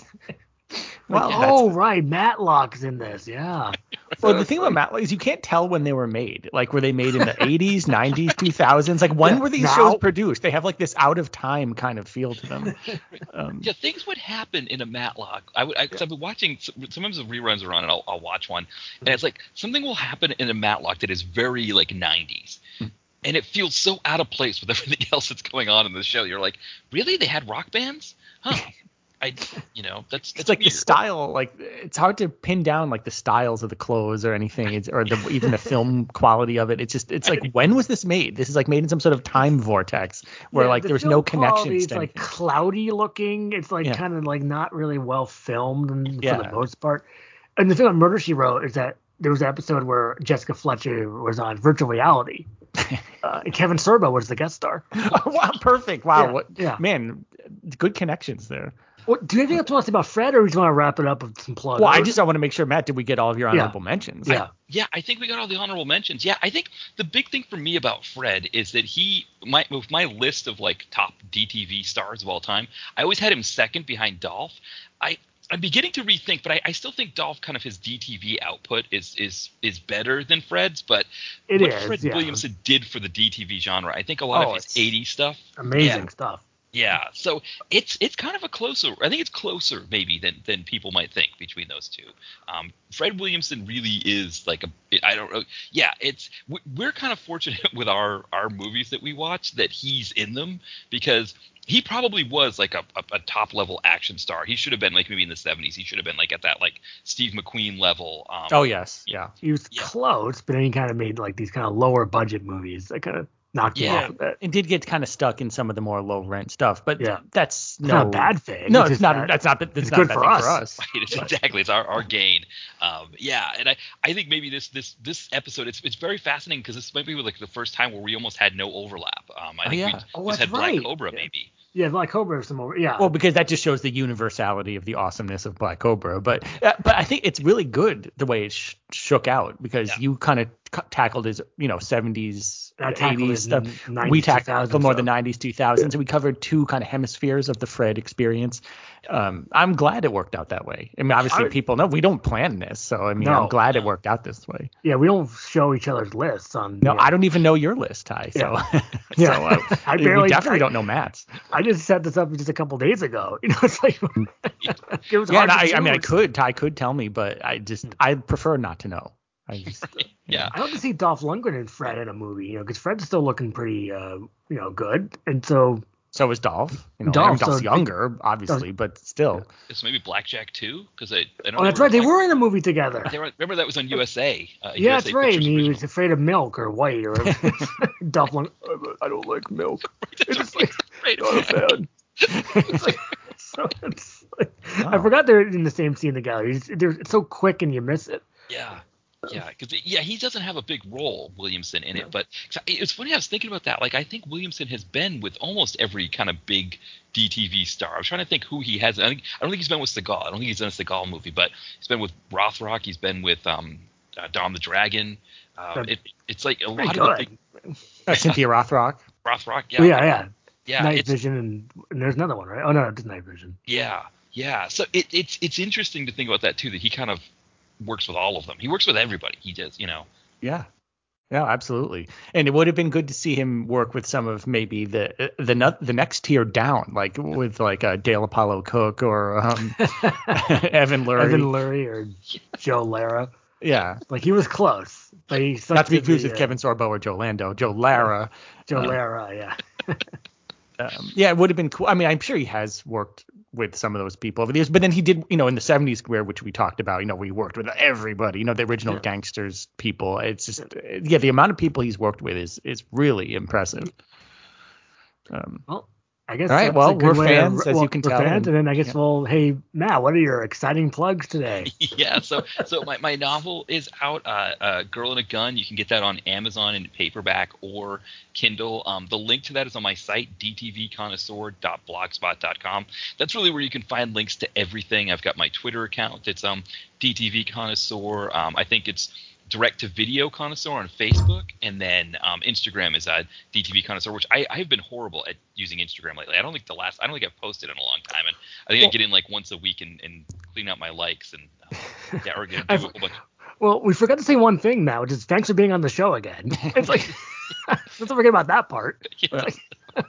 S4: Well,
S5: like,
S4: that's-
S5: oh right, Matlock's in this. Yeah.
S4: Well, the thing about Matlock is you can't tell when they were made. Like, were they made in the 80s, 90s, 2000s? Like, when
S5: Yeah,
S4: were these
S5: now-
S4: shows produced? They have like this out of time kind of feel to them. Um,
S6: Yeah, things would happen in a Matlock. I would, I, cause I've been watching. Sometimes the reruns are on, and I'll, I'll watch one, and it's like something will happen in a Matlock that is very like '90s,
S4: Hmm.
S6: and it feels so out of place with everything else that's going on in the show. You're like, really? They had rock bands? Huh? I, you know, that's
S4: It's
S6: that's
S4: like the
S6: weird.
S4: style, like it's hard to pin down like the styles of the clothes or anything, it's, or the, even the film quality of it. It's just, it's like when was this made? This is like made in some sort of time vortex where
S5: Yeah,
S4: like
S5: the
S4: there's
S5: film
S4: no
S5: quality
S4: connections
S5: is,
S4: to
S5: like
S4: anything.
S5: cloudy looking. It's like
S4: Yeah.
S5: kind of like not really well filmed and for
S4: Yeah.
S5: the most part. And the thing about Murder She Wrote is that there was an episode where Jessica Fletcher was on virtual reality. Uh, and Kevin Sorbo was the guest star.
S4: wow, perfect. Wow,
S5: Yeah,
S4: what,
S5: yeah.
S4: man, good connections there.
S5: What, do you have anything else you want to say about Fred, or do you want to wrap it up with some plugs?
S4: Well, I just I want to make sure, Matt, did we get all of your
S5: Yeah.
S4: honorable mentions?
S5: yeah.
S6: yeah, I think we got all the honorable mentions. Yeah, I think the big thing for me about Fred is that he my with my list of like top DTV stars of all time, I always had him second behind Dolph. I I'm beginning to rethink, but I, I still think Dolph kind of his DTV output is is is better than Fred's. But
S5: It
S6: what
S5: is,
S6: Fred
S5: yeah.
S6: Williamson did for the DTV genre, I think a lot
S4: Oh,
S6: of
S4: it's-
S6: his '80s stuff
S5: amazing
S6: Yeah.
S5: stuff.
S6: yeah, so it's it's kind of a closer. I think it's closer maybe than than people might think between those two. Um, Fred Williamson really is like a. I don't know. Yeah, it's we- we're kind of fortunate with our our movies that we watch that he's in them because he probably was like a, a, a top level action star. He should have been like maybe in the seventies. He should have been like at that like Steve McQueen level. Um,
S4: Oh yes, yeah.
S5: He was
S6: Yeah.
S5: close, but then he kind of made like these kind of lower budget movies that kind of knocked him
S6: Yeah.
S5: off a bit.
S4: It did get kind of stuck in some of the more low rent stuff, but
S5: Yeah.
S4: that's
S5: It's
S4: no
S5: not a bad thing.
S4: No,
S5: It's
S4: it's,
S5: just
S4: not.
S5: that
S4: that's not. That's
S5: it's
S4: not
S5: good
S4: a bad
S5: for
S4: thing
S5: us.
S4: for us.
S6: Right, it's exactly. It's our, our gain. Um, yeah, and I, I think maybe this this this episode it's it's very fascinating because this might be like the first time where we almost had no overlap. Um, I
S4: Oh,
S6: think
S4: yeah.
S6: we
S5: Oh,
S6: just
S5: that's
S6: had
S5: right.
S6: Black Cobra maybe.
S5: Yeah, Black Cobra some over. Yeah.
S4: Well, because that just shows the universality of the awesomeness of Black Cobra. But uh, but I think it's really good the way it sh- shook out because
S6: Yeah.
S4: you kind of c- tackled his you know 70s,
S5: I tackled
S4: 80s
S5: his
S4: stuff.
S5: n-
S4: we
S5: 90s,
S4: tackled the more the
S5: 2000s
S4: 90s, 2000s, and we covered two kind of hemispheres of the Fred experience. Um, I'm glad it worked out that way. I mean, obviously
S5: I-
S4: people know we don't plan this, so I mean,
S5: No.
S4: I'm glad it worked out this way.
S5: Yeah, we don't show each other's lists on.
S4: No,
S5: yeah.
S4: I don't even know your list, Ty. So,
S5: Yeah.
S4: so uh,
S5: I
S4: we
S5: barely-
S4: definitely
S5: I-
S4: don't know Matt's.
S5: I just set this up just a couple days ago. You know, it's like it was
S4: Mm. Yeah, and
S5: hard to Hmm.
S4: I, I mean, I
S5: choose.
S4: could. Ty could tell me, but I just I prefer not to know. I just
S6: Yeah,
S5: I love to see Dolph Lundgren and Fred in a movie, you know, because Fred's still looking pretty, uh, you know, good, and so
S4: So is Dolph. You know,
S5: Dolph,
S4: I mean, Dolph's
S5: so-
S4: younger, obviously, but still.
S6: It's maybe Blackjack too, because I, I don't.
S5: Oh, that's
S6: remember
S5: right. They
S6: Black-
S5: were in a movie together.
S6: They were- remember that was on USA. Uh,
S5: Yeah,
S6: USA
S5: that's right. And
S6: Pictures
S5: he
S6: original.
S5: was afraid of milk or white or Dolph. Lund- I don't like milk. It's like
S6: Right.
S5: not a fan. It's like- so it's like, I forgot they're in the same scene together. It's, they're, it's so quick and you miss it.
S6: Yeah. Yeah, because yeah, he doesn't have a big role Williamson in it, but 'cause I- it's funny. I was thinking about that. Like, I think Williamson has been with almost every kind of big DTV star. I was trying to think who he has. I think I don't think he's been with Seagal. I don't think he's done a Seagal movie, but he's been with Rothrock. He's been with um, uh, Dom the Dragon. Uh,
S5: That'd
S6: it, it's like a
S5: Pretty
S6: lot of the
S5: good.
S6: big
S4: Uh, Cynthia Rothrock.
S6: Rothrock. Yeah,
S5: Yeah, yeah.
S6: yeah,
S5: Night
S6: it's-
S5: Vision and, and there's another one, right? Oh no, it's Night Vision.
S6: Yeah, yeah. So it, it's it's interesting to think about that too. That he kind of works with all of them. He works with everybody. He does, you know.
S4: Yeah. Yeah, absolutely. And it would have been good to see him work with some of maybe the uh, the nu- the next tier down, like with like uh, Dale Apollo Cook or um, Evan Lurie.
S5: Evan Lurie or Joe Lara.
S4: yeah.
S5: Like he was close, but he
S4: Not to be
S5: sucked
S4: confused
S5: the,
S4: with
S5: uh,
S4: Kevin Sorbo or Joe Lando. Joe Lara.
S5: Joe Lara, yeah.
S4: Um, yeah, it would have been cool. I mean, I'm sure he has worked with some of those people over the years, but then he did, you know, in the 70s career, which we talked about, you know, we worked with everybody, you know, the original gangsters people. It's just, yeah, the amount of people he's worked with is is really impressive. Um,
S5: Well, I guess.
S4: All right,
S5: that's
S4: well,
S5: a good
S4: we're
S5: way to-
S4: fans, as
S5: well,
S4: you can
S5: we're
S4: tell, and-
S5: Fans, and, then I guess, well, hey, Matt, what are your exciting plugs today?
S6: yeah so so my, my novel is out uh, uh girl in a gun you can get that on amazon in paperback or kindle um, the link to that is on my site dtvconnoisseur.blogspot.com that's really where you can find links to everything i've got my twitter account that's um dtv connoisseur um, i think it's direct to video connoisseur on facebook and then um, instagram is uh, dtv connoisseur which I, i've been horrible at using instagram lately i don't think the last i don't think i've posted in a long time and i think i get in like once a week and, and clean out my likes and uh, yeah, or get do a
S5: I've-
S6: whole bunch.
S5: Well, we forgot to say one thing, Matt, which is thanks for being on the show again. It's like, let's not forget about that part.
S6: Yeah. no,
S4: I-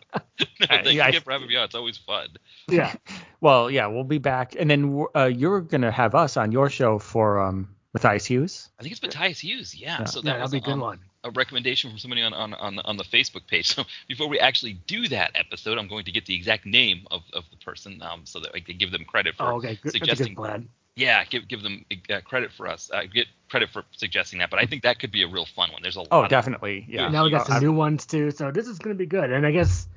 S6: thank
S4: yeah, I-
S6: you for having me on. It's always fun.
S5: Yeah.
S4: Well, yeah, we'll be back, and then uh, you're gonna have us on your show for um, Matthias Hughes.
S6: I think it's Matthias Hughes. Yeah. So
S5: Yeah,
S6: that
S5: that'll
S6: was
S5: be a good
S6: um,
S5: one.
S6: a recommendation from somebody on, on, on, the- on the Facebook page. So before we actually do that episode, I'm going to get the exact name of, of the person um, so that I can give them credit for
S5: Oh, okay. Good, that's a good
S6: suggesting.
S5: plan.
S6: yeah, give, give them uh, credit for us. Uh, get credit for suggesting that. But I think that could be a real fun one. There's a lot.
S4: Oh,
S6: of-
S4: definitely. Yeah.
S5: And now we got
S4: Uh,
S5: some new ones too, so this is going to be good. And I guess,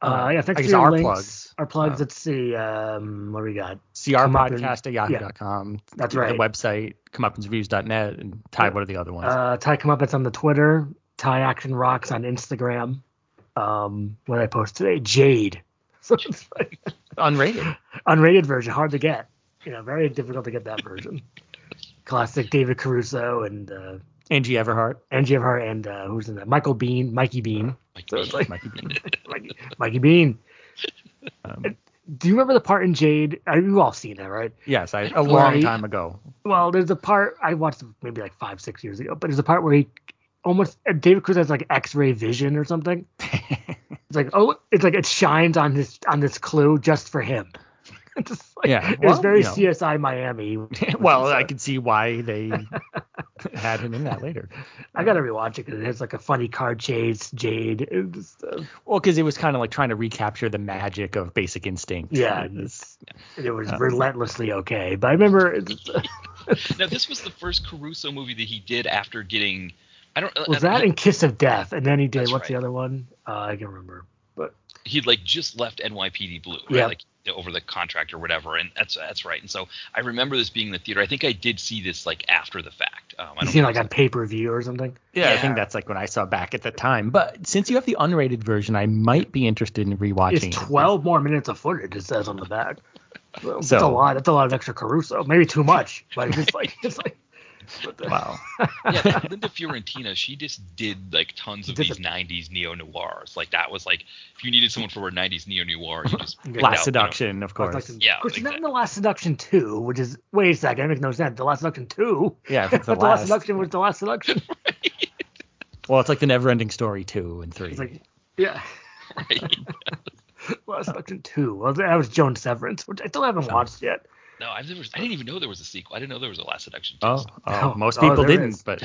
S5: uh, yeah, thanks
S4: I
S5: for
S4: guess
S5: your
S4: our
S5: links.
S4: plugs.
S5: Our plugs.
S4: Um,
S5: let's see, um, what do we got? Come up and-
S4: crpodcast at yahoo.com.
S5: That's
S4: the,
S5: right.
S4: The website, comeupandsreviews.net, and Ty, what are the other ones?
S5: Uh, Ty Comeuppance on the Twitter. Ty Action Rocks on Instagram. Um, what did I post today? Jade. So it's like
S4: Unrated.
S5: unrated version, hard to get. You know, very difficult to get that version. Classic David Caruso and uh,
S4: Angie Everhart.
S5: Angie Everhart and uh, who's in that? Michael Bean, Mikey Bean,
S6: Like,
S5: So it's
S6: yeah.
S5: like-
S4: Mikey Bean.
S5: Mikey, Mikey Bean.
S4: Um,
S5: Do you remember the part in Jade? Uh, You've all seen that, right?
S4: yes, I, a
S6: Right.
S4: long time ago.
S5: Well, there's a part I watched maybe like five, six years ago, but there's a part where he almost uh, David Cruz has like X-ray vision or something. It's like oh, it's like it shines on this on this clue just for him. It's just like-
S4: Yeah,
S5: it was
S4: well,
S5: very
S4: you know.
S5: CSI Miami.
S4: well, I can see why they uh, had him in that later.
S5: I gotta rewatch it because it has like a funny car chase, Jade. It was, uh,
S4: Well, because it was kind of like trying to recapture the magic of Basic Instinct.
S5: yeah,
S4: It was-
S5: it's, it was
S4: Uh,
S5: relentlessly okay. But I remember it's, uh,
S6: now, this was the first Caruso movie that he did after getting. I don't.
S5: was
S6: I,
S5: that in Kiss of Death, and then he did
S6: That's
S5: what's the
S6: right.
S5: other one? Uh, I can't remember. But
S6: he'd like just left NYPD Blue, right?
S5: Yeah.
S6: Like over the contract or whatever, and that's that's right. And so I remember this being in the theater. I think I did see this like after the fact. Um, I
S5: you
S6: don't
S5: seen like on pay per view or something?
S4: Yeah, I think that's like when I saw back at the time. But since you have the unrated version, I might be interested in rewatching.
S5: It's
S4: it.
S5: 12 more minutes of footage. It says on the back. So, that's a
S4: So-
S5: lot. That's a lot of extra Caruso. Maybe too much. But it's like it's like. What the,
S4: Wow.
S6: yeah, Linda Fiorentina, she just did like tons of
S5: Did
S6: these
S5: the-
S6: '90s neo noirs. Like that was like if you needed someone for a '90s neo noir, you just picked out, you
S4: Last
S6: know.
S4: Seduction, of
S5: Last
S4: course.
S5: Seduction.
S6: Yeah,
S5: Which is not in
S6: exactly.
S5: the Last Seduction 2, which is, wait a second, that makes no sense. The Last Seduction 2?
S4: Yeah, if it's the
S5: but the Last
S4: last-
S5: Seduction was the Last Seduction.
S4: Well, it's like the Neverending Story two and three.
S5: It's like, yeah.
S6: Right.
S5: Last Seduction 2. Well, that was Joan Severance, which I still haven't watched yet.
S6: No, I've never. I didn't even know there was a sequel. I didn't know there was a Last Seduction.
S4: Oh,
S6: Test.
S4: oh,
S5: Oh,
S4: most
S5: oh,
S4: people
S5: there
S4: didn't,
S5: is.
S4: but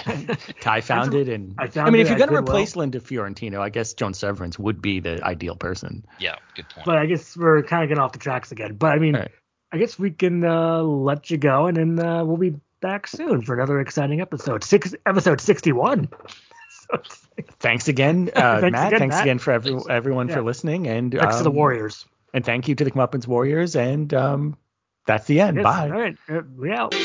S4: Ty found it, and
S5: I
S4: I,
S5: found
S4: mean,
S5: it,
S4: if you're
S5: I
S4: gonna
S5: did well.
S4: replace Linda Fiorentino, I guess Joan Severance would be the ideal person.
S6: yeah, good point.
S5: But I guess we're kind of getting off the tracks again. But I mean,
S4: All right.
S5: I guess we can uh, let you go, and then uh, we'll be back soon for another exciting episode. Six episode sixty-one. so it's like,
S4: Thanks again, uh,
S5: Thanks
S4: Matt.
S5: again,
S4: thanks
S5: Matt.
S4: again for every,
S6: Thanks.
S4: everyone
S5: Yeah.
S4: for listening, and
S5: next to the
S4: um,
S5: Warriors.
S4: And thank you to the Comeuppance Warriors, and um, that's the end.
S5: Yes,
S4: Bye.
S5: All right, uh, we out.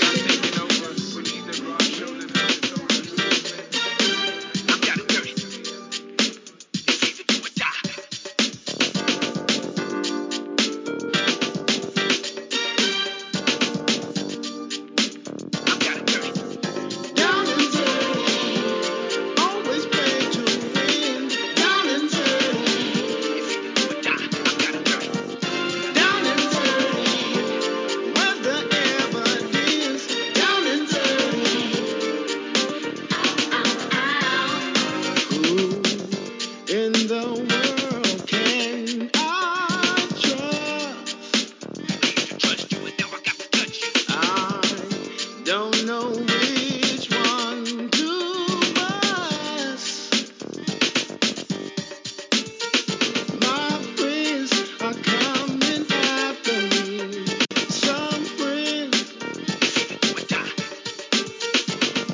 S1: In the world, can I trust? I don't know which one to bust. My friends are coming after me. Some friends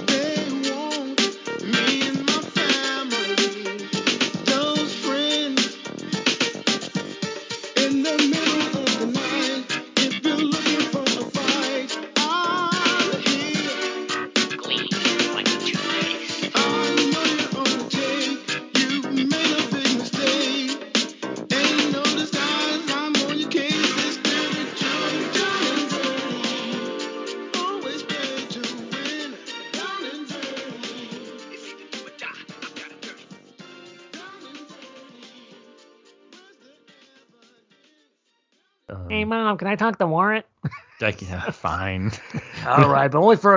S1: they want me and my family. Those friends in the middle of the night. If you're looking for a fight, I'm here. I know you're on the take. You made a big mistake. Ain't no disguise. I'm on your case. It's dirty Joe, down and dirty. Always play to win, down and dirty. It's either do or die. I've got it dirty. Down and dirty. Where's the evidence?
S4: Um,
S5: Hey, mom, can I talk the warrant?
S4: like, Um, yeah, fine.
S5: All right, but only for